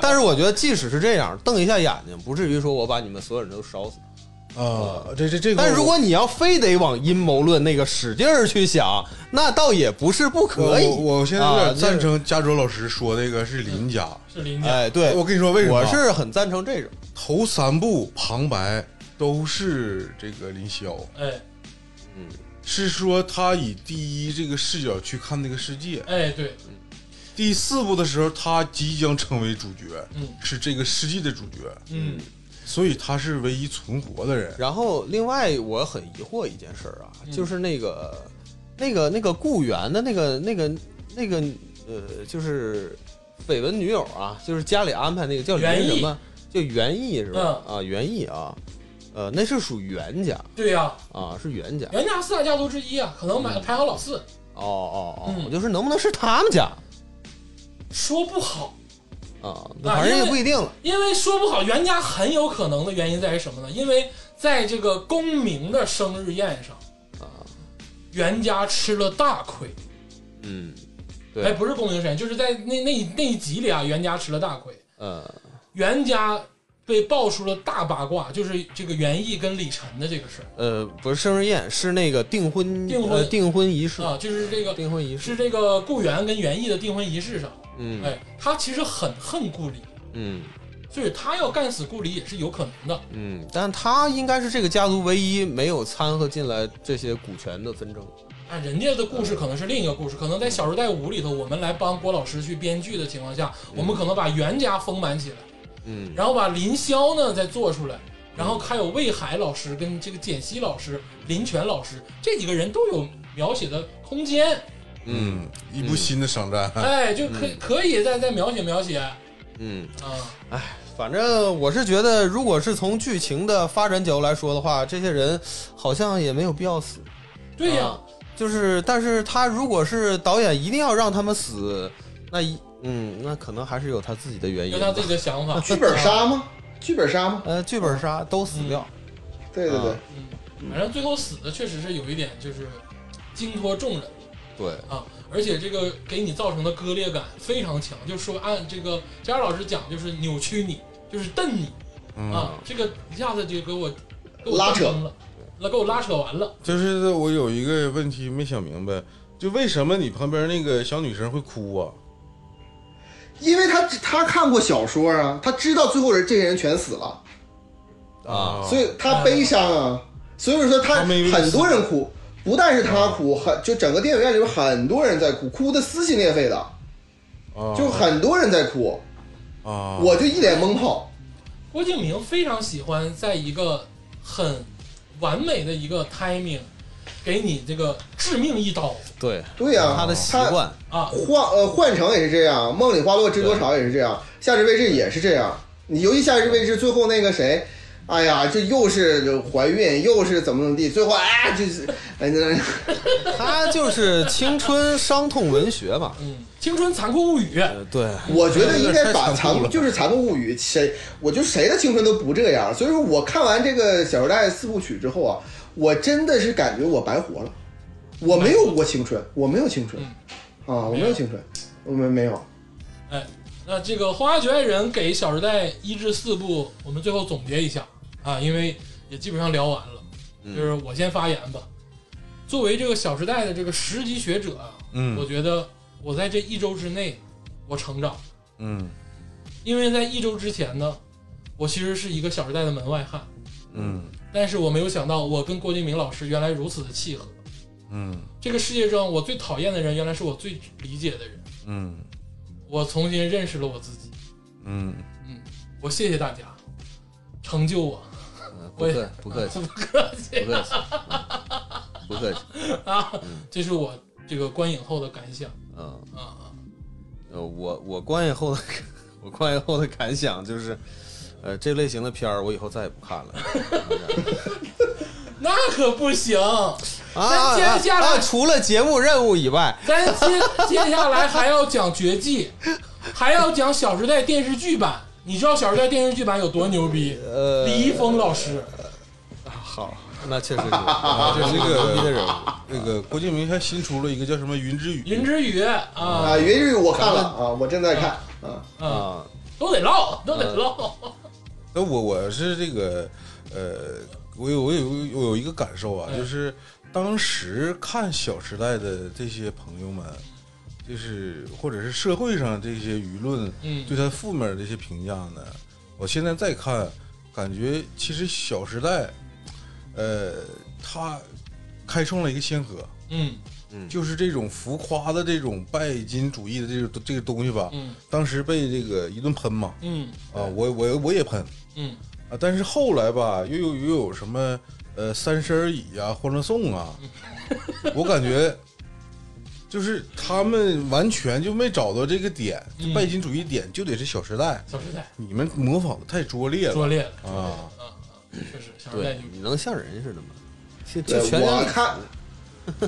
[SPEAKER 3] 但是我觉得，即使是这样，瞪一下眼睛，不至于说我把你们所有人都烧死。
[SPEAKER 2] 啊，这这这个我，
[SPEAKER 3] 但如果你要非得往阴谋论那个使劲儿去想，那倒也不是不可以。
[SPEAKER 2] 我我我现在有
[SPEAKER 3] 啊
[SPEAKER 2] 点赞。成加州老师说这个是林家，
[SPEAKER 1] 是林
[SPEAKER 3] 就是
[SPEAKER 1] 家，
[SPEAKER 3] 哎，对，
[SPEAKER 2] 我跟你说为什么
[SPEAKER 3] 我是很赞成这种。
[SPEAKER 2] 头三部旁白都是这个林霄，
[SPEAKER 1] 哎
[SPEAKER 2] 是说他以第一这个视角去看这个世界。
[SPEAKER 1] 哎，对，
[SPEAKER 2] 第四部的时候，他即将成为主角，
[SPEAKER 1] 嗯
[SPEAKER 2] 是这个世界的主角，
[SPEAKER 1] 嗯
[SPEAKER 2] 所以他是唯一存活的人。
[SPEAKER 3] 然后，另外我很疑惑一件事儿啊，
[SPEAKER 1] 嗯
[SPEAKER 3] 就是那个、那个、那个雇员的那个、那个、那个呃，就是绯闻女友啊，就是家里安排那个叫
[SPEAKER 1] 袁
[SPEAKER 3] 林什
[SPEAKER 1] 艺
[SPEAKER 3] 么，叫袁艺是吧？
[SPEAKER 1] 嗯
[SPEAKER 3] 啊，袁艺啊，呃，那是属袁家
[SPEAKER 1] 对呀、
[SPEAKER 3] 啊，是袁家。
[SPEAKER 1] 袁家四大家族之一啊，可能买排行老四，
[SPEAKER 3] 哦哦哦，
[SPEAKER 1] 嗯
[SPEAKER 3] 我就是能不能是他们家
[SPEAKER 1] 说不好。
[SPEAKER 3] 啊？
[SPEAKER 1] 啊
[SPEAKER 3] 反正
[SPEAKER 1] 因
[SPEAKER 3] 也
[SPEAKER 1] 为
[SPEAKER 3] 不一定了。
[SPEAKER 1] 因为说不好，袁家很有可能的原因在于什么呢？因为在这个公明的生日宴上，
[SPEAKER 3] 啊，
[SPEAKER 1] 袁家吃了大亏，
[SPEAKER 3] 嗯，对
[SPEAKER 1] 哎，不是宫廷神，就是在那那一那一集里啊，袁家吃了大亏，
[SPEAKER 3] 嗯，
[SPEAKER 1] 袁家被爆出了大八卦，就是这个袁艺跟李晨的这个事儿
[SPEAKER 3] 呃，不是生日宴，是那个订婚
[SPEAKER 1] 订婚
[SPEAKER 3] 呃订婚仪式，
[SPEAKER 1] 啊，就是这个
[SPEAKER 3] 订婚仪式，
[SPEAKER 1] 是这个顾源跟袁艺的订婚仪式上，
[SPEAKER 3] 嗯
[SPEAKER 1] 哎，他其实很恨顾里，
[SPEAKER 3] 嗯
[SPEAKER 1] 所以他要干死顾里也是有可能的。
[SPEAKER 3] 嗯，但他应该是这个家族唯一没有掺和进来这些股权的纷争。
[SPEAKER 1] 啊，人家的故事可能是另一个故事，可能在《小时代五》里头，我们来帮郭老师去编剧的情况下，我们可能把袁家丰满起来，
[SPEAKER 3] 嗯
[SPEAKER 1] 然后把林霄呢再做出来，然后还有魏海老师跟这个简溪老师、林泉老师这几个人都有描写的空间，
[SPEAKER 3] 嗯
[SPEAKER 2] 嗯，一部新的商战，
[SPEAKER 1] 哎，就可可以再再描写描写啊。
[SPEAKER 3] 嗯，反正我是觉得，如果是从剧情的发展角度来说的话，这些人好像也没有必要死。
[SPEAKER 1] 对呀、
[SPEAKER 3] 啊就是，但是他如果是导演一定要让他们死，那一嗯，那可能还是有他自己的原因
[SPEAKER 1] 有
[SPEAKER 3] 吧。
[SPEAKER 1] 他自己的想法。
[SPEAKER 4] 剧本杀吗？剧本杀吗？
[SPEAKER 3] 呃，剧本杀都死掉。
[SPEAKER 4] 对对对
[SPEAKER 3] 啊，
[SPEAKER 1] 嗯，反正最后死的确实是有一点就是惊脱众人。
[SPEAKER 3] 对，
[SPEAKER 1] 啊，而且这个给你造成的割裂感非常强，就是说按这个佳佳老师讲，就是扭曲你，就是瞪你
[SPEAKER 2] 嗯，
[SPEAKER 1] 啊，这个一下子就给我给我
[SPEAKER 4] 拉
[SPEAKER 1] 瞪
[SPEAKER 4] 扯
[SPEAKER 1] 懵了，那给我拉扯完了，
[SPEAKER 2] 就是我有一个问题没想明白，就为什么你旁边那个小女生会哭啊？
[SPEAKER 4] 因为他他看过小说啊，他知道最后人这些人全死了，
[SPEAKER 3] 啊
[SPEAKER 4] 所以他悲伤啊。所以说他
[SPEAKER 2] 他们以为
[SPEAKER 4] 很多人哭，不但是他哭，很就整个电影院里边很多人在哭，哭的撕心裂肺的，
[SPEAKER 2] 啊
[SPEAKER 4] 就很多人在哭，
[SPEAKER 2] 啊，
[SPEAKER 4] 我就一脸懵泡。
[SPEAKER 1] 郭敬明非常喜欢在一个很完美的一个 timing，给你这个致命一刀
[SPEAKER 3] 对，
[SPEAKER 4] 对呀、
[SPEAKER 3] 他的习惯，
[SPEAKER 1] 啊，
[SPEAKER 4] 幻呃幻城也是这样，梦里花落知多少也是这样，夏至未至也是这样。你尤其夏至未至最后那个谁，哎呀，这又是怀孕，又是怎么怎么地，最后哎就是哎那
[SPEAKER 3] 他就是青春伤痛文学嘛。
[SPEAKER 1] 嗯，《青春残酷物语》
[SPEAKER 3] 呃，对，
[SPEAKER 4] 我觉得应该把
[SPEAKER 2] 太残酷了
[SPEAKER 4] 残就是残酷物语，谁我就谁的青春都不这样。所以说我看完这个《小时代》四部曲之后啊，我真的是感觉我白活了，我没有过青春，我没有青春，
[SPEAKER 3] 嗯
[SPEAKER 4] 啊，我没有青春，我没没有。
[SPEAKER 1] 哎，那这个《花局爱人》给《小时代》一至四部，我们最后总结一下啊，因为也基本上聊完了，就是我先发言吧。作为这个《小时代》的这个十级学者啊，
[SPEAKER 2] 嗯
[SPEAKER 1] 我觉得我在这一周之内我成长，
[SPEAKER 2] 嗯
[SPEAKER 1] 因为在一周之前呢，我其实是一个《小时代》的门外汉，
[SPEAKER 2] 嗯
[SPEAKER 1] 但是我没有想到我跟郭敬明老师原来如此的契合。
[SPEAKER 2] 嗯
[SPEAKER 1] 这个世界上我最讨厌的人，原来是我最理解的人。
[SPEAKER 2] 嗯
[SPEAKER 1] 我重新认识了我自己，
[SPEAKER 2] 嗯，
[SPEAKER 1] 我谢谢大家，成就我。
[SPEAKER 3] 呃不
[SPEAKER 1] 我也
[SPEAKER 3] 客不客气，
[SPEAKER 1] 不客气
[SPEAKER 3] 不客气，嗯不客 气。
[SPEAKER 1] 啊！这是我这个观影后的感想
[SPEAKER 3] 嗯，
[SPEAKER 1] 啊。
[SPEAKER 3] 呃，我我观影后的 我观影后的感想就是，呃，这类型的片儿我以后再也不看 了。
[SPEAKER 1] 那可不行，
[SPEAKER 3] 啊，
[SPEAKER 1] 咱接下来
[SPEAKER 3] 啊啊除了节目任务以外，
[SPEAKER 1] 咱接接下来还要讲绝技， 还要讲《小时代》电视剧版。你知道《小时代》电视剧版有多牛逼？
[SPEAKER 3] 呃
[SPEAKER 1] 李易峰老师，
[SPEAKER 3] 好，那确实是，啊
[SPEAKER 2] 这是一
[SPEAKER 3] 牛逼的
[SPEAKER 2] 个
[SPEAKER 3] 人物。
[SPEAKER 2] 那个郭敬明还新出了一个叫什么《云之羽》，
[SPEAKER 1] 云之羽啊
[SPEAKER 4] 啊，原日我看了啊，我正在看啊。
[SPEAKER 1] 啊，
[SPEAKER 3] 啊，
[SPEAKER 1] 都得唠，都得唠。
[SPEAKER 2] 那我我是这个，呃，我有我有我有一个感受啊，
[SPEAKER 1] 嗯
[SPEAKER 2] 就是当时看《小时代》的这些朋友们，就是或者是社会上这些舆论
[SPEAKER 1] 嗯
[SPEAKER 2] 对他负面的这些评价呢，我现在再看，感觉其实《小时代》，呃，它开创了一个先河，
[SPEAKER 1] 嗯
[SPEAKER 2] 就是这种浮夸的这种拜金主义的这种这个东西吧，
[SPEAKER 1] 嗯
[SPEAKER 2] 当时被这个一顿喷嘛，
[SPEAKER 1] 嗯
[SPEAKER 2] 啊，我我我也喷。
[SPEAKER 1] 嗯
[SPEAKER 2] 啊，但是后来吧，又有又有什么呃《三十而已》啊，《欢乐颂》啊， 我感觉就是他们完全就没找到这个点，
[SPEAKER 1] 嗯
[SPEAKER 2] 拜金主义点就得是《小时代》
[SPEAKER 1] 小时代
[SPEAKER 2] 你们模仿的太拙劣》了
[SPEAKER 1] 拙劣了
[SPEAKER 2] 啊！
[SPEAKER 1] 啊，啊确实《小时代》
[SPEAKER 3] 对
[SPEAKER 1] 牛逼。，
[SPEAKER 3] 你能像人似的吗？就
[SPEAKER 4] 对
[SPEAKER 3] 就，全
[SPEAKER 4] 我
[SPEAKER 3] 员
[SPEAKER 4] 看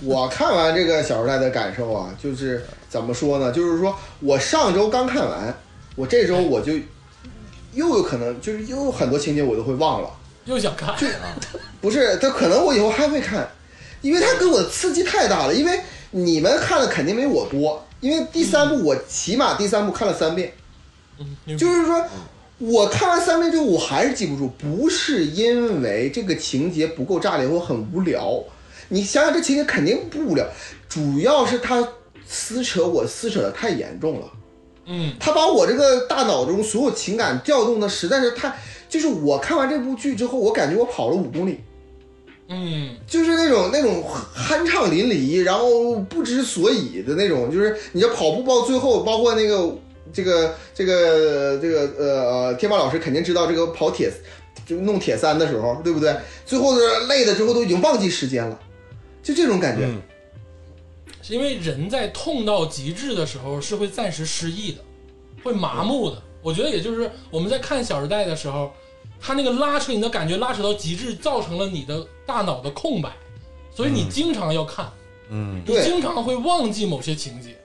[SPEAKER 4] 我看完这个《小时代》的感受啊，就是怎么说呢？就是说我上周刚看完，我这周我就又有可能就是又有很多情节我都会忘了，
[SPEAKER 1] 又想看，
[SPEAKER 4] 不是，他可能我以后还会看，因为他给我刺激太大了。因为你们看的肯定没我多，因为第三部我起码第三部看了三遍，
[SPEAKER 1] 嗯
[SPEAKER 4] 就是说我看完三遍之后我还是记不住，不是因为这个情节不够炸裂或很无聊，你想想这情节肯定不无聊，主要是他撕扯我撕扯的太严重了。
[SPEAKER 1] 嗯，
[SPEAKER 4] 他把我这个大脑中所有情感调动的实在是太，就是我看完这部剧之后，我感觉我跑了五公里，
[SPEAKER 1] 嗯，
[SPEAKER 4] 就是那种那种酣畅淋漓，然后不知所以的那种，就是你这跑步到最后，包括那个这个这个这个呃呃，天霸老师肯定知道这个跑铁就弄铁三的时候，对不对？最后是累了之后都已经忘记时间了，就这种感觉。
[SPEAKER 2] 嗯
[SPEAKER 1] 是因为人在痛到极致的时候是会暂时失忆的，会麻木的。我觉得也就是我们在看《小时代》的时候，他那个拉扯你的感觉拉扯到极致，造成了你的大脑的空白，所以你经常要看，
[SPEAKER 2] 嗯
[SPEAKER 1] 你
[SPEAKER 4] 对
[SPEAKER 1] 经常会忘记某些情节。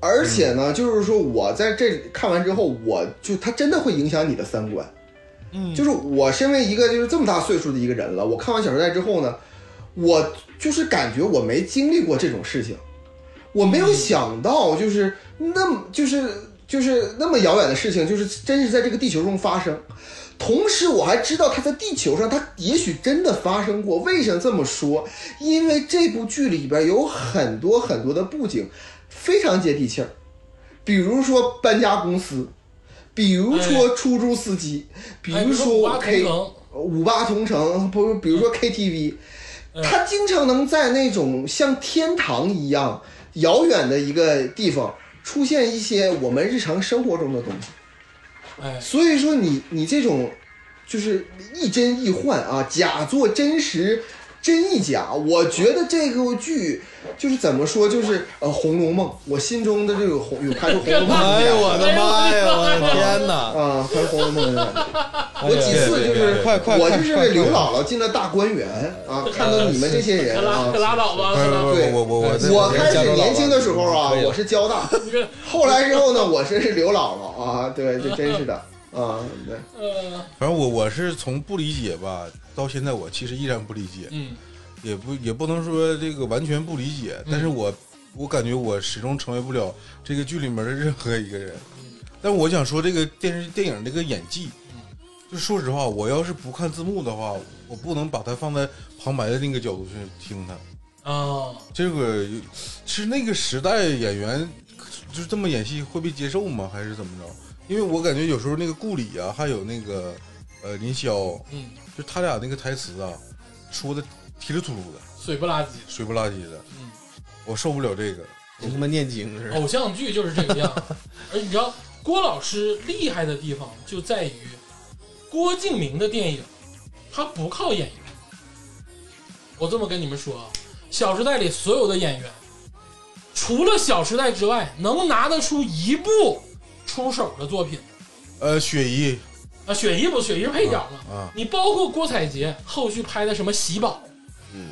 [SPEAKER 4] 而且呢，就是说我在这看完之后，我就它真的会影响你的三观。
[SPEAKER 1] 嗯
[SPEAKER 4] 就是我身为一个就是这么大岁数的一个人了，我看完《小时代》之后呢，我就是感觉我没经历过这种事情，我没有想到就是那么就是就是那么遥远的事情，就是真是在这个地球中发生。同时，我还知道它在地球上，它也许真的发生过。为什么这么说？因为这部剧里边有很多很多的布景，非常接地气儿，比如说搬家公司，比如说出租司机，比
[SPEAKER 1] 哎
[SPEAKER 4] 如说
[SPEAKER 1] 五
[SPEAKER 4] 我
[SPEAKER 1] 八同
[SPEAKER 4] K
[SPEAKER 1] 城，嗯
[SPEAKER 4] 五八同城，不是，比如说 KTV，他经常能在那种像天堂一样遥远的一个地方出现一些我们日常生活中的东西。
[SPEAKER 1] 哎，
[SPEAKER 4] 所以说你你这种就是亦真亦幻啊，假作真实，真亦假。我觉得这个剧就是怎么说，就是呃《红楼梦》，我心中的这个红有拍出《红楼 梦》
[SPEAKER 3] 哎呦我的妈呀！我的天哪！
[SPEAKER 4] 啊，拍《红楼梦》的感觉。 我几次就
[SPEAKER 2] 对对
[SPEAKER 4] 是
[SPEAKER 2] 对
[SPEAKER 3] 快快
[SPEAKER 4] 我
[SPEAKER 3] 快
[SPEAKER 4] 就是
[SPEAKER 3] 快
[SPEAKER 4] 刘
[SPEAKER 3] 快
[SPEAKER 4] 姥姥进了大观园 啊，看到你们这些
[SPEAKER 1] 可
[SPEAKER 4] 人
[SPEAKER 1] 拉
[SPEAKER 4] 啊
[SPEAKER 1] 可。拉倒吧，可拉倒吧
[SPEAKER 2] 不不
[SPEAKER 4] 对
[SPEAKER 2] 我我我
[SPEAKER 4] 我开始年轻的时候啊
[SPEAKER 2] 可以，了
[SPEAKER 4] 我是交 大，
[SPEAKER 1] 你这
[SPEAKER 4] 后来之后呢，我是刘姥姥啊，对，这真 是的啊，对，
[SPEAKER 1] 呃，
[SPEAKER 2] 反正我我是从不理解吧，到现在我其实依然不理解，
[SPEAKER 1] 嗯，
[SPEAKER 2] 也不也不能说这个完全不理解，但是我我感觉我始终成为不了这个剧里面的任何一个人。 但我想说，这个电视电影这个演技，就说实话，我要是不看字幕的话，我不能把它放在旁白的那个角度去听它。
[SPEAKER 1] 啊，
[SPEAKER 2] 这个是那个时代演员就是这么演戏会被接受吗？还是怎么着？因为我感觉有时候那个顾里啊，还有那个呃林霄，
[SPEAKER 1] 嗯，
[SPEAKER 2] 就他俩那个台词啊，说的提里吐噜的，
[SPEAKER 1] 水不拉几。
[SPEAKER 2] 水不拉几的，
[SPEAKER 1] 嗯，
[SPEAKER 2] 我受不了这个。
[SPEAKER 3] 跟他妈念经似的。
[SPEAKER 1] 偶像剧就是这个样。而你知道郭老师厉害的地方就在于，郭敬明的电影，他不靠演员。我这么跟你们说啊，《小时代》里所有的演员，除了《小时代》之外，能拿得出一部出手的作品
[SPEAKER 2] 呃，雪姨
[SPEAKER 1] 啊，雪姨不，雪姨是配角嘛。
[SPEAKER 2] 啊
[SPEAKER 1] 你包括郭采洁后续拍的什么《喜宝》，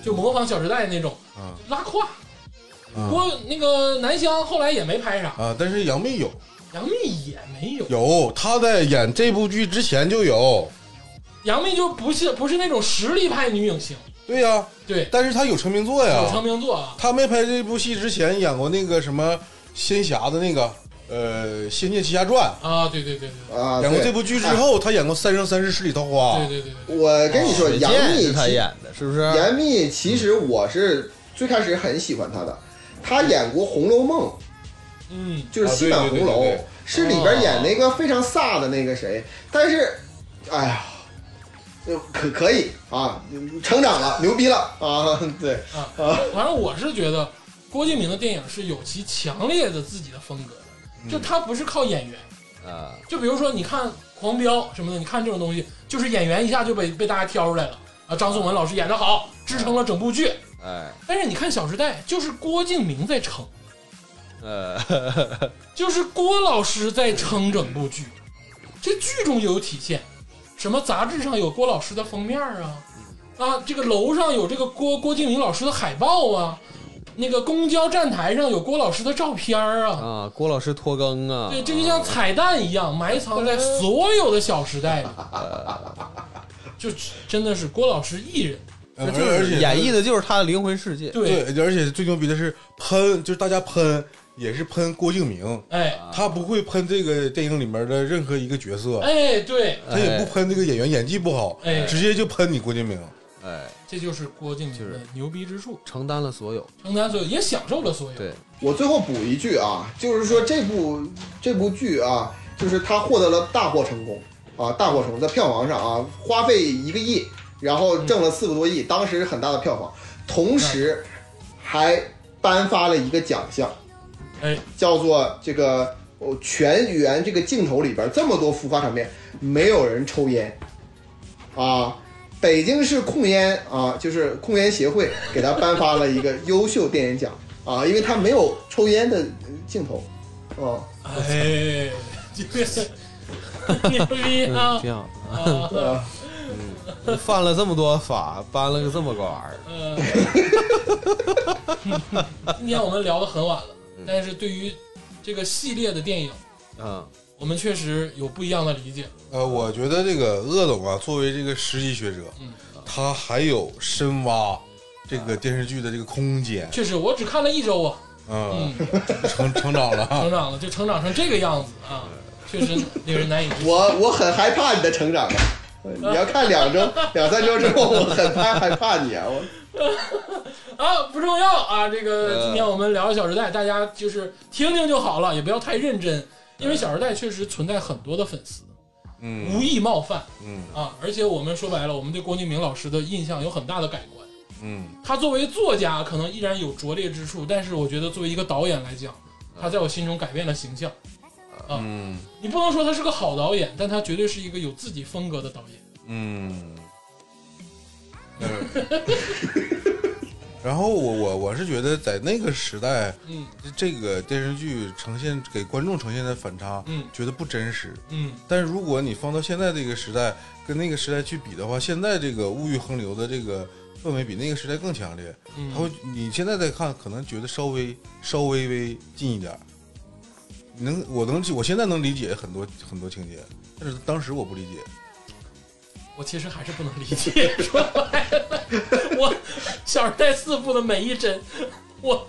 [SPEAKER 1] 就模仿《小时代》那种
[SPEAKER 2] 啊
[SPEAKER 1] 拉胯。
[SPEAKER 2] 啊
[SPEAKER 1] 郭那个南湘后来也没拍啥，
[SPEAKER 2] 啊！但是杨幂有
[SPEAKER 1] 杨幂也没有。
[SPEAKER 2] 有，她在演这部剧之前就有，
[SPEAKER 1] 杨幂就不是不是那种实力派女影星，
[SPEAKER 2] 对呀、
[SPEAKER 1] 对，
[SPEAKER 2] 但是她有成名作呀
[SPEAKER 1] 有，成名作啊，
[SPEAKER 2] 他没拍这部戏之前演过那个什么仙侠的那个呃《仙剑奇侠传
[SPEAKER 1] 啊，对对对对
[SPEAKER 4] 啊，》，
[SPEAKER 2] 演过
[SPEAKER 4] 对
[SPEAKER 2] 这部剧之后，他演过《三生三世十里桃花》
[SPEAKER 1] 对对对对，
[SPEAKER 4] 我跟
[SPEAKER 2] 哦
[SPEAKER 4] 你说，
[SPEAKER 3] 水
[SPEAKER 4] 杨
[SPEAKER 3] 剑
[SPEAKER 4] 幂
[SPEAKER 3] 是他
[SPEAKER 4] 其
[SPEAKER 3] 演的，是不是？
[SPEAKER 4] 杨幂其实我是最开始很喜欢她的，她演过《红楼梦》，
[SPEAKER 1] 嗯，
[SPEAKER 4] 就是西满红楼，
[SPEAKER 2] 啊对对对对哦对
[SPEAKER 4] 是里边演那个非常飒的那个谁，但是，哎呀，呃可可以啊，成长了，牛逼了啊， 对，
[SPEAKER 1] 反正我是觉得郭敬明的电影是有其强烈的自己的风格的，就他不是靠演员，
[SPEAKER 3] 啊，
[SPEAKER 1] 就比如说你看《狂飙》什么的，你看这种东西，就是演员一下就被被大家挑出来了啊，张颂文老师演得好，支撑了整部剧，
[SPEAKER 3] 哎，
[SPEAKER 1] 但是你看《小时代》，就是郭敬明在撑，
[SPEAKER 3] 呃，
[SPEAKER 1] 就是郭老师在撑整部剧，这剧中有体现，什么杂志上有郭老师的封面啊，啊，这个楼上有这个郭郭敬明老师的海报啊，那个公交站台上有郭老师的照片啊，
[SPEAKER 3] 啊，郭老师拖更啊，
[SPEAKER 1] 对，这就像彩蛋一样埋藏在所有的《小时代》里，就真的是郭老师一人
[SPEAKER 2] 呃而
[SPEAKER 3] 那就是
[SPEAKER 2] 而且
[SPEAKER 3] 演绎的就是他的灵魂世界。
[SPEAKER 1] 对，
[SPEAKER 2] 对，而且最牛逼的是喷，就是大家喷也是喷郭敬明，
[SPEAKER 1] 哎
[SPEAKER 2] 他不会喷这个电影里面的任何一个角色，
[SPEAKER 1] 哎，对，
[SPEAKER 2] 他也不喷这个演员演技不好，
[SPEAKER 1] 哎
[SPEAKER 2] 直接就喷你郭敬明。
[SPEAKER 3] 哎，
[SPEAKER 1] 这就是郭敬明的
[SPEAKER 3] 就
[SPEAKER 1] 牛逼之处，
[SPEAKER 3] 承担了所有。
[SPEAKER 1] 承担所有，也享受了所有。
[SPEAKER 3] 对，
[SPEAKER 4] 我最后补一句啊，就是说这部这部剧啊，就是它获得了大获成功啊，大获成功在票房上啊，花费一个亿，然后
[SPEAKER 2] 嗯
[SPEAKER 4] 挣了四个多亿，当时很大的票房，同时还颁发了一个奖项，
[SPEAKER 1] 哎，
[SPEAKER 4] 叫做这个哦全员这个镜头里边这么多浮夸场面，没有人抽烟啊。北京市控烟啊，就是控烟协会给他颁发了一个优秀电影奖啊，因为他没有抽烟的呃镜头，啊，
[SPEAKER 1] 哎，这个牛逼啊！
[SPEAKER 3] 挺好。
[SPEAKER 1] 啊
[SPEAKER 4] 呃，
[SPEAKER 3] 犯了这么多法，搬了个这么个玩意儿。
[SPEAKER 1] 呃，今天我们聊的很晚了，但是对于这个系列的电影，
[SPEAKER 3] 嗯，
[SPEAKER 1] 我们确实有不一样的理解。
[SPEAKER 2] 呃，我觉得这个鄂总啊，作为这个实习学者，
[SPEAKER 1] 嗯
[SPEAKER 2] 他还有深挖这个电视剧的这个空间，
[SPEAKER 1] 确实，我只看了一周啊，
[SPEAKER 2] 嗯
[SPEAKER 1] 嗯，，
[SPEAKER 2] 成成长了 啊
[SPEAKER 1] 成长了就成长成这个样子啊，确实令人难以置信。
[SPEAKER 4] 我我很害怕你的成长啊，呃你要看两周两三周之后，我很怕害怕你啊，我
[SPEAKER 1] 啊，不重要啊。这个
[SPEAKER 3] 呃
[SPEAKER 1] 今天我们聊《小时代》，大家就是听听就好了，也不要太认真，因为《小时代》确实存在很多的粉丝，
[SPEAKER 2] 嗯
[SPEAKER 1] 无意冒犯
[SPEAKER 2] 嗯
[SPEAKER 1] 啊。而且我们说白了，我们对郭敬明老师的印象有很大的改观。
[SPEAKER 2] 嗯，
[SPEAKER 1] 他作为作家，可能依然有拙劣之处，但是我觉得作为一个导演来讲，他在我心中改变了形象。
[SPEAKER 2] 嗯
[SPEAKER 1] 你不能说他是个好导演，但他绝对是一个有自己风格的导演。
[SPEAKER 2] 嗯，嗯然后我我我是觉得在那个时代，
[SPEAKER 1] 嗯
[SPEAKER 2] 这个电视剧呈现给观众呈现的反差，
[SPEAKER 1] 嗯
[SPEAKER 2] 觉得不真实。
[SPEAKER 1] 嗯，
[SPEAKER 2] 但是如果你放到现在这个时代，跟那个时代去比的话，现在这个物欲横流的这个氛围比那个时代更强烈。
[SPEAKER 1] 嗯
[SPEAKER 2] 他会，你现在再看，可能觉得稍微稍微微近一点儿。你能，我能，我现在能理解很多很多情节，但是当时我不理解。
[SPEAKER 1] 我其实还是不能理解，说白了，我《小时代四部》的每一帧，我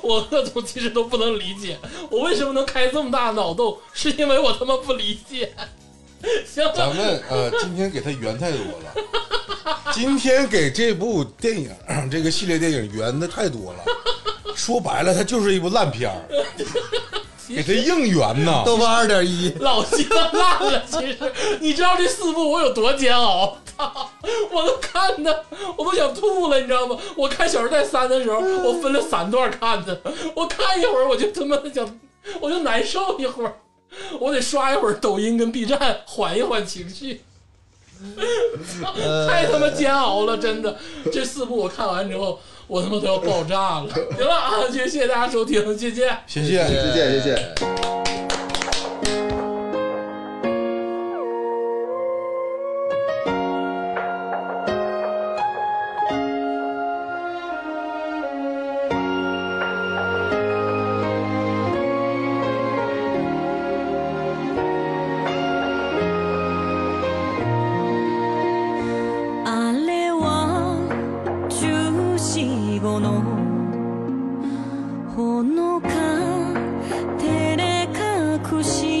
[SPEAKER 1] 我各种其实都不能理解，我为什么能开这么大脑洞，是因为我他妈不理解。 行了，
[SPEAKER 2] 咱们呃，今天给他圆太多 了，今天给这部电影 这个系列电影圆的太多了。说白了，它就是一部烂片 儿，
[SPEAKER 1] 其
[SPEAKER 2] 给他
[SPEAKER 1] 实
[SPEAKER 2] 硬圆呐。
[SPEAKER 3] 豆瓣二点一，
[SPEAKER 1] 老鸡巴烂了，其实你知道这四部我有多煎熬， 操，我都看的我都想吐了，你知道吗？我看《小时代三》的时候，我分了三段看的，我看一会儿我就他妈的想，我就难受一会儿，我得刷一会儿抖音跟 B 站缓一缓情绪。太他妈煎熬了，真的！这四部我看完之后，我他妈都要爆炸了。行了啊，就谢谢大家收听，谢谢。
[SPEAKER 2] 谢谢。
[SPEAKER 4] 谢谢谢谢。
[SPEAKER 5] あれは十四五のほのか照れ隠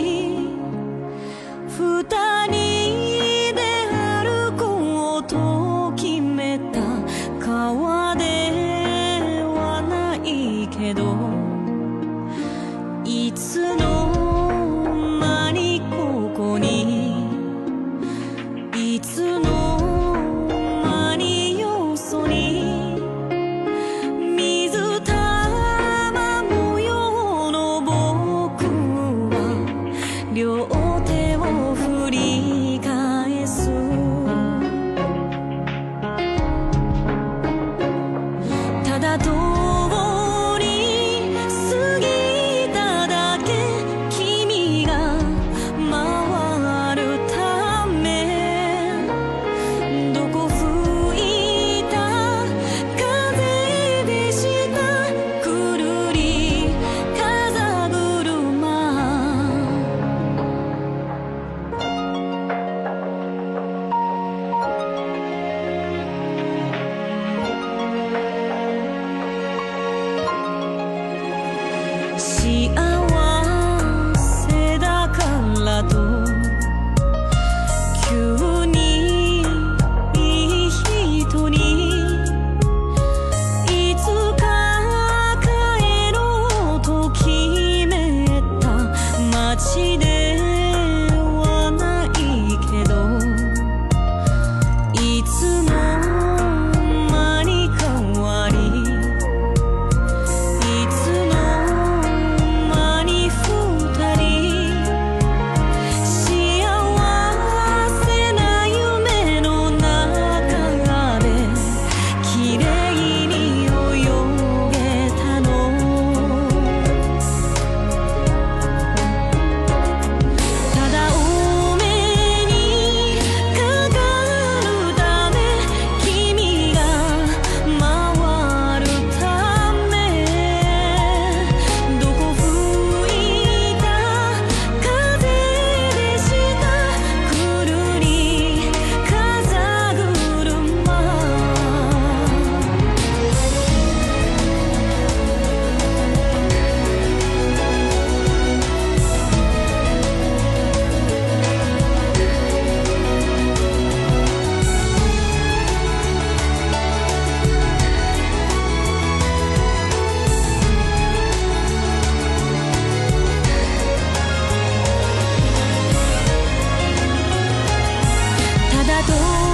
[SPEAKER 5] 都